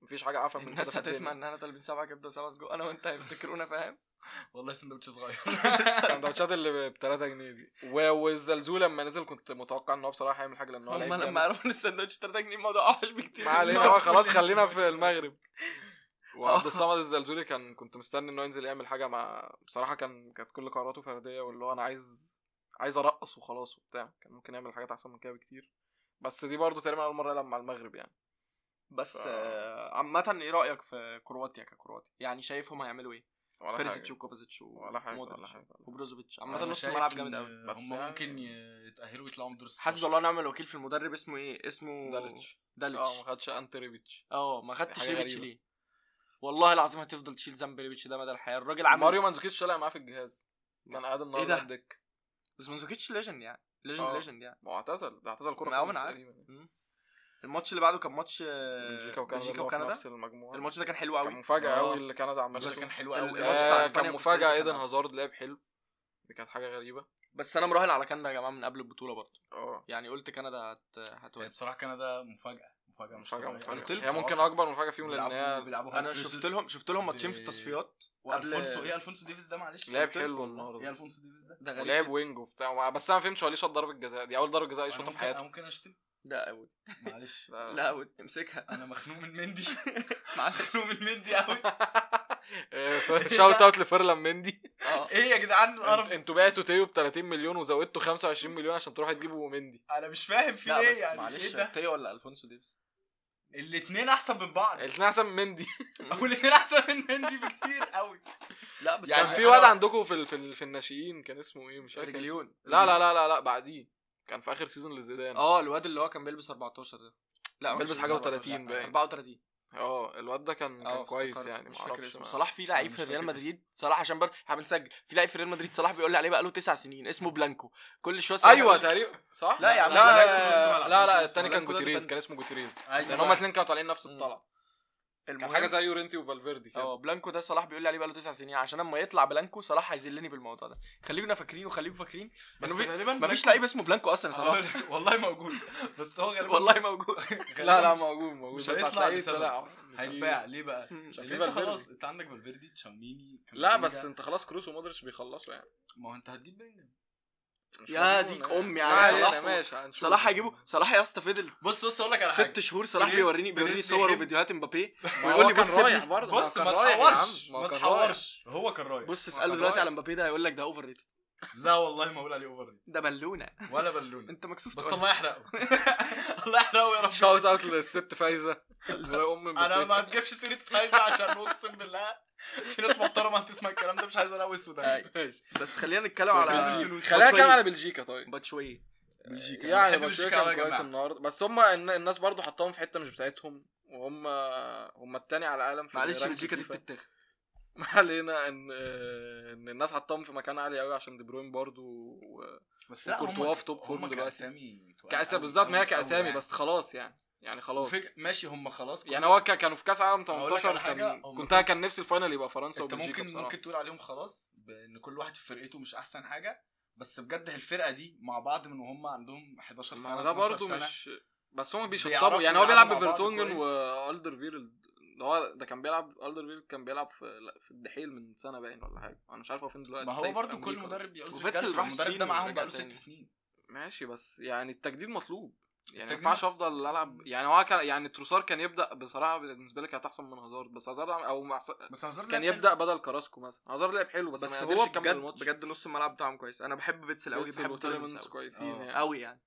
Speaker 2: مفيش حاجه عفن من كده
Speaker 1: الناس
Speaker 2: في الدنيا. (laughs)
Speaker 1: هتسمع ان انا طالبين سبعه كبده وسبعه سجق انا وانت هيفتكرونا فاهم
Speaker 3: والله سندوتش صغير
Speaker 2: السندوتشات اللي ب 3 جنيه دي و- والزلزول لما نزل كنت متوقع ان هو بصراحه هيعمل حاجه لان هو
Speaker 1: هم
Speaker 2: لعيب
Speaker 1: لما
Speaker 2: جامد.
Speaker 1: عرفوا ان السندوتش ب 3 جنيه الموضوع اوحش بكتير
Speaker 2: ما علينا بقى، خلاص خلينا في المغرب وعبد الصمد الزلزولي كان كنت مستني انه ينزل يعمل حاجه مع بصراحه كان كانت كل قراراته فرديه واللي هو انا عايز عايز ارقص وخلاص وبتاع كان ممكن يعمل حاجات احسن من كده بكتير بس دي برضه تقريبا اول مره يلعب مع المغرب يعني
Speaker 1: بس
Speaker 2: ف-
Speaker 1: آه، عامة ايه رأيك في كرواتيا ككرواتيا؟ يعني شايفهم هيعملوا ايه؟
Speaker 2: ولا
Speaker 1: بيريسيتش
Speaker 2: حاجة.
Speaker 1: وكوفازيتش
Speaker 2: ولا حاجة، ولا
Speaker 1: ومودريتش
Speaker 2: حاجة.
Speaker 1: وبروزوفيتش عامة نص الملعب جامد قوي
Speaker 2: بس
Speaker 3: هم
Speaker 2: يعني-
Speaker 3: ممكن ي- يتاهلوا ويطلعوا من دور
Speaker 1: حسبي
Speaker 3: نعم.
Speaker 1: الله ونعم الوكيل في المدرب اسمه ايه؟ اسمه
Speaker 2: دالتش اه ما
Speaker 1: دالتش
Speaker 2: خدش انت ريبيتش
Speaker 1: اه ما خدتش
Speaker 2: حاجة
Speaker 1: ريبيتش
Speaker 2: غريبة.
Speaker 1: ليه؟ والله العظيم هتفضل تشيل ذنب ريبيتش ده مدى الحياة الراجل عمل
Speaker 2: ماريو مانزوكيتش طلع معاه في الجهاز كان قاعد النهارده
Speaker 1: ده؟
Speaker 2: على الدكه
Speaker 1: بس مانزوكيتش ليجند يعني ليجند
Speaker 2: آه.
Speaker 1: ليجند يعني
Speaker 2: ما هو اعتزل ده اعتزل كوره
Speaker 1: ما هو
Speaker 2: خالص
Speaker 1: أنا عارف.
Speaker 2: تقريبا يعني.
Speaker 1: مم. الماتش اللي بعده كان ماتش آه،
Speaker 2: بلجيكا وكندا بلجيكا وكندا نفس المجموعه
Speaker 1: الماتش ده كان حلو قوي
Speaker 2: كان مفاجاه
Speaker 3: آه.
Speaker 2: قوي اللي كندا عملت
Speaker 3: بس
Speaker 2: كده.
Speaker 3: كان حلو قوي
Speaker 1: الماتش بتاع
Speaker 2: آه،
Speaker 1: إسبانيا
Speaker 2: كان مفاجاه
Speaker 1: وكوستاريكا
Speaker 2: ايدن
Speaker 1: كان-
Speaker 2: هازارد لعب حلو دي كانت حاجه غريبه
Speaker 1: بس انا مراهن على كندا يا جماعة من قبل البطولة برضه
Speaker 2: اه
Speaker 1: يعني قلت كندا هت
Speaker 3: هي
Speaker 1: هتوقع
Speaker 3: بصراحه كندا مفاجاه مفاجاه مش آه،
Speaker 2: مفاجاه
Speaker 3: طبيعية.
Speaker 1: قلت
Speaker 2: مفاجاه
Speaker 1: لكم
Speaker 2: هي ممكن اكبر مفاجاه فيهم لان
Speaker 3: بيلعبوا
Speaker 2: هي
Speaker 3: بيلعبوا
Speaker 1: انا شفت لهم شفت لهم ماتشين في التصفيات قبل-
Speaker 3: الفونسو ايه الفونسو ديفيز ده معلش
Speaker 2: لعب
Speaker 3: قلت لكم.
Speaker 2: حلو
Speaker 3: ايه
Speaker 2: النهارده
Speaker 3: الفونسو ديفيز ده
Speaker 1: ده غريب
Speaker 2: ولعب
Speaker 1: جداً.
Speaker 2: وينج وبتاع بس انا ما فهمتش هو ليه شاط ضربه جزاء دي اول ضربه جزاء
Speaker 3: أنا
Speaker 2: يشوطها إيه، في
Speaker 3: ممكن- انا
Speaker 2: حياته
Speaker 3: ممكن اشتم
Speaker 1: لا أوي
Speaker 3: معلش
Speaker 2: (laughs)
Speaker 1: لا (laughs) أوي امسكها
Speaker 3: انا مخنوق من مندي
Speaker 1: معلش
Speaker 3: مخنوق من مندي (laughs) قوي
Speaker 2: شاوت اوت لفيرلان مندي
Speaker 1: (laughs) اه
Speaker 3: ايه يا جدعان
Speaker 2: انت-
Speaker 3: القرف
Speaker 2: انتوا بعتوا تيو ب 30 مليون وزودتوا 25 مليون عشان تروحوا تجيبوا مندي
Speaker 3: انا مش فاهم (laughs) في
Speaker 1: لا
Speaker 3: ايه
Speaker 1: بس
Speaker 3: يعني ايه
Speaker 1: معلش
Speaker 3: ده
Speaker 1: تيو ولا الفونسو ديفيز
Speaker 3: الاثنين احسن من بعض
Speaker 2: الاثنين احسن من مندي
Speaker 3: او الاثنين احسن من مندي بكتير قوي
Speaker 1: لا بس
Speaker 3: يعني
Speaker 2: كان في
Speaker 3: أنا-
Speaker 2: واد عندكم في ال- في, ال- في الناشئين كان اسمه ايه مش فاكر اسمه.
Speaker 1: رجليون
Speaker 2: لا لا لا لا لا بعديه كان في اخر سيزون لزيدان
Speaker 1: اه الواد اللو اللي هو كان بيلبس 14 ده لا
Speaker 2: بيلبس
Speaker 1: مش
Speaker 2: حاجه
Speaker 1: بيلبس
Speaker 2: و30
Speaker 3: لا،
Speaker 2: باين
Speaker 1: 34
Speaker 2: اه الواد ده كان
Speaker 1: اه
Speaker 2: كان كويس
Speaker 1: افتكرت.
Speaker 2: يعني
Speaker 1: مش فاكر
Speaker 2: معرفش
Speaker 1: اسمه
Speaker 2: ما-
Speaker 1: صلاح في لعيب
Speaker 3: مش
Speaker 1: في ريال
Speaker 3: فاكر اسمه.
Speaker 1: مدريد صلاح عشان بر احنا بنسجل في لعيب في ريال مدريد صلاح بيقول لي عليه بقاله تسع سنين اسمه بلانكو كل شويه صلاح
Speaker 2: ايوه
Speaker 1: يقول لي-
Speaker 2: تقريبا صح
Speaker 1: لا يا عم،
Speaker 2: لا
Speaker 1: بلانكو نص
Speaker 2: لا
Speaker 1: ملعب،
Speaker 2: لا,
Speaker 1: بلانكو نص
Speaker 2: التاني كان
Speaker 1: ملعب، بلانكو ده
Speaker 2: جوتيريز
Speaker 1: دفن.
Speaker 2: كان اسمه جوتيريز
Speaker 3: ايوه
Speaker 2: لان هما الاثنين كانوا طالعين نفس
Speaker 1: مم.
Speaker 2: الطلعه كان
Speaker 1: المهم-
Speaker 2: حاجه زي يورنتي وفالفيردي كده
Speaker 1: اه بلانكو ده صلاح بيقول لي عليه بقاله تسع سنين عشان اما يطلع بلانكو صلاح هيذلني بالموضوع ده خلينا فاكرين وخليكم فاكرين
Speaker 3: بس
Speaker 1: إنه في-
Speaker 3: غالبا
Speaker 1: مفيش لعيب اسمه بلانكو اصلا يا
Speaker 2: (laughs)
Speaker 1: صلاح (laughs)
Speaker 3: صلاح والله موجود بس هو غالبا
Speaker 1: والله موجود
Speaker 3: غالباً
Speaker 2: لا لا موجود موجود
Speaker 3: مش
Speaker 2: بس
Speaker 3: هيطلع
Speaker 2: هتلاقيه
Speaker 3: بسبب.
Speaker 2: طلع.
Speaker 3: هيتباع ليه بقى؟
Speaker 2: عشان
Speaker 3: لأن
Speaker 2: في
Speaker 3: انت
Speaker 2: فالفيردي.
Speaker 3: خلاص انت عندك فالفيردي تشاوميني
Speaker 2: لا
Speaker 3: كامافينجا.
Speaker 2: بس انت خلاص كروس ومودريتش بيخلصوا يعني
Speaker 3: ما هو انت هتجيب بلينجهام
Speaker 2: مش
Speaker 1: يا
Speaker 2: مضمون
Speaker 1: ديك أمي
Speaker 2: ما
Speaker 1: يعني
Speaker 2: علينا،
Speaker 1: صلاح و-
Speaker 2: ماشي هنشوف.
Speaker 1: صلاح هيجيبه صلاح يا اسطى فضل
Speaker 3: بص بص اقول لك على حاجه
Speaker 1: ست شهور صلاح
Speaker 3: بيريز-
Speaker 1: بيوريني بيوريني
Speaker 3: بيريز
Speaker 1: صور
Speaker 3: بيحب-
Speaker 1: وفيديوهات امبابي
Speaker 2: ما
Speaker 1: ويقول
Speaker 2: هو
Speaker 1: لي
Speaker 2: كان
Speaker 1: بص يا
Speaker 2: رايح
Speaker 1: ابني،
Speaker 2: برضه هو
Speaker 3: بص
Speaker 2: كان
Speaker 3: ما
Speaker 2: رايح يا عم،
Speaker 3: تحورش
Speaker 2: هو
Speaker 3: ما
Speaker 2: كان رايح.
Speaker 3: تحورش هو كان رايح
Speaker 1: بص
Speaker 2: ما
Speaker 1: اساله
Speaker 2: كان
Speaker 1: دلوقتي
Speaker 2: رايح.
Speaker 1: على مبابي ده هيقول لك ده اوفر ريتد
Speaker 3: لا والله ما اقول عليه اوفر ريت
Speaker 1: ده بالونه
Speaker 3: ولا
Speaker 1: (laughs)
Speaker 3: بالونه
Speaker 1: انت مكسوف
Speaker 3: بس
Speaker 1: تقول.
Speaker 3: الله يحرقه (laughs) الله يحرقه يا رب
Speaker 2: شاوت اوت للست فايزه
Speaker 1: (laughs)
Speaker 2: (laughs) ام
Speaker 3: انا
Speaker 2: مبابي.
Speaker 3: ما تجيبش سيره فايزه عشان اقسم بالله في ناس محترمه هتسمع الكلام ده مش عايز انا اسود يعني
Speaker 2: ماشي
Speaker 1: بس خلينا نتكلم
Speaker 2: (laughs)
Speaker 1: على
Speaker 2: بلجيكا.
Speaker 3: الفلوس.
Speaker 2: خلينا نتكلم
Speaker 1: باتشوي.
Speaker 2: على بلجيكا طيب
Speaker 1: باتشوي
Speaker 3: بلجيكا أنا
Speaker 2: يعني
Speaker 3: بحب
Speaker 2: بلجيكا
Speaker 3: أوي يا
Speaker 2: كان كويس
Speaker 3: جماعة.
Speaker 2: النهارده بس هم الناس برضو حطاهم في حته مش بتاعتهم وهم هم التاني على العالم في
Speaker 1: معلش
Speaker 2: الرانك
Speaker 1: بلجيكا دي
Speaker 2: فيفا.
Speaker 1: بتتاخد
Speaker 2: (laughs) ما علينا ان ان الناس حطاهم في مكان عالي قوي عشان دي بروين برضو و-
Speaker 3: بس لا
Speaker 2: وكورتوا
Speaker 3: هم
Speaker 2: في توب فورم
Speaker 3: هم
Speaker 2: دلوقتي.
Speaker 3: كاسامي تقال
Speaker 2: كاسامي
Speaker 3: أوي
Speaker 2: بالظبط ما هي
Speaker 3: أوي أوي
Speaker 2: كاسامي
Speaker 3: يعني.
Speaker 2: بس خلاص يعني يعني خلاص
Speaker 3: وفك... ماشي هم خلاص
Speaker 2: يعني هو ك- كانوا في كاس عالم
Speaker 3: هقول لك
Speaker 2: 18
Speaker 3: على حاجة،
Speaker 2: كان
Speaker 3: هم
Speaker 2: كنت
Speaker 3: كان-
Speaker 2: كان نفسي الفاينل يبقى فرنسا
Speaker 3: انت
Speaker 2: وبلجيكا
Speaker 3: ممكن
Speaker 2: بصراحة.
Speaker 3: ممكن تقول عليهم خلاص بان كل واحد في فرقته مش احسن حاجه بس بجد الفرقه دي مع بعض من وهم عندهم 11
Speaker 2: ما
Speaker 3: سنه
Speaker 2: ده
Speaker 3: 12
Speaker 2: برضه
Speaker 3: سنة.
Speaker 2: مش بس هم بيشطبوا
Speaker 3: بيعرفوا
Speaker 2: يعني هو بيلعب
Speaker 3: يلعبوا مع بعض
Speaker 2: بفيرتونجن
Speaker 3: كويس.
Speaker 2: والدر فيرلد اللي هو ده كان بيلعب الدر فيرلد كان بيلعب في لا، في الدحيل من سنه باين ولا حاجه انا مش عارف هو فين دلوقتي
Speaker 3: ما هو
Speaker 2: تلاقيه في
Speaker 3: برضه كل
Speaker 2: أمريكا ولا-
Speaker 3: مدرب بيعوز
Speaker 1: وفيتسل
Speaker 3: رجالته.
Speaker 1: راح
Speaker 3: المدرب
Speaker 1: الصين
Speaker 3: ده معاهم
Speaker 1: ورجع
Speaker 3: بقاله 6
Speaker 1: تاني.
Speaker 3: سنين
Speaker 2: ماشي بس يعني التجديد مطلوب يعني ما
Speaker 3: التجديد
Speaker 2: ينفعش افضل العب يعني هو كان يعني تروسار كان يبدا بصراحه بالنسبه لي كانت احسن من هازارد بس هازارد عم- او مع-
Speaker 3: بس هازارد
Speaker 2: كان
Speaker 3: لعب
Speaker 2: يبدا بدل كراسكو مثلا هازارد لعب حلو بس,
Speaker 1: بس
Speaker 2: ما
Speaker 1: هو
Speaker 2: قدرش يكمل
Speaker 1: بجد
Speaker 2: الماتش
Speaker 1: بجد نص الملعب بتاعهم كويس انا بحب بيتسل قوي
Speaker 2: بيتسل
Speaker 1: بحب
Speaker 2: وتيلمنز
Speaker 1: تيلمنس
Speaker 2: كويسين
Speaker 3: آه.
Speaker 2: يعني
Speaker 1: قوي يعني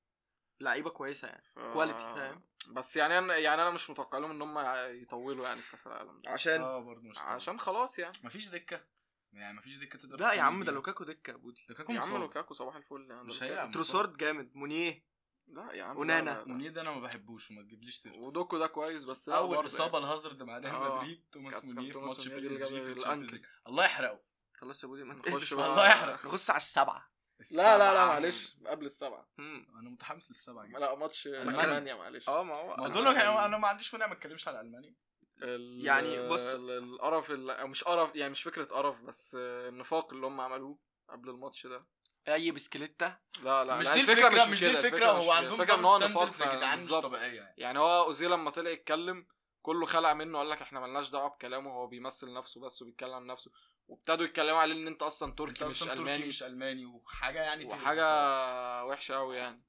Speaker 1: لعيبه كويسه يعني
Speaker 2: ف-
Speaker 1: quality، فاهم؟
Speaker 2: بس يعني انا يعني انا مش متوقع لهم ان هم يطولوا يعني في كاس العالم ده.
Speaker 1: عشان
Speaker 3: اه برضه مش عشان
Speaker 2: عشان خلاص يعني
Speaker 3: مفيش دكه يعني مفيش دكه تقدر
Speaker 1: لا يا
Speaker 3: تكمل
Speaker 1: عم ده
Speaker 3: بيها.
Speaker 1: لوكاكو دكه يا بودي
Speaker 3: لوكاكو
Speaker 2: يا عم
Speaker 3: مصاب.
Speaker 2: لوكاكو صباح الفل يعني
Speaker 3: مش
Speaker 2: لوكاكو.
Speaker 3: هيلعب.
Speaker 1: تروسارد جامد مونيه
Speaker 2: لا يا عم
Speaker 1: ونانا.
Speaker 2: لا، لا، لا.
Speaker 3: مونيه ده انا ما بحبوش وما تجيبليش سيرته
Speaker 2: ودوكو ده كويس بس لا
Speaker 3: اول
Speaker 2: برضه
Speaker 3: اصابه لهازارد مع ريال
Speaker 2: آه.
Speaker 3: مدريد توماس
Speaker 2: كابتن
Speaker 3: مونيه في
Speaker 2: توماس
Speaker 3: ماتش
Speaker 2: مونيه
Speaker 3: بي
Speaker 2: اللي جاب
Speaker 3: اس جي في
Speaker 2: الأنكل.
Speaker 3: الشامبيونز ليج الله يحرقه
Speaker 1: خلاص يا بودي ما
Speaker 2: يعني نخش
Speaker 1: (laughs) تقلقش
Speaker 2: بقى.
Speaker 1: والله يحرق إيه، نخش على السبعه
Speaker 2: لا لا لا
Speaker 3: السبعة.
Speaker 2: معلش قبل السبعه
Speaker 1: مم.
Speaker 3: انا متحمس للسبعه جدا
Speaker 2: لا ماتش
Speaker 3: ألمانيا.
Speaker 2: المانيا معلش
Speaker 3: أه.
Speaker 1: اه ما هو
Speaker 3: ما
Speaker 1: أنا-
Speaker 3: دول انا أنا ما عنديش مانع ما اتكلمش على المانيا
Speaker 2: ال-
Speaker 1: يعني بص-
Speaker 2: ال- القرف ال- أو مش قرف يعني مش فكره قرف بس آه، النفاق اللي هم عملوه قبل الماتش ده
Speaker 1: اي بسكليتا
Speaker 2: لا لا
Speaker 3: مش
Speaker 2: لا،
Speaker 3: دي الفكره مش دي
Speaker 2: كده،
Speaker 3: الفكره
Speaker 2: مش
Speaker 3: هو
Speaker 2: كده.
Speaker 3: عندهم
Speaker 2: الفكره ان هو
Speaker 3: كام
Speaker 2: نفاق
Speaker 3: ستاندردز يا جدعان مش
Speaker 2: بالظبط.
Speaker 3: طبيعيه يعني
Speaker 2: يعني هو اوزيل لما طلع يتكلم كله خلع منه قال لك احنا ملناش دعوه بكلامه هو بيمثل نفسه بس وبيتكلم عن نفسه وابتدوا يتكلموا عليه ان انت اصلا
Speaker 3: انت
Speaker 2: تركي مش
Speaker 3: اصلا تركي
Speaker 2: الماني
Speaker 3: مش الماني وحاجه يعني تقرف بصراحة.
Speaker 2: وحاجه وحشه قوي يعني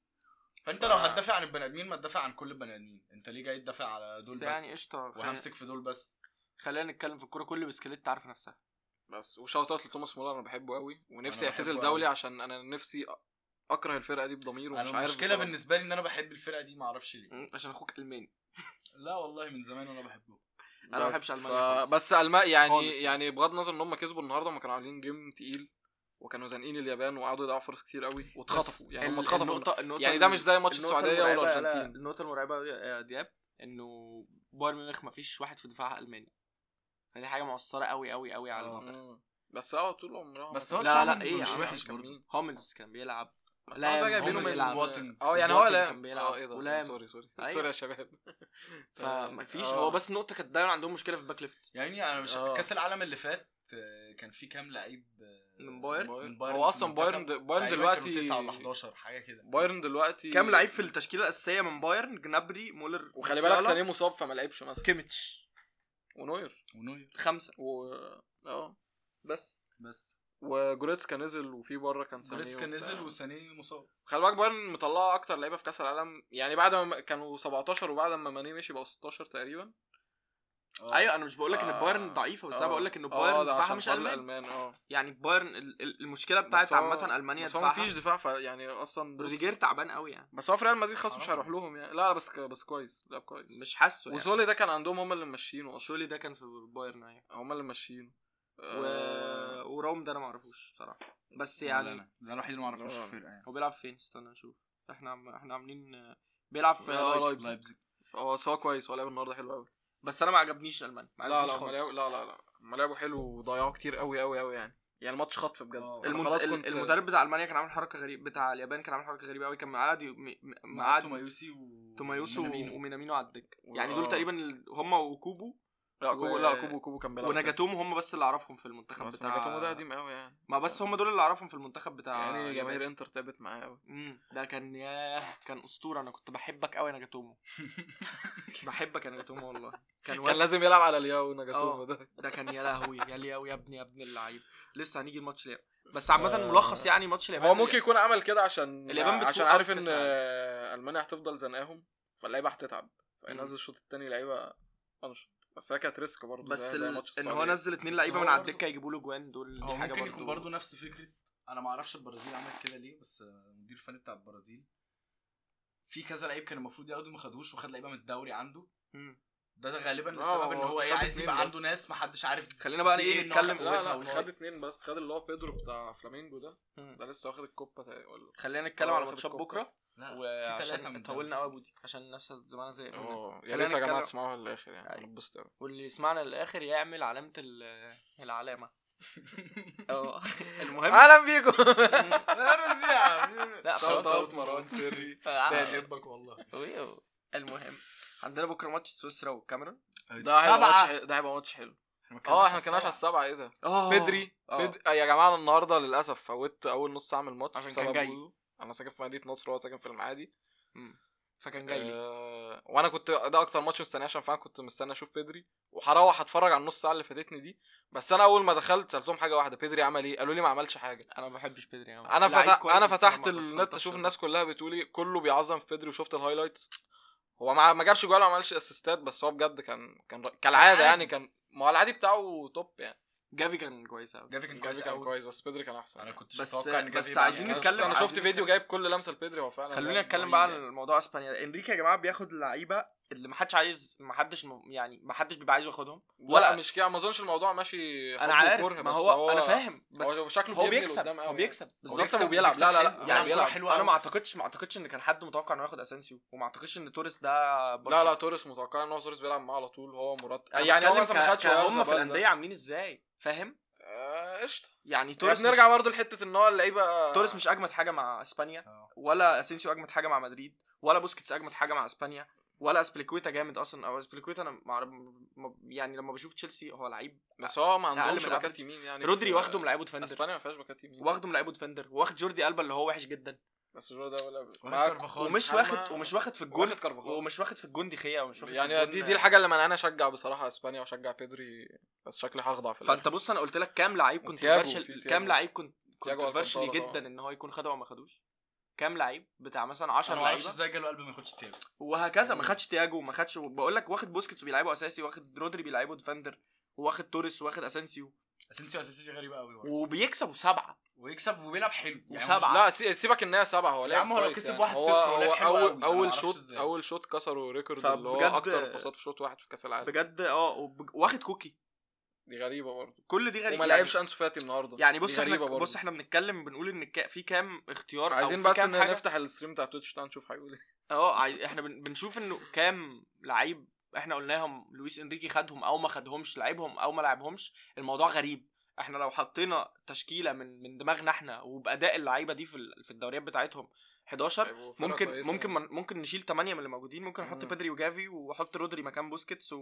Speaker 3: فانت لو هتدافع عن البني ادمين ما تدافع عن كل البني ادمين انت ليه جاي تدافع على دول
Speaker 1: بس
Speaker 3: بس
Speaker 1: يعني قشطه خلينا-
Speaker 3: وهمسك في دول بس
Speaker 1: خلينا نتكلم في الكوره كل بسكليتا عارفه نفسها
Speaker 2: بس وشوت اوت لتوماس مولر انا بحبه قوي ونفسي
Speaker 3: أنا
Speaker 2: يعتزل
Speaker 3: بحبه أوي.
Speaker 2: دولي عشان انا نفسي أ- اكره الفرقه دي بضمير ومش
Speaker 3: انا
Speaker 2: عارف
Speaker 3: المشكله
Speaker 2: بسبب-
Speaker 3: بالنسبه لي ان انا بحب الفرقه دي ما اعرفش ليه
Speaker 1: مم. عشان اخوك الماني
Speaker 3: لا والله من زمان وانا بحبه
Speaker 1: أنا ما
Speaker 2: بس
Speaker 1: بحبش ألمانيا خالص.
Speaker 2: بس المانيا يعني
Speaker 1: خالص يعني.
Speaker 2: يعني بغض النظر ان هم كسبوا النهارده هم كانوا عاملين جيم تقيل وكانوا زانقين اليابان وقعدوا يضيعوا فرص كتير قوي واتخطفوا يعني هم
Speaker 1: ال-
Speaker 2: (laughs) اتخطفوا
Speaker 1: النقطه النقطه
Speaker 2: يعني ده
Speaker 1: ال-
Speaker 2: مش زي ماتش
Speaker 1: النقطة
Speaker 2: السعوديه
Speaker 1: المرعبة- لا،
Speaker 2: والارجنتين
Speaker 1: النقطه المرعبه يا دياب انه بايرن ميونخ مفيش واحد في دفاعها الماني فدي حاجه مؤثره قوي قوي قوي على
Speaker 3: آه.
Speaker 1: المنتخب
Speaker 2: مم. بس هو طول عمره
Speaker 3: بس هو
Speaker 1: لا، لا،
Speaker 3: طبعاً
Speaker 1: إيه يا
Speaker 3: مش
Speaker 1: عم،
Speaker 3: وحش
Speaker 2: يعني كان
Speaker 3: برضه
Speaker 2: مين؟
Speaker 1: هوملز كان بيلعب
Speaker 2: بس
Speaker 1: لا،
Speaker 2: هو ده
Speaker 1: يا
Speaker 2: جايبينه
Speaker 1: عم،
Speaker 2: من
Speaker 1: بيلعب.
Speaker 2: الوطن اه يعني هو
Speaker 1: الوطن
Speaker 2: لا
Speaker 1: كان بيلعب.
Speaker 2: اه ايه ده
Speaker 1: ولام.
Speaker 2: سوري سوري
Speaker 3: أيوه.
Speaker 1: أيوة.
Speaker 2: سوري يا
Speaker 3: (laughs)
Speaker 2: شباب
Speaker 1: فمفيش
Speaker 2: آه.
Speaker 1: هو بس نقطه كانت دايما عندهم مشكله في الباك ليفت
Speaker 3: يعني انا مش
Speaker 2: آه.
Speaker 3: كاس العالم اللي فات آه، كان في كام لعيب آه،
Speaker 1: من بايرن؟
Speaker 3: من بايرن
Speaker 2: هو
Speaker 3: في
Speaker 2: اصلا
Speaker 3: المنتخب.
Speaker 2: بايرن د- بايرن
Speaker 3: تقريباً كانوا
Speaker 2: دلوقتي
Speaker 3: 9 ولا 11 حاجه كده
Speaker 2: بايرن دلوقتي
Speaker 1: كام لعيب في التشكيله الاساسيه من بايرن جنابري مولر
Speaker 2: وخلي بالك
Speaker 1: سيالا،
Speaker 2: سانيه مصاب فما لعبش مثلا
Speaker 1: كيميتش
Speaker 2: ونوير
Speaker 3: ونوير
Speaker 1: خمسه
Speaker 2: و اه
Speaker 1: بس
Speaker 3: بس
Speaker 2: وجوريتسكا نزل وفي بره كان سانيه
Speaker 3: جوريتسكا
Speaker 2: وبتاع.
Speaker 3: نزل وسانيه مصاب
Speaker 2: خلي بالك بايرن مطلعه اكتر لعيبه في كاس العالم يعني بعد ما كانوا 17 وبعد ما ماني مشي بقوا 16 تقريبا
Speaker 3: آه.
Speaker 1: ايوه انا مش بقول لك
Speaker 2: آه.
Speaker 1: ان بايرن ضعيفه بس انا
Speaker 2: آه.
Speaker 1: بقول لك ان
Speaker 2: آه،
Speaker 1: بايرن
Speaker 2: ده
Speaker 1: دفاعها
Speaker 2: عشان
Speaker 1: مش
Speaker 2: حوار
Speaker 1: الماني
Speaker 2: الالمان اه
Speaker 1: يعني بايرن ال- ال- المشكله بتاعت
Speaker 2: هو-
Speaker 1: عامه المانيا
Speaker 2: بس هو مفيش
Speaker 1: دفاعها
Speaker 2: دفاع ف- يعني اصلا
Speaker 1: روديجير تعبان قوي يعني
Speaker 2: بس هو في ريال مدريد خلاص مش
Speaker 3: حرام.
Speaker 2: هيروح لهم يعني لا بس ك- بس كويس لا كويس
Speaker 1: مش حاسه يعني
Speaker 2: وسولي ده كان عندهم هم اللي ماشيينه اصلا
Speaker 1: شولي ده كان في بايرن ايوه
Speaker 2: هم اللي ماشيينه آه،
Speaker 1: و... وراوم ده انا ما اعرفوش بصراحه بس
Speaker 3: لا،
Speaker 1: يعني
Speaker 3: لا، لا. ده الوحيد اللي ما اعرفوش في
Speaker 2: آه.
Speaker 3: الفرقه يعني
Speaker 1: هو بيلعب فين استنى نشوف احنا عم... احنا عاملين آه، بيلعب في
Speaker 2: لا،
Speaker 1: لايبزيج.
Speaker 2: آه، لايبزيج.
Speaker 3: لايبزيج
Speaker 2: هو سواء كويس هو لعب النهارده حلو قوي
Speaker 1: بس انا ما عجبنيش المانيا ما
Speaker 2: لا إيه؟ لا
Speaker 1: عجبنيش
Speaker 2: هم
Speaker 1: خالص.
Speaker 2: لعبوا- لا لا لا هم لعبوا حلو وضيعوا كتير قوي قوي قوي يعني يعني الماتش خطف بجد
Speaker 3: آه.
Speaker 2: أنا
Speaker 1: المد...
Speaker 2: خلاص
Speaker 1: ال-
Speaker 2: كنت-
Speaker 1: المدرب بتاع المانيا كان عامل حركه غريبه بتاع اليابان كان عامل حركه غريبه قوي كان معاه دي... م... م-
Speaker 3: مع
Speaker 1: معاه
Speaker 3: تومايوسي و
Speaker 1: تومايوسو
Speaker 3: ومينامينو.
Speaker 1: ومينامينو على الدكه يعني دول
Speaker 2: آه.
Speaker 1: تقريبا ال... هم وكوبو
Speaker 2: لا كوبو
Speaker 1: و-
Speaker 2: لا كوبو كوبو كان بيلعب
Speaker 1: وناجاتومو هم بس اللي اعرفهم في
Speaker 2: أساسي.
Speaker 1: المنتخب
Speaker 2: بس
Speaker 1: بتاع
Speaker 2: ناجاتومو ده قديم قوي يعني
Speaker 1: ما بس هم دول اللي اعرفهم في المنتخب بتاع
Speaker 2: يعني
Speaker 1: اليابان.
Speaker 2: جماهير انتر تعبت معاه قوي
Speaker 1: امم ده كان ياه كان اسطوره انا كنت بحبك قوي يا
Speaker 2: (laughs)
Speaker 1: ناجاتومو بحبك يا ناجاتومو والله كان
Speaker 2: كان
Speaker 1: واد
Speaker 2: لازم يلعب على لياو ناجاتومو
Speaker 1: آه.
Speaker 2: ده
Speaker 1: ده كان يا لهوي يا لياو يا ابني يا ابن اللعيب لسه هنيجي الماتش اليابان بس عامه
Speaker 2: آه.
Speaker 1: ملخص يعني ماتش اليابان
Speaker 2: هو ممكن يكون عمل كده عشان
Speaker 1: اليابان بتفوق
Speaker 2: عشان عارف
Speaker 1: أكتر
Speaker 2: ان
Speaker 1: ساعة.
Speaker 2: آه، المانيا هتفضل زنقاهم فاللعيبه هتتعب فينزل الشوط الثاني لعيبه انشط بس هي كانت ريسك برضه
Speaker 1: بس
Speaker 2: زي, زي
Speaker 1: ال-
Speaker 2: ماتش
Speaker 1: ان هو
Speaker 2: السعودية.
Speaker 1: نزل اتنين
Speaker 3: بس
Speaker 1: لعيبه
Speaker 3: هو
Speaker 1: من على
Speaker 3: برضه-
Speaker 1: الدكه يجيبوا له جوان دول دي
Speaker 3: هو
Speaker 1: حاجه
Speaker 3: ممكن يكون
Speaker 1: برضه
Speaker 3: برضه نفس فكره انا ما اعرفش البرازيل عملت كده ليه بس آه، المدير الفني بتاع البرازيل في كذا لعيب كان المفروض ياخده ما خدوش وخد لعيبه من الدوري عنده
Speaker 1: مم.
Speaker 3: ده, ده غالبا
Speaker 2: آه،
Speaker 3: السبب ان
Speaker 2: هو
Speaker 3: هو ايه
Speaker 2: خد
Speaker 3: عايز
Speaker 2: اتنين
Speaker 3: يبقى
Speaker 2: بس.
Speaker 3: عنده ناس ما حدش عارف
Speaker 1: خلينا بقى
Speaker 3: دي
Speaker 1: ايه
Speaker 3: إن هو
Speaker 1: نتكلم
Speaker 3: خد-
Speaker 2: لا
Speaker 3: قوتها
Speaker 2: لا
Speaker 3: والله.
Speaker 2: خد اتنين بس خد اللي هو بيدرو بتاع فلامينجو ده
Speaker 1: مم. اه،
Speaker 2: ده لسه واخد الكوبا تقريباً، ولا
Speaker 1: خلينا نتكلم
Speaker 2: آه،
Speaker 1: على
Speaker 2: واخد
Speaker 1: ماتشات
Speaker 2: الكوبا.
Speaker 1: بكره
Speaker 3: لا في ثلاثه
Speaker 1: وعشان
Speaker 3: من
Speaker 1: طولنا
Speaker 3: طولنا
Speaker 1: قوي يا بودي عشان الناس زمانها زي
Speaker 2: اه يا
Speaker 1: خلينا
Speaker 2: ريت يا
Speaker 1: نتكلم.
Speaker 2: جماعه تسمعوها للاخر يعني
Speaker 1: أيوة.
Speaker 2: انا اتبسطت أوي.
Speaker 1: واللي يسمعنا للاخر يعمل علامه ال- العلامه اه (laughs) المهم
Speaker 2: اهلا
Speaker 1: (laughs)
Speaker 2: بيكم
Speaker 1: لا آه،
Speaker 3: شوت اوت
Speaker 1: شوت
Speaker 3: مروان
Speaker 2: (laughs)
Speaker 3: سري ده
Speaker 1: اوت
Speaker 3: يحبك والله
Speaker 1: أيوه. المهم عندنا بكره ماتش سويسرا والكاميرون
Speaker 2: ده هيبقى ماتش
Speaker 3: السبعة.
Speaker 2: حلو- ده هيبقى ماتش حلو
Speaker 3: إحنا ما
Speaker 2: اه احنا ما كناش
Speaker 3: اتكلمناش
Speaker 2: على السبعه ايه ده
Speaker 1: اه
Speaker 2: بدري
Speaker 1: آه.
Speaker 2: بدري آه، يا جماعه انا النهارده للاسف فوتت اول نص ساعه من الماتش
Speaker 1: عشان
Speaker 2: بسبب
Speaker 1: كان جاي.
Speaker 2: وجوده. انا ساكن في مدينه نصر وهو ساكن في المعادي
Speaker 1: فكان جاي لي
Speaker 2: آه وانا كنت ده اكتر ماتش مستنيه عشان فعلا كنت مستني اشوف بدري وهروح اتفرج على النص ساعه اللي فاتتني دي بس انا اول ما دخلت سالتهم حاجه واحده بدري عمل ايه قالوا لي ما عملش حاجه
Speaker 1: انا ما بحبش بدري أوي.
Speaker 2: انا
Speaker 1: آه، لعيب
Speaker 2: فتح
Speaker 1: كويس
Speaker 2: انا
Speaker 1: بس
Speaker 2: فتحت
Speaker 1: ما- ما
Speaker 2: النت
Speaker 1: بستلطفش
Speaker 2: اشوف
Speaker 1: أوي.
Speaker 2: الناس كلها بتقولي كله بيعظم في بدري وشفت الهايلايتس هو ما ما جابش جوال وما عملش اسيستات بس هو بجد كان كان كالعاده
Speaker 3: عادي.
Speaker 2: يعني كان ما هو العادي بتاعه توب يعني
Speaker 1: جافي كان كويس قوي
Speaker 3: جافي كان كويس
Speaker 2: كان
Speaker 3: قوي
Speaker 2: كويس بس بدري كان احسن
Speaker 3: انا
Speaker 2: يعني.
Speaker 3: كنت
Speaker 1: بس-
Speaker 3: متوقع ان
Speaker 1: بس
Speaker 3: جافي يبقى
Speaker 1: عايزين
Speaker 3: يعني
Speaker 1: نتكلم-
Speaker 2: انا
Speaker 3: أصلاً.
Speaker 2: شفت
Speaker 1: عايزين
Speaker 2: فيديو
Speaker 1: نتكلم-
Speaker 2: جايب كل لمسه لبدري هو فعلا
Speaker 1: خلونا
Speaker 2: لاعب
Speaker 1: نتكلم
Speaker 2: رهيب
Speaker 1: بقى
Speaker 2: يعني.
Speaker 1: عن موضوع اسبانيا انريكي يا جماعه بياخد اللعيبه اللي ما حدش عايز ما حدش م... يعني ما حدش بيبقى عايز ياخدهم
Speaker 2: لا
Speaker 1: ولا-
Speaker 2: مش كده ما اظنش الموضوع ماشي حب
Speaker 1: انا عارف
Speaker 2: وكره،
Speaker 1: ما
Speaker 2: بس
Speaker 1: هو, انا فاهم بس
Speaker 2: هو شكله
Speaker 1: هو
Speaker 2: بيبني
Speaker 1: بيكسب
Speaker 2: لقدام
Speaker 1: هو
Speaker 2: قوي
Speaker 1: بيكسب
Speaker 2: هو
Speaker 1: بالظبط
Speaker 2: بيكسب
Speaker 1: هو
Speaker 2: وبيلعب لا لا
Speaker 3: حلو.
Speaker 2: لا
Speaker 1: يعني
Speaker 2: يعني
Speaker 3: بيلعب كورة
Speaker 2: بيلعب
Speaker 3: حلوة
Speaker 1: انا
Speaker 3: أوي.
Speaker 1: ما اعتقدش ما اعتقدش ان كان حد متوقع انه ياخد اسانسيو وما اعتقدش ان توريس ده
Speaker 2: لا لا توريس متوقع ان هو توريس بيلعب معاه على طول هو مرتب
Speaker 1: يعني
Speaker 2: يعني هو مثلا ما
Speaker 1: ك...
Speaker 2: خدش ولا
Speaker 1: هم في
Speaker 2: بالون ده.
Speaker 1: الانديه عاملين ازاي فاهم
Speaker 2: آه، قشطه
Speaker 1: يعني
Speaker 2: توريس
Speaker 1: توريس
Speaker 2: نرجع
Speaker 1: مش...
Speaker 2: برضه لحته ان هو اللعيبه
Speaker 1: توريس مش اجمد حاجه مع اسبانيا
Speaker 2: آه.
Speaker 3: اه
Speaker 1: ولا اسينسيو اجمد حاجه مع مدريد ولا بوسكيتس اجمد حاجه مع اسبانيا ولا اسبليكويتا جامد اصلا او اسبليكويتا انا معرف... يعني لما بشوف تشيلسي هو لعيب
Speaker 2: بس هو ما
Speaker 1: أقل
Speaker 2: عندهمش
Speaker 1: من
Speaker 2: باكات
Speaker 1: الأفريج.
Speaker 2: يمين يعني
Speaker 1: رودري
Speaker 2: في-
Speaker 1: واخده من لعيبه ديفندر
Speaker 2: اسبانيا ما فيهاش باكات يمين
Speaker 1: واخده من لعيبه ديفندر واخد جوردي البا اللي هو وحش جدا
Speaker 2: بس الجو ده ولا
Speaker 3: واخد
Speaker 2: معاك
Speaker 3: كارفاخال.
Speaker 1: ومش
Speaker 2: أنا
Speaker 1: واخد
Speaker 2: ما-
Speaker 1: ومش واخد في الجون
Speaker 2: واخد كارفاخال
Speaker 1: ومش واخد في الجون دخيه ومش واخد في
Speaker 2: يعني
Speaker 1: الجون-
Speaker 2: دي دي الحاجه اللي منعاني اشجع بصراحه اسبانيا واشجع بيدري بس شكلي هخضع في
Speaker 1: فانت بص انا قلت لك كام لعيب كنت
Speaker 2: وتياجو، في
Speaker 1: فيرشل
Speaker 2: تياجو.
Speaker 1: كام لعيب كنت
Speaker 2: تياجو
Speaker 1: كنت فيرشلي
Speaker 2: ألكانتارا طبعا.
Speaker 1: جدا ان هو يكون خده وما خدوش كام لعيب بتاع مثلا 10
Speaker 3: انا ما اعرفش
Speaker 1: لعيبه
Speaker 3: ازاي جاله قلب ما ياخدش تاني
Speaker 1: وهكذا ما
Speaker 2: مم.
Speaker 1: خدش تياجو ما خدش بقول لك واخد بوسكيتس وبيلعبه اساسي واخد رودري بيلعبه ديفندر واخد توريس واخد اسانسيو
Speaker 3: اسينسيو اساسي دي غريبه قوي برضه.
Speaker 1: وبيكسب سبعه
Speaker 3: ويكسب وبيلعب حلو يعني
Speaker 1: وسبعة.
Speaker 3: مش-
Speaker 2: الآخر. لا سي- سيبك ان هي سبعه هو
Speaker 3: يا
Speaker 2: لعب
Speaker 3: عم هو لو
Speaker 2: كويس
Speaker 3: كسب
Speaker 2: يعني.
Speaker 3: 1-0
Speaker 2: هو
Speaker 3: هو لعب
Speaker 2: هو
Speaker 3: حلو أوي.
Speaker 2: اول
Speaker 3: أنا
Speaker 2: اول
Speaker 3: معرفش
Speaker 2: شوت
Speaker 3: إزاي.
Speaker 2: اول شوت كسروا ريكورد
Speaker 1: فبجد-
Speaker 2: اللي هو اكتر باصات في شوط واحد في كاس العالم
Speaker 1: بجد اه وب- واخد كوكي
Speaker 2: دي غريبه برضه
Speaker 1: كل دي غريبه
Speaker 2: وما لعبش انسو فاتي النهارده
Speaker 1: يعني
Speaker 2: دي
Speaker 1: بص احنا
Speaker 2: غريبة برضه.
Speaker 1: بص احنا بنتكلم بنقول ان كا- في كام اختيار
Speaker 2: عايزين
Speaker 1: او في
Speaker 2: بس
Speaker 1: كام
Speaker 2: ان
Speaker 1: حاجه
Speaker 2: نفتح الستريم بتاع تويتش بتاع نشوف هيقول ايه
Speaker 1: اه عاي- احنا بن- بنشوف انه كام لعيب احنا قلناهم لويس انريكي خدهم او ما خدهمش لعبهم او ما لعبهمش الموضوع غريب احنا لو حطينا تشكيله من من دماغنا احنا وباداء اللعيبه دي في ال- في الدوريات بتاعتهم 11
Speaker 2: هيبقوا فرقة
Speaker 1: ممكن
Speaker 2: كويسة
Speaker 1: ممكن
Speaker 2: يعني.
Speaker 1: من ممكن نشيل 8 من اللي موجودين ممكن احط
Speaker 2: مم.
Speaker 1: بيدري وجافي واحط رودري مكان بوسكيتس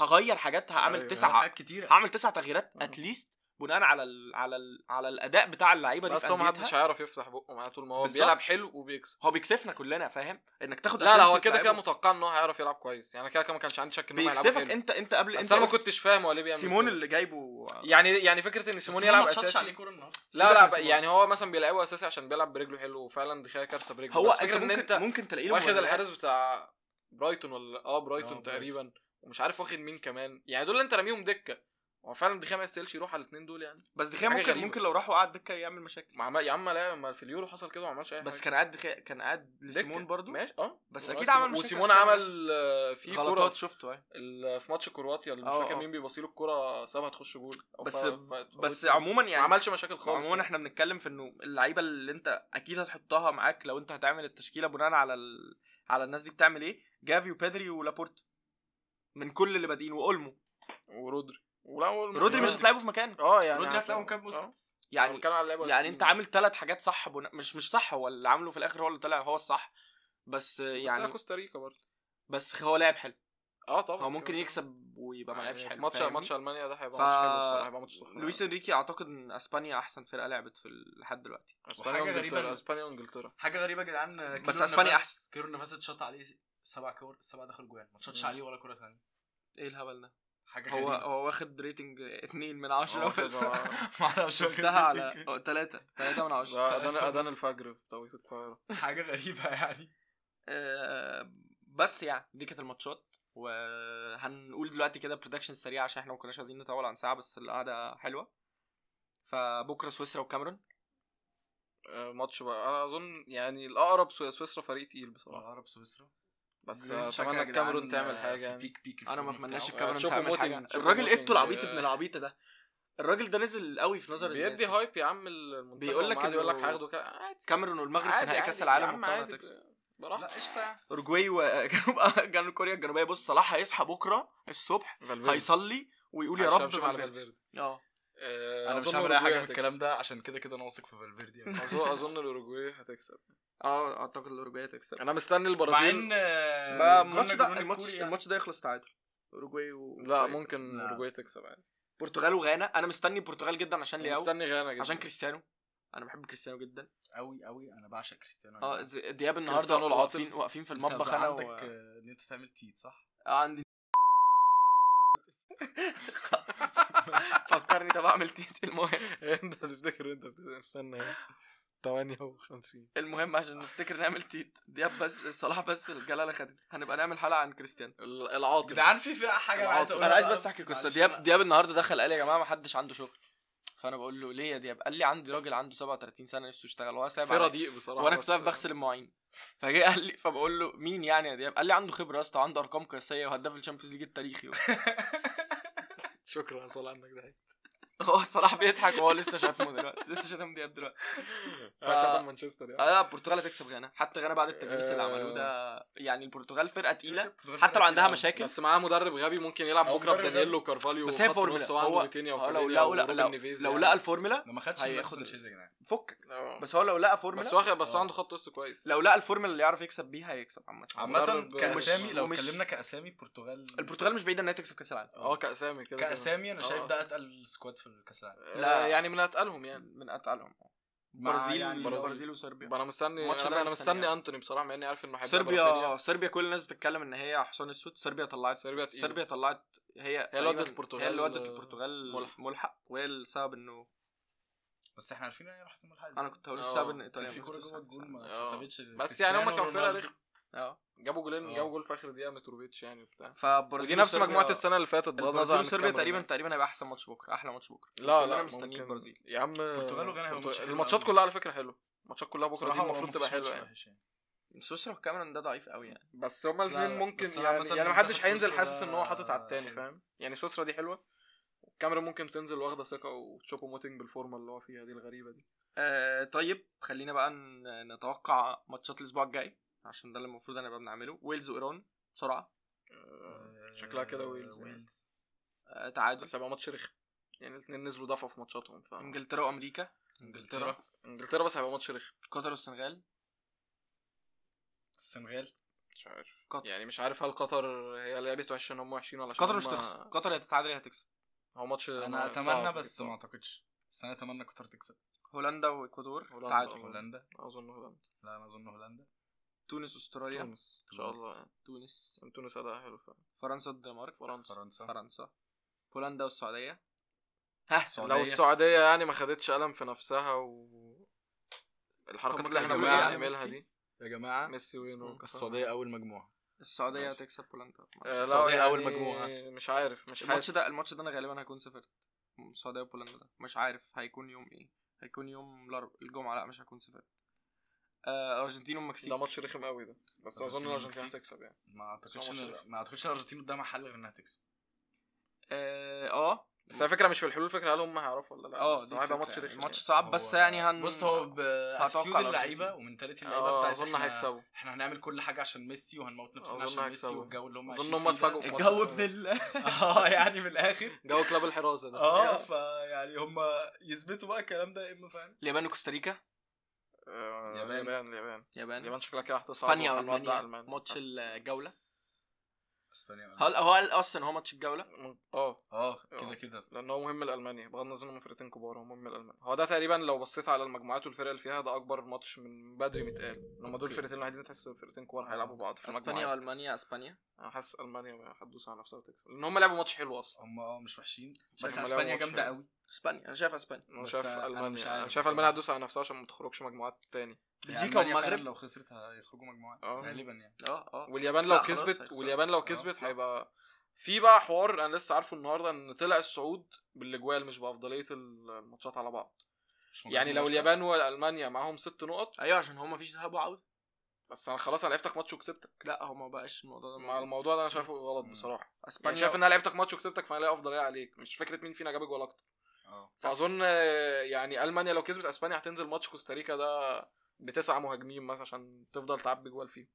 Speaker 1: وهغير حاجات هعمل
Speaker 2: أيوة.
Speaker 1: تسعه
Speaker 3: حاجات كتيره
Speaker 1: هعمل تسع تغييرات
Speaker 2: مم.
Speaker 1: اتليست بناء على ال على ال على الاداء بتاع اللعيبه دي
Speaker 2: بس
Speaker 1: في
Speaker 2: هو ما
Speaker 1: أنديتها.
Speaker 2: حدش هيعرف يفتح بقه معاه طول ما هو
Speaker 1: بالظبط.
Speaker 2: بيلعب حلو وبيكسب
Speaker 1: هو بيكسفنا كلنا فاهم انك تاخد
Speaker 2: لا لا
Speaker 1: أسينسيو
Speaker 2: هو كده كده
Speaker 1: تلعبه.
Speaker 2: متوقع ان هو هيعرف يلعب كويس يعني كده كده ما كانش عندي شك ان هو هيلعب
Speaker 1: بيكسفك
Speaker 2: حلو
Speaker 1: انت انت قبل انت
Speaker 2: بس يعني انا ما
Speaker 1: قبل-
Speaker 2: كنتش فاهم هو ليه بيعمل
Speaker 1: سيمون
Speaker 2: كده.
Speaker 1: اللي جايبه
Speaker 2: يعني يعني فكره ان سيمون
Speaker 3: بس هو
Speaker 2: يلعب
Speaker 3: ما تشطش عليه
Speaker 2: اساسي
Speaker 3: كوره النهارده
Speaker 2: لا
Speaker 1: سيبك من
Speaker 2: لا بقى-
Speaker 1: سيمون.
Speaker 2: يعني هو مثلا بيلعبه اساسي عشان بيلعب برجله حلو وفعلا دي خيا كارثه برجله
Speaker 1: هو
Speaker 2: بس
Speaker 1: انت
Speaker 2: فكره ان
Speaker 1: ممكن
Speaker 2: انت
Speaker 1: ممكن تلاقيه له
Speaker 2: واخد
Speaker 1: مهاجمات.
Speaker 2: الحارس بتاع برايتون ولا اه
Speaker 3: آه، برايتون.
Speaker 2: برايتون تقريبا ومش عارف واخد مين كمان يعني دول اللي انت راميهم دكه هو فعلا دي خيا ما يستاهلش يروح على الاثنين دول يعني
Speaker 1: بس دخيا
Speaker 2: حاجة
Speaker 1: ممكن
Speaker 2: غريبة.
Speaker 1: ممكن لو راح وقعد دكه يعمل مشاكل
Speaker 2: مع يا عم لا ما في اليورو حصل كده وما عملش اي حاجه
Speaker 1: بس كان قاعد دخيا كان قاعد
Speaker 2: دكة.
Speaker 1: لسيمون برضو
Speaker 2: ماشي اه
Speaker 1: بس
Speaker 2: هو
Speaker 1: أكيد
Speaker 2: سيمون-
Speaker 1: عمل مشاكل
Speaker 2: وسيمون
Speaker 1: عشان كده
Speaker 2: عمل آه، في كوره
Speaker 1: غلطات شفته يعني
Speaker 2: ال- في ماتش كرواتيا اللي مش
Speaker 1: آه،
Speaker 2: فاكر
Speaker 1: آه.
Speaker 2: مين بيبصيله الكوره سابها تخش جول أو
Speaker 1: بس-
Speaker 2: ف- ف-
Speaker 1: بس
Speaker 2: فوت-
Speaker 1: عموما
Speaker 2: ما
Speaker 1: يعني
Speaker 2: عملش مشاكل خالص
Speaker 1: عموما
Speaker 2: يعني.
Speaker 1: احنا بنتكلم في انه اللعيبه اللي انت اكيد هتحطها معاك لو انت هتعمل التشكيله بناء على ال... على الناس دي بتعمل ايه جافي وبيدري ولابورت من كل اللي بادئين واولمو
Speaker 2: ورودري ولا هو-
Speaker 1: رودري مش
Speaker 3: رودري.
Speaker 1: هتلاعبه في مكانه
Speaker 2: اه يعني
Speaker 3: رودري
Speaker 2: هتلاقي-
Speaker 3: هتلاقوا مكان
Speaker 2: آه.
Speaker 3: بوسكيتس
Speaker 2: يعني
Speaker 1: يعني
Speaker 2: بتكلم على اللعيبه
Speaker 1: يعني انت عامل ثلاث حاجات صح بنا... مش مش صح هو اللي عامله في الاخر هو اللي طلع هو الصح بس
Speaker 2: يعني
Speaker 1: يعني
Speaker 2: كوستاريكا برضه
Speaker 1: بس هو لاعب حلو
Speaker 2: اه طبعا
Speaker 1: هو ممكن
Speaker 2: كده.
Speaker 1: يكسب ويبقى ما
Speaker 2: يعني
Speaker 1: لعبش
Speaker 2: في
Speaker 1: حلو
Speaker 2: ماتش
Speaker 1: فاهمني؟
Speaker 2: ماتش المانيا ده هيبقى
Speaker 1: ف-
Speaker 2: ماتش حلو بصراحه هيبقى ماتش سخن
Speaker 1: لويس انريكي اعتقد ان اسبانيا احسن فرقه لعبت في ال- لحد دلوقتي
Speaker 2: اسبانيا
Speaker 3: وحاجة
Speaker 2: وانجلترا
Speaker 3: غريبة-
Speaker 2: اسبانيا وانجلترا
Speaker 3: حاجه غريبه يا جدعان كيرو
Speaker 1: بس أسبانيا
Speaker 3: نافاس-
Speaker 1: أحسن.
Speaker 3: كيرو نفاس اتشط عليه سبع كور سبع دخل جوان ما اتشطش
Speaker 2: مم.
Speaker 3: عليه ولا كوره ثانيه
Speaker 2: إيه
Speaker 1: ايه الهبل ده
Speaker 3: حاجه
Speaker 1: هو
Speaker 3: غريبه
Speaker 1: هو واخد ريتنج 2 من
Speaker 2: آه،
Speaker 1: (laughs) 10
Speaker 2: ده-
Speaker 3: ما اعرفش
Speaker 1: شفتها
Speaker 2: (laughs)
Speaker 1: على 3 3 من 10
Speaker 2: ده اذان اذان الفجر بتوقيت القاهره
Speaker 3: حاجه غريبه يعني
Speaker 1: آه، بس يعني دي كانت الماتشات وهنقول دلوقتي كده برودكشن سريع عشان احنا ما كناش عايزين نطول عن ساعه بس القعده حلوه فبكره سويسرا والكاميرون
Speaker 2: آه، ماتش بقى انا اظن يعني الاقرب سو- سويسرا فريق تقيل بصراحه
Speaker 3: اقرب سويسرا
Speaker 2: بس
Speaker 3: جرين
Speaker 2: آه،
Speaker 3: شاكا
Speaker 2: اتمنى
Speaker 3: يا جدعان
Speaker 2: الكاميرون تعمل
Speaker 3: في
Speaker 2: حاجه يعني.
Speaker 3: بيك بيك
Speaker 1: انا ما
Speaker 2: (laughs)
Speaker 3: الفورم
Speaker 1: اتمناش
Speaker 3: بتاعه.
Speaker 1: الكاميرون
Speaker 2: تشوفوا
Speaker 1: تعمل حاجه
Speaker 2: موتينج- تشوفوا
Speaker 1: الراجل
Speaker 2: موتينج.
Speaker 1: ايتو العبيط ابن العبيطه ده الراجل ده نزل قوي في نظر الناس
Speaker 2: بيدي هايب يا عم المنتخب
Speaker 1: بيقول لك
Speaker 2: ومعاه بيقول لك
Speaker 1: إنه-
Speaker 2: هياخدوا كده عادي
Speaker 1: الكاميرون والمغرب في
Speaker 2: عادي،
Speaker 1: نهائي
Speaker 2: عادي.
Speaker 1: كاس
Speaker 2: يا
Speaker 1: العالم
Speaker 2: عم
Speaker 1: والقاهرة
Speaker 2: عادي،
Speaker 1: هتكسب.
Speaker 2: براحتك
Speaker 3: لا قشطه يعني.
Speaker 1: اورجواي وجنوب (laughs) جنوب كوريا الجنوبيه بص صلاح هيصحى بكره الصبح هيصلي ويقول يا رب
Speaker 2: على
Speaker 1: فالفيردي.
Speaker 2: فالفيردي
Speaker 1: اه
Speaker 3: انا مش هعمل اي حاجه في الكلام ده عشان كده كده انا واثق في فالفيردي يعني.
Speaker 1: (laughs)
Speaker 2: اظن اظن الاوروجواي هتكسب
Speaker 1: اه اعتقد الاورجواي هتكسب
Speaker 2: انا مستني
Speaker 3: مع
Speaker 2: البرازيل
Speaker 3: ان آه،
Speaker 1: بقى
Speaker 3: جولنا
Speaker 1: الماتش
Speaker 3: جولنا
Speaker 1: ده الماتش
Speaker 3: الكوري يعني.
Speaker 1: الماتش ده يخلص تعادل اورجواي و
Speaker 2: لا ممكن
Speaker 3: لا.
Speaker 2: الاوروجواي تكسب عادي
Speaker 1: البرتغال وغانا انا مستني البرتغال جدا عشان لياو
Speaker 2: مستني غانا جدا
Speaker 1: عشان كريستيانو انا بحب كريستيانو جدا
Speaker 3: قوي قوي انا بعشق كريستيانو
Speaker 1: اه
Speaker 3: يعني.
Speaker 1: ز- دياب النهارده
Speaker 2: آه. كريستيانو العاطل.
Speaker 1: واقفين واقفين في
Speaker 3: أنت
Speaker 1: المطبخ
Speaker 3: بقى
Speaker 1: انا
Speaker 3: عندك
Speaker 1: و-
Speaker 3: آه، ان انت تعمل تيت صح؟
Speaker 1: آه، عندي (laughs) فكرني طب اعمل تيت المهم
Speaker 2: (laughs) انت هتفتكر إيه؟ انت بت-
Speaker 1: (laughs)
Speaker 2: استنى اهي. 58
Speaker 1: المهم عشان نفتكر نعمل تيت دياب بس صلاح بس الجلاله خدت هنبقى نعمل حلقه عن كريستيانو
Speaker 2: ال- العاطل
Speaker 3: جدعان في فئه حاجه انا عايز اقولها
Speaker 1: انا عايز
Speaker 3: بقى.
Speaker 1: بس احكي قصه
Speaker 3: معلش أنا-
Speaker 1: دياب دياب النهارده دخل قال يا جماعه ما حدش عنده شغل فانا بقول له ليه يا دياب قال لي عندي راجل عنده 37 سنه نفسه يشتغل وانا سايب
Speaker 2: في
Speaker 1: عليا.
Speaker 2: رديء بصراحه
Speaker 1: وانا
Speaker 2: بس-
Speaker 1: طيب، كنت واقف بغسل المواعين فجه قال لي فبقول له مين يعني يا دياب قال لي عنده خبره يا اسطى عنده ارقام قياسيه وهداف الشامبيونز ليج التاريخي
Speaker 2: شكرا يا صلاح انك ضحكت
Speaker 1: (laughs) هو صلاح بيضحك وهو لسه شاتمه دلوقتي لسه شاتم دياب دلوقتي
Speaker 2: فشتم مانشستر
Speaker 1: آه
Speaker 2: يعني
Speaker 1: لا البرتغال هتكسب غانا حتى غانا بعد التجنيس اللي
Speaker 2: آه.
Speaker 1: عملوه ده يعني البرتغال فرقه تقيله حتى لو عندها مشاكل
Speaker 2: بس معاه مدرب غبي ممكن يلعب
Speaker 3: أو
Speaker 2: بكره
Speaker 3: مدرب
Speaker 2: بدانييلو وكارفاليو
Speaker 1: بس هي
Speaker 2: وخط
Speaker 1: فورمولا.
Speaker 2: نص
Speaker 1: هو-
Speaker 2: وعنده فيتينيا
Speaker 1: هو لو
Speaker 2: وكوريليا
Speaker 1: لقوا لو
Speaker 2: وروبن
Speaker 1: لو,
Speaker 2: نيفيز
Speaker 1: لو
Speaker 2: يعني.
Speaker 1: لقى الفورمولا
Speaker 3: لو ما خدش
Speaker 1: هياخد
Speaker 3: هياخد يا جماعه
Speaker 1: فك
Speaker 2: آه.
Speaker 1: بس هو لو لقى فورمولا
Speaker 2: بس واخد بس
Speaker 3: آه.
Speaker 2: عنده خط وسط كويس
Speaker 1: لو لقى الفورمولا اللي يعرف يكسب بيها هيكسب عامه
Speaker 2: آه.
Speaker 3: عامة
Speaker 2: مدرب-
Speaker 3: كأسامي
Speaker 1: ومش-
Speaker 3: لو
Speaker 1: ومش-
Speaker 3: اتكلمنا كأسامي البرتغال
Speaker 1: البرتغال مش بعيده انها تكسب كاس العالم
Speaker 2: اه كاسامي كده كده.
Speaker 3: كأسامي أنا
Speaker 2: آه.
Speaker 3: شايف ده أتقل سكواد في الكأس العالم
Speaker 1: لا.
Speaker 2: لا يعني من اتقالهم يعني
Speaker 1: من اتقلهم
Speaker 3: مع
Speaker 1: برازيل
Speaker 3: يعني
Speaker 2: برازيل.
Speaker 1: برازيل وصربيا
Speaker 2: انا مستني
Speaker 1: الماتش
Speaker 2: انا
Speaker 1: ده
Speaker 2: انا
Speaker 1: مستني يعني.
Speaker 2: مستني انتوني بصراحه مع اني عارف انه هيبقى
Speaker 1: صربيا
Speaker 2: برازيليا.
Speaker 1: صربيا كل الناس بتتكلم ان هي حصان اسود صربيا طلعت
Speaker 2: صربيا تقيلة.
Speaker 1: صربيا طلعت هي
Speaker 2: هي اللي
Speaker 1: تقريباً-
Speaker 2: ودت البرتغال
Speaker 1: هي اللي ودت البرتغال
Speaker 2: ملحق.
Speaker 1: ملحق, وهي السبب انه
Speaker 3: بس احنا عارفين يعني راحت الملحق ازاي
Speaker 1: انا كنت هقول
Speaker 2: آه.
Speaker 1: السبب ان
Speaker 3: كان
Speaker 1: ايطاليا
Speaker 3: في كورة
Speaker 1: ممكن
Speaker 3: جوه
Speaker 1: تكسب
Speaker 3: الجول
Speaker 1: كأس
Speaker 3: ما
Speaker 2: آه.
Speaker 3: اتحسبتش
Speaker 2: بس يعني هم
Speaker 3: كريستيانو
Speaker 2: كانوا فرقه
Speaker 3: رونالدو.
Speaker 2: رخمه
Speaker 1: العالم. اه
Speaker 2: جابوا جولين
Speaker 3: آه.
Speaker 2: جابوا جول في اخر دقيقه متروفيتش يعني وبتاع
Speaker 1: فبرازيل
Speaker 2: ودي نفس
Speaker 1: وصربيا-
Speaker 2: مجموعه السنه اللي فاتت بغض النظر
Speaker 1: البرازيل
Speaker 2: عن
Speaker 1: وصربيا
Speaker 2: الكاميرون
Speaker 1: تقريبا
Speaker 2: يعني.
Speaker 1: تقريبا هيبقى احسن ماتش بكره احلى ماتش بكره
Speaker 2: لا
Speaker 1: كلنا
Speaker 2: لا
Speaker 1: مستنيين
Speaker 2: ممكن.
Speaker 1: البرازيل
Speaker 2: يا عم
Speaker 3: البرتغال وغانا هيبقوا ماتش حلو
Speaker 2: الماتشات
Speaker 3: أوي.
Speaker 2: كلها على فكره حلوه الماتشات كلها بكره دي
Speaker 3: بصراحة هو
Speaker 2: المفروض تبقى
Speaker 3: مفيش
Speaker 2: حلوه
Speaker 3: ماتش
Speaker 2: يعني
Speaker 3: وحش يعني
Speaker 1: سويسرا والكاميرون ده ضعيف قوي يعني
Speaker 2: بس هما
Speaker 3: لا،
Speaker 2: الاثنين
Speaker 3: لا،
Speaker 2: ممكن
Speaker 3: بس أنا
Speaker 2: يعني
Speaker 3: عامة
Speaker 2: يعني محدش
Speaker 3: منتخب
Speaker 2: هينزل
Speaker 3: سويسرا
Speaker 2: حاسس ان هو حاطط على
Speaker 3: ده
Speaker 2: التاني
Speaker 3: حلو.
Speaker 2: فاهم يعني سويسرا دي حلوه والكاميرون ممكن تنزل واخده ثقه وتشوبو موتينج بالفورمه اللي هو فيها دي الغريبه دي
Speaker 1: آه طيب خلينا بقى ن- نتوقع ماتشات الاسبوع الجاي عشان ده اللي المفروض هنبقى بنعمله ويلز وايران بسرعه
Speaker 3: آه.
Speaker 2: شكلها كده ويلز يعني.
Speaker 3: ويلز
Speaker 1: آه تعادل
Speaker 2: بس هيبقى ماتش رخم يعني الاثنين نزلوا ضعفوا في ماتشاتهم ف
Speaker 1: انجلترا وامريكا
Speaker 3: انجلترا
Speaker 2: انجلترا بس هيبقى ماتش رخم
Speaker 1: قطر والسنغال
Speaker 3: السنغال
Speaker 2: مش عارف
Speaker 1: قطر
Speaker 2: يعني مش عارف هل قطر هي لعبت وحشه ان هم وحشين ولا عشان
Speaker 1: قطر مش
Speaker 2: هم-
Speaker 1: تخسر قطر يا تتعادل يا هتكسب
Speaker 2: هو ماتش
Speaker 3: انا اتمنى
Speaker 2: آه، صعب
Speaker 3: بس
Speaker 2: جدا.
Speaker 3: ما اعتقدش بس انا اتمنى قطر تكسب
Speaker 1: هولندا واكوادور
Speaker 2: هولندا.
Speaker 1: تعادل
Speaker 2: آه.
Speaker 3: هولندا
Speaker 2: اظن هولندا
Speaker 3: لا انا اظن هولندا
Speaker 1: تونس واستراليا ان
Speaker 2: تونس ان شاء الله يعني.
Speaker 1: تونس
Speaker 2: تونس اداء حلو فعلا
Speaker 1: فرنسا والدنمارك
Speaker 2: فرنسا
Speaker 3: فرنسا
Speaker 1: فرنسا بولندا والسعوديه
Speaker 2: لو السعودية يعني ما خدتش قلم في نفسها و الحركات
Speaker 1: هما
Speaker 2: اللي احنا
Speaker 1: كانوا
Speaker 2: كنا
Speaker 1: بيعملوا
Speaker 2: بنعملها
Speaker 1: ميسي.
Speaker 2: دي
Speaker 3: يا جماعه
Speaker 2: ميسي وينه
Speaker 3: السعوديه اول مجموعه
Speaker 1: السعوديه
Speaker 2: ماشي.
Speaker 1: هتكسب بولندا
Speaker 2: آه لا
Speaker 3: السعودية
Speaker 2: يعني
Speaker 3: أول مجموعة.
Speaker 2: مش عارف مش
Speaker 1: الماتش
Speaker 2: حاسس
Speaker 1: ده الماتش ده انا غالبا هكون سافرت السعوديه وبولندا ده مش عارف هيكون يوم ايه هيكون يوم الأر- الجمعه لا مش هكون سافرت آه، ارجنتين والمكسيك
Speaker 2: ده ماتش رخم قوي ده بس اظن
Speaker 3: أرجنتين
Speaker 2: الارجنتين
Speaker 3: والمكسيك.
Speaker 2: هتكسب يعني
Speaker 3: ما اعتقدش
Speaker 2: هو
Speaker 3: ان
Speaker 2: ماتش رخم.
Speaker 3: ما اعتقدش ان الارجنتين قدامها حل غير انها تكسب
Speaker 1: اه اه
Speaker 2: بس على فكرة مش في الحلول الفكرة هل هم هيعرفوا ولا لا
Speaker 1: آه،
Speaker 2: بس
Speaker 1: دي
Speaker 2: هو هيبقى
Speaker 1: الفكرة.
Speaker 2: ماتش رخم
Speaker 1: الماتش
Speaker 2: يعني.
Speaker 1: صعب بس
Speaker 3: هو-
Speaker 1: يعني هن
Speaker 3: بص هو باتيتيود
Speaker 1: الأرجنتين.
Speaker 3: اللعيبه ومنتاليتي اللعيبه
Speaker 2: آه
Speaker 3: بتاعت
Speaker 2: اظن
Speaker 3: إحنا-
Speaker 2: هيكسبوا
Speaker 3: احنا هنعمل كل حاجه عشان ميسي وهنموت نفسنا
Speaker 2: أظن
Speaker 3: عشان ميسي
Speaker 2: هيكسبوا.
Speaker 3: والجو اللي هم
Speaker 2: أظن
Speaker 3: عايشين
Speaker 2: هم
Speaker 3: فيه ده.
Speaker 2: اتفاجئوا في ماتش.
Speaker 3: (laughs)
Speaker 1: الجو ابن ال
Speaker 3: اه يعني من الاخر
Speaker 2: جو كلاب الحراسة ده آه،
Speaker 3: اه فيعني هم يثبتوا بقى الكلام ده يا اما فعلا
Speaker 1: اليابان وكوستاريكا
Speaker 2: آه،
Speaker 3: اليابان.
Speaker 2: اليابان اليابان
Speaker 1: اليابان
Speaker 2: اليابان شكلها كده هتصعد
Speaker 1: اسبانيا
Speaker 2: وهنودع
Speaker 1: والمانيا
Speaker 2: ألمانيا.
Speaker 1: يعني ماتش
Speaker 2: بس-
Speaker 1: الجوله
Speaker 3: اسبانيا
Speaker 1: هل هو قال اصلا هو ماتش الجوله
Speaker 2: اه
Speaker 3: اه
Speaker 2: آه.
Speaker 3: كده كده
Speaker 2: لان هو مهم لالمانيا بغض النظر انهم فرقتين كبار هو مهم لالمانيا هو ده تقريبا لو بصيت على المجموعات والفرق اللي فيها ده اكبر ماتش من بدري متقال ان هم دول
Speaker 3: أوكي.
Speaker 2: الفرقتين الوحيدين اللي تحس فرقتين كبار هيلعبوا بعض في
Speaker 1: اسبانيا
Speaker 2: المجموعات
Speaker 1: والمانيا اسبانيا
Speaker 2: انا حاسس المانيا هتدوس على نفسها وتكسب لان هم لعبوا ماتش حلو اصلا
Speaker 3: هم اه مش وحشين
Speaker 2: شايف
Speaker 3: بس
Speaker 2: هم لعبوا
Speaker 3: اسبانيا
Speaker 2: ماتش
Speaker 3: جامده
Speaker 2: حلو.
Speaker 3: قوي
Speaker 1: اسبانيا انا شايف اسبانيا
Speaker 2: انا
Speaker 3: بس
Speaker 2: شايف
Speaker 3: أنا مش عارف
Speaker 2: المانيا انا شايف
Speaker 3: بصراحة.
Speaker 2: المانيا هتدوس على نفسها عشان ما تخرجش مجموعات تاني
Speaker 1: بلجيكا
Speaker 3: يعني ألمانيا فعلا
Speaker 1: والمغرب
Speaker 3: لو خسرت هيخرجوا مجموعات
Speaker 2: آه.
Speaker 3: غالبا يعني
Speaker 1: اه اه
Speaker 2: واليابان
Speaker 1: لا،
Speaker 2: لو
Speaker 1: خلاص
Speaker 2: كسبت
Speaker 1: هيكسبوا.
Speaker 2: واليابان لو
Speaker 1: آه.
Speaker 2: كسبت هيبقى في بقى حوار انا لسه عارفه النهارده ان طلع السعود بالاجوال مش بافضليه الماتشات على بعض
Speaker 3: مش
Speaker 2: يعني
Speaker 3: مجموعة
Speaker 2: لو
Speaker 3: مش
Speaker 2: اليابان والمانيا معاهم ست نقط
Speaker 1: ايوه عشان هو مفيش ذهاب وعوده
Speaker 2: بس انا خلاص انا لعبتك ماتش وكسبتك
Speaker 1: لا هو ما بقاش الموضوع ده
Speaker 2: مع الموضوع ده انا شايفه غلط
Speaker 3: مم.
Speaker 2: بصراحه يعني
Speaker 1: اسبانيا
Speaker 2: شايف ان انا لعبتك ماتش وكسبتك فانا ليا افضليه إيه عليك مش فكره مين فينا جاب جول اكتر
Speaker 3: اه
Speaker 2: فاظن آه، يعني المانيا لو كسبت اسبانيا هتنزل ماتش كوستاريكا ده بتسعه مهاجمين مثلا عشان تفضل تعبي جوال فيه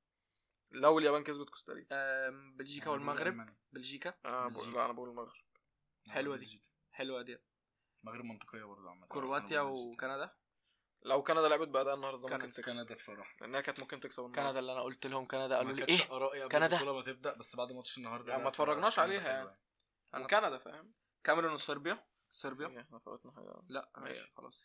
Speaker 2: لو اليابان كسبت كوستاريكا
Speaker 1: آم، بلجيكا والمغرب
Speaker 3: ألمانيا.
Speaker 1: بلجيكا
Speaker 2: انا بقول لا انا بقول المغرب
Speaker 1: حلوة دي.
Speaker 3: بلجيكا.
Speaker 1: حلوه دي
Speaker 3: المغرب منطقيه برضه عامه
Speaker 1: كرواتيا وكندا
Speaker 2: لو كندا لعبت باداء النهارده
Speaker 1: كندا-
Speaker 2: ممكن تكسب
Speaker 3: كندا بصراحه
Speaker 2: لانها كانت ممكن تكسب النهارده
Speaker 1: كندا اللي انا قلت لهم كندا قالوا
Speaker 3: ما
Speaker 1: لي
Speaker 3: كانتش
Speaker 1: ايه
Speaker 3: آرائي قبل
Speaker 1: كندا؟
Speaker 3: البطوله ما تبدا بس بعد ماتش النهارده
Speaker 2: إيه؟ يعني
Speaker 3: ده
Speaker 2: ما اتفرجناش
Speaker 3: كندا
Speaker 2: عليها
Speaker 3: حلوة
Speaker 2: يعني.
Speaker 1: أنا-
Speaker 2: وكندا فاهم
Speaker 1: كاميرون وصربيا صربيا
Speaker 2: إيه، احنا فوتنا حاجه
Speaker 1: لا
Speaker 2: ماشي.
Speaker 1: هي خلاص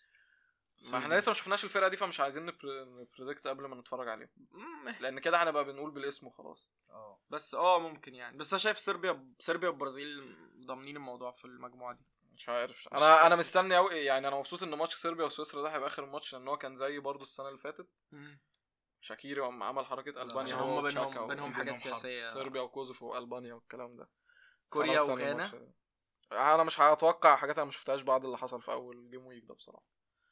Speaker 2: ما احنا لسه ما شفناش الفرقه دي فمش عايزين نبر- نبريدكت قبل ما نتفرج عليهم
Speaker 1: مم، إيه.
Speaker 2: لان كده هنبقى بنقول بالاسم وخلاص
Speaker 3: اه
Speaker 1: بس اه ممكن يعني بس انا شايف صربيا صربيا والبرازيل ضامنين الموضوع في المجموعه دي
Speaker 2: مش عارف
Speaker 1: مش
Speaker 2: انا انا
Speaker 1: حاسس.
Speaker 2: مستني قوي يعني انا مبسوط ان ماتش صربيا وسويسرا ده هيبقى اخر ماتش لان هو كان زي برضه السنه اللي فاتت شاكيري لما عمل حركه البانيا
Speaker 1: عشان
Speaker 2: هو
Speaker 1: هم
Speaker 2: وتشاكا
Speaker 1: بينهم بينهم
Speaker 2: وفي
Speaker 3: بينهم
Speaker 1: حاجات
Speaker 3: حرب.
Speaker 1: سياسيه
Speaker 2: صربيا وكوزوفو والبانيا والكلام ده
Speaker 1: كوريا
Speaker 2: خلاص أنا
Speaker 1: وغانا
Speaker 2: الماتش ده. انا مش هتوقع حاجات انا ما شفتهاش بعد اللي حصل في اول جيم ويك ده بصراحه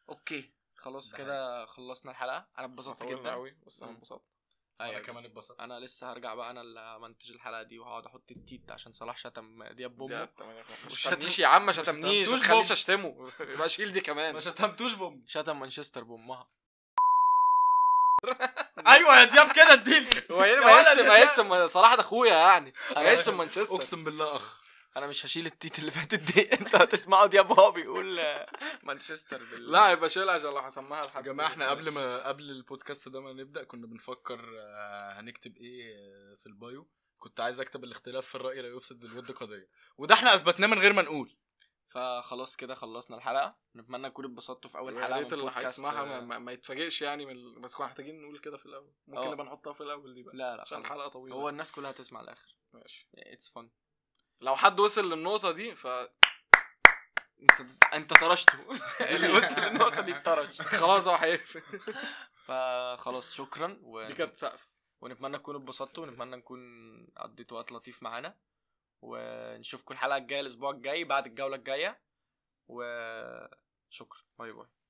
Speaker 1: اوكي خلاص
Speaker 3: ده
Speaker 1: كده خلصنا الحلقه انا اتبسطت
Speaker 2: طولنا
Speaker 1: جدا
Speaker 2: قوي بس انا
Speaker 1: مم.
Speaker 2: انبسطت
Speaker 3: انا
Speaker 2: أيوة.
Speaker 3: كمان اتبسطت
Speaker 1: انا لسه هرجع بقى انا اللي منتج الحلقه دي وهقعد احط التيت عشان صلاح شتم دياب
Speaker 2: ده
Speaker 1: بومه
Speaker 2: تمانية وخمسين.
Speaker 1: مش
Speaker 2: مش شتمنيش
Speaker 1: شتمت-
Speaker 2: يا عم ما شتمنيش ما
Speaker 3: شتمتوش
Speaker 2: تخليش
Speaker 3: بابا.
Speaker 2: اشتمه (laughs) يبقى شيل دي كمان
Speaker 3: ما شتمتوش بوم
Speaker 1: شتم مانشستر بامها
Speaker 3: ايوه يا دياب كده اديني
Speaker 2: هو ايه
Speaker 3: يا
Speaker 2: ما
Speaker 3: ولد
Speaker 2: يشتم ما
Speaker 3: يا-
Speaker 2: يشتم صلاح ده اخويا يعني ما يشتم مانشستر
Speaker 3: اقسم بالله اخ
Speaker 1: انا مش هشيل التيت اللي فاتت (laughs) دي انت هتسمعه دياب وهو بيقول آه، مانشستر بال
Speaker 2: لا يبقى شيلها عشان لو هسمعها
Speaker 3: يا
Speaker 2: لحد
Speaker 3: جماعه احنا قبل ما قبل البودكاست ده ما نبدا كنا بنفكر آه، هنكتب ايه آه، في البايو كنت عايز اكتب الاختلاف في الراي لا يفسد للود قضيه وده احنا اثبتناه من غير ما نقول
Speaker 1: فخلاص كده خلصنا الحلقه نتمنى تكونوا اتبسطتوا في اول
Speaker 2: يا
Speaker 1: حلقه
Speaker 2: ريت
Speaker 1: من
Speaker 2: اللي
Speaker 1: بودكاست
Speaker 2: هيسمعها ما,
Speaker 1: آه،
Speaker 2: ما, ما يتفاجئش يعني من ال- بس كنا محتاجين نقول كده في الاول ممكن
Speaker 1: آه.
Speaker 2: نبقى نحطها في الاول دي بقى
Speaker 1: لا لا
Speaker 2: عشان
Speaker 1: خلاص.
Speaker 2: الحلقه طويله
Speaker 1: هو الناس كلها هتسمع الاخر
Speaker 2: ماشي
Speaker 1: اتس فن
Speaker 2: لو حد وصل للنقطه دي فخلاص
Speaker 1: انت انت طرشته (laughs) اللي وصل للنقطه دي اتطرش
Speaker 2: هو هيقفل
Speaker 1: فخلاص شكرا و...
Speaker 2: دي كانت سقف
Speaker 1: ونتمنى تكونوا اتبسطتوا ونتمنى نكون قضيتوا وقت لطيف معانا ونشوفكم الحلقه الجايه الاسبوع الجاي بعد الجوله الجايه وشكرا باي باي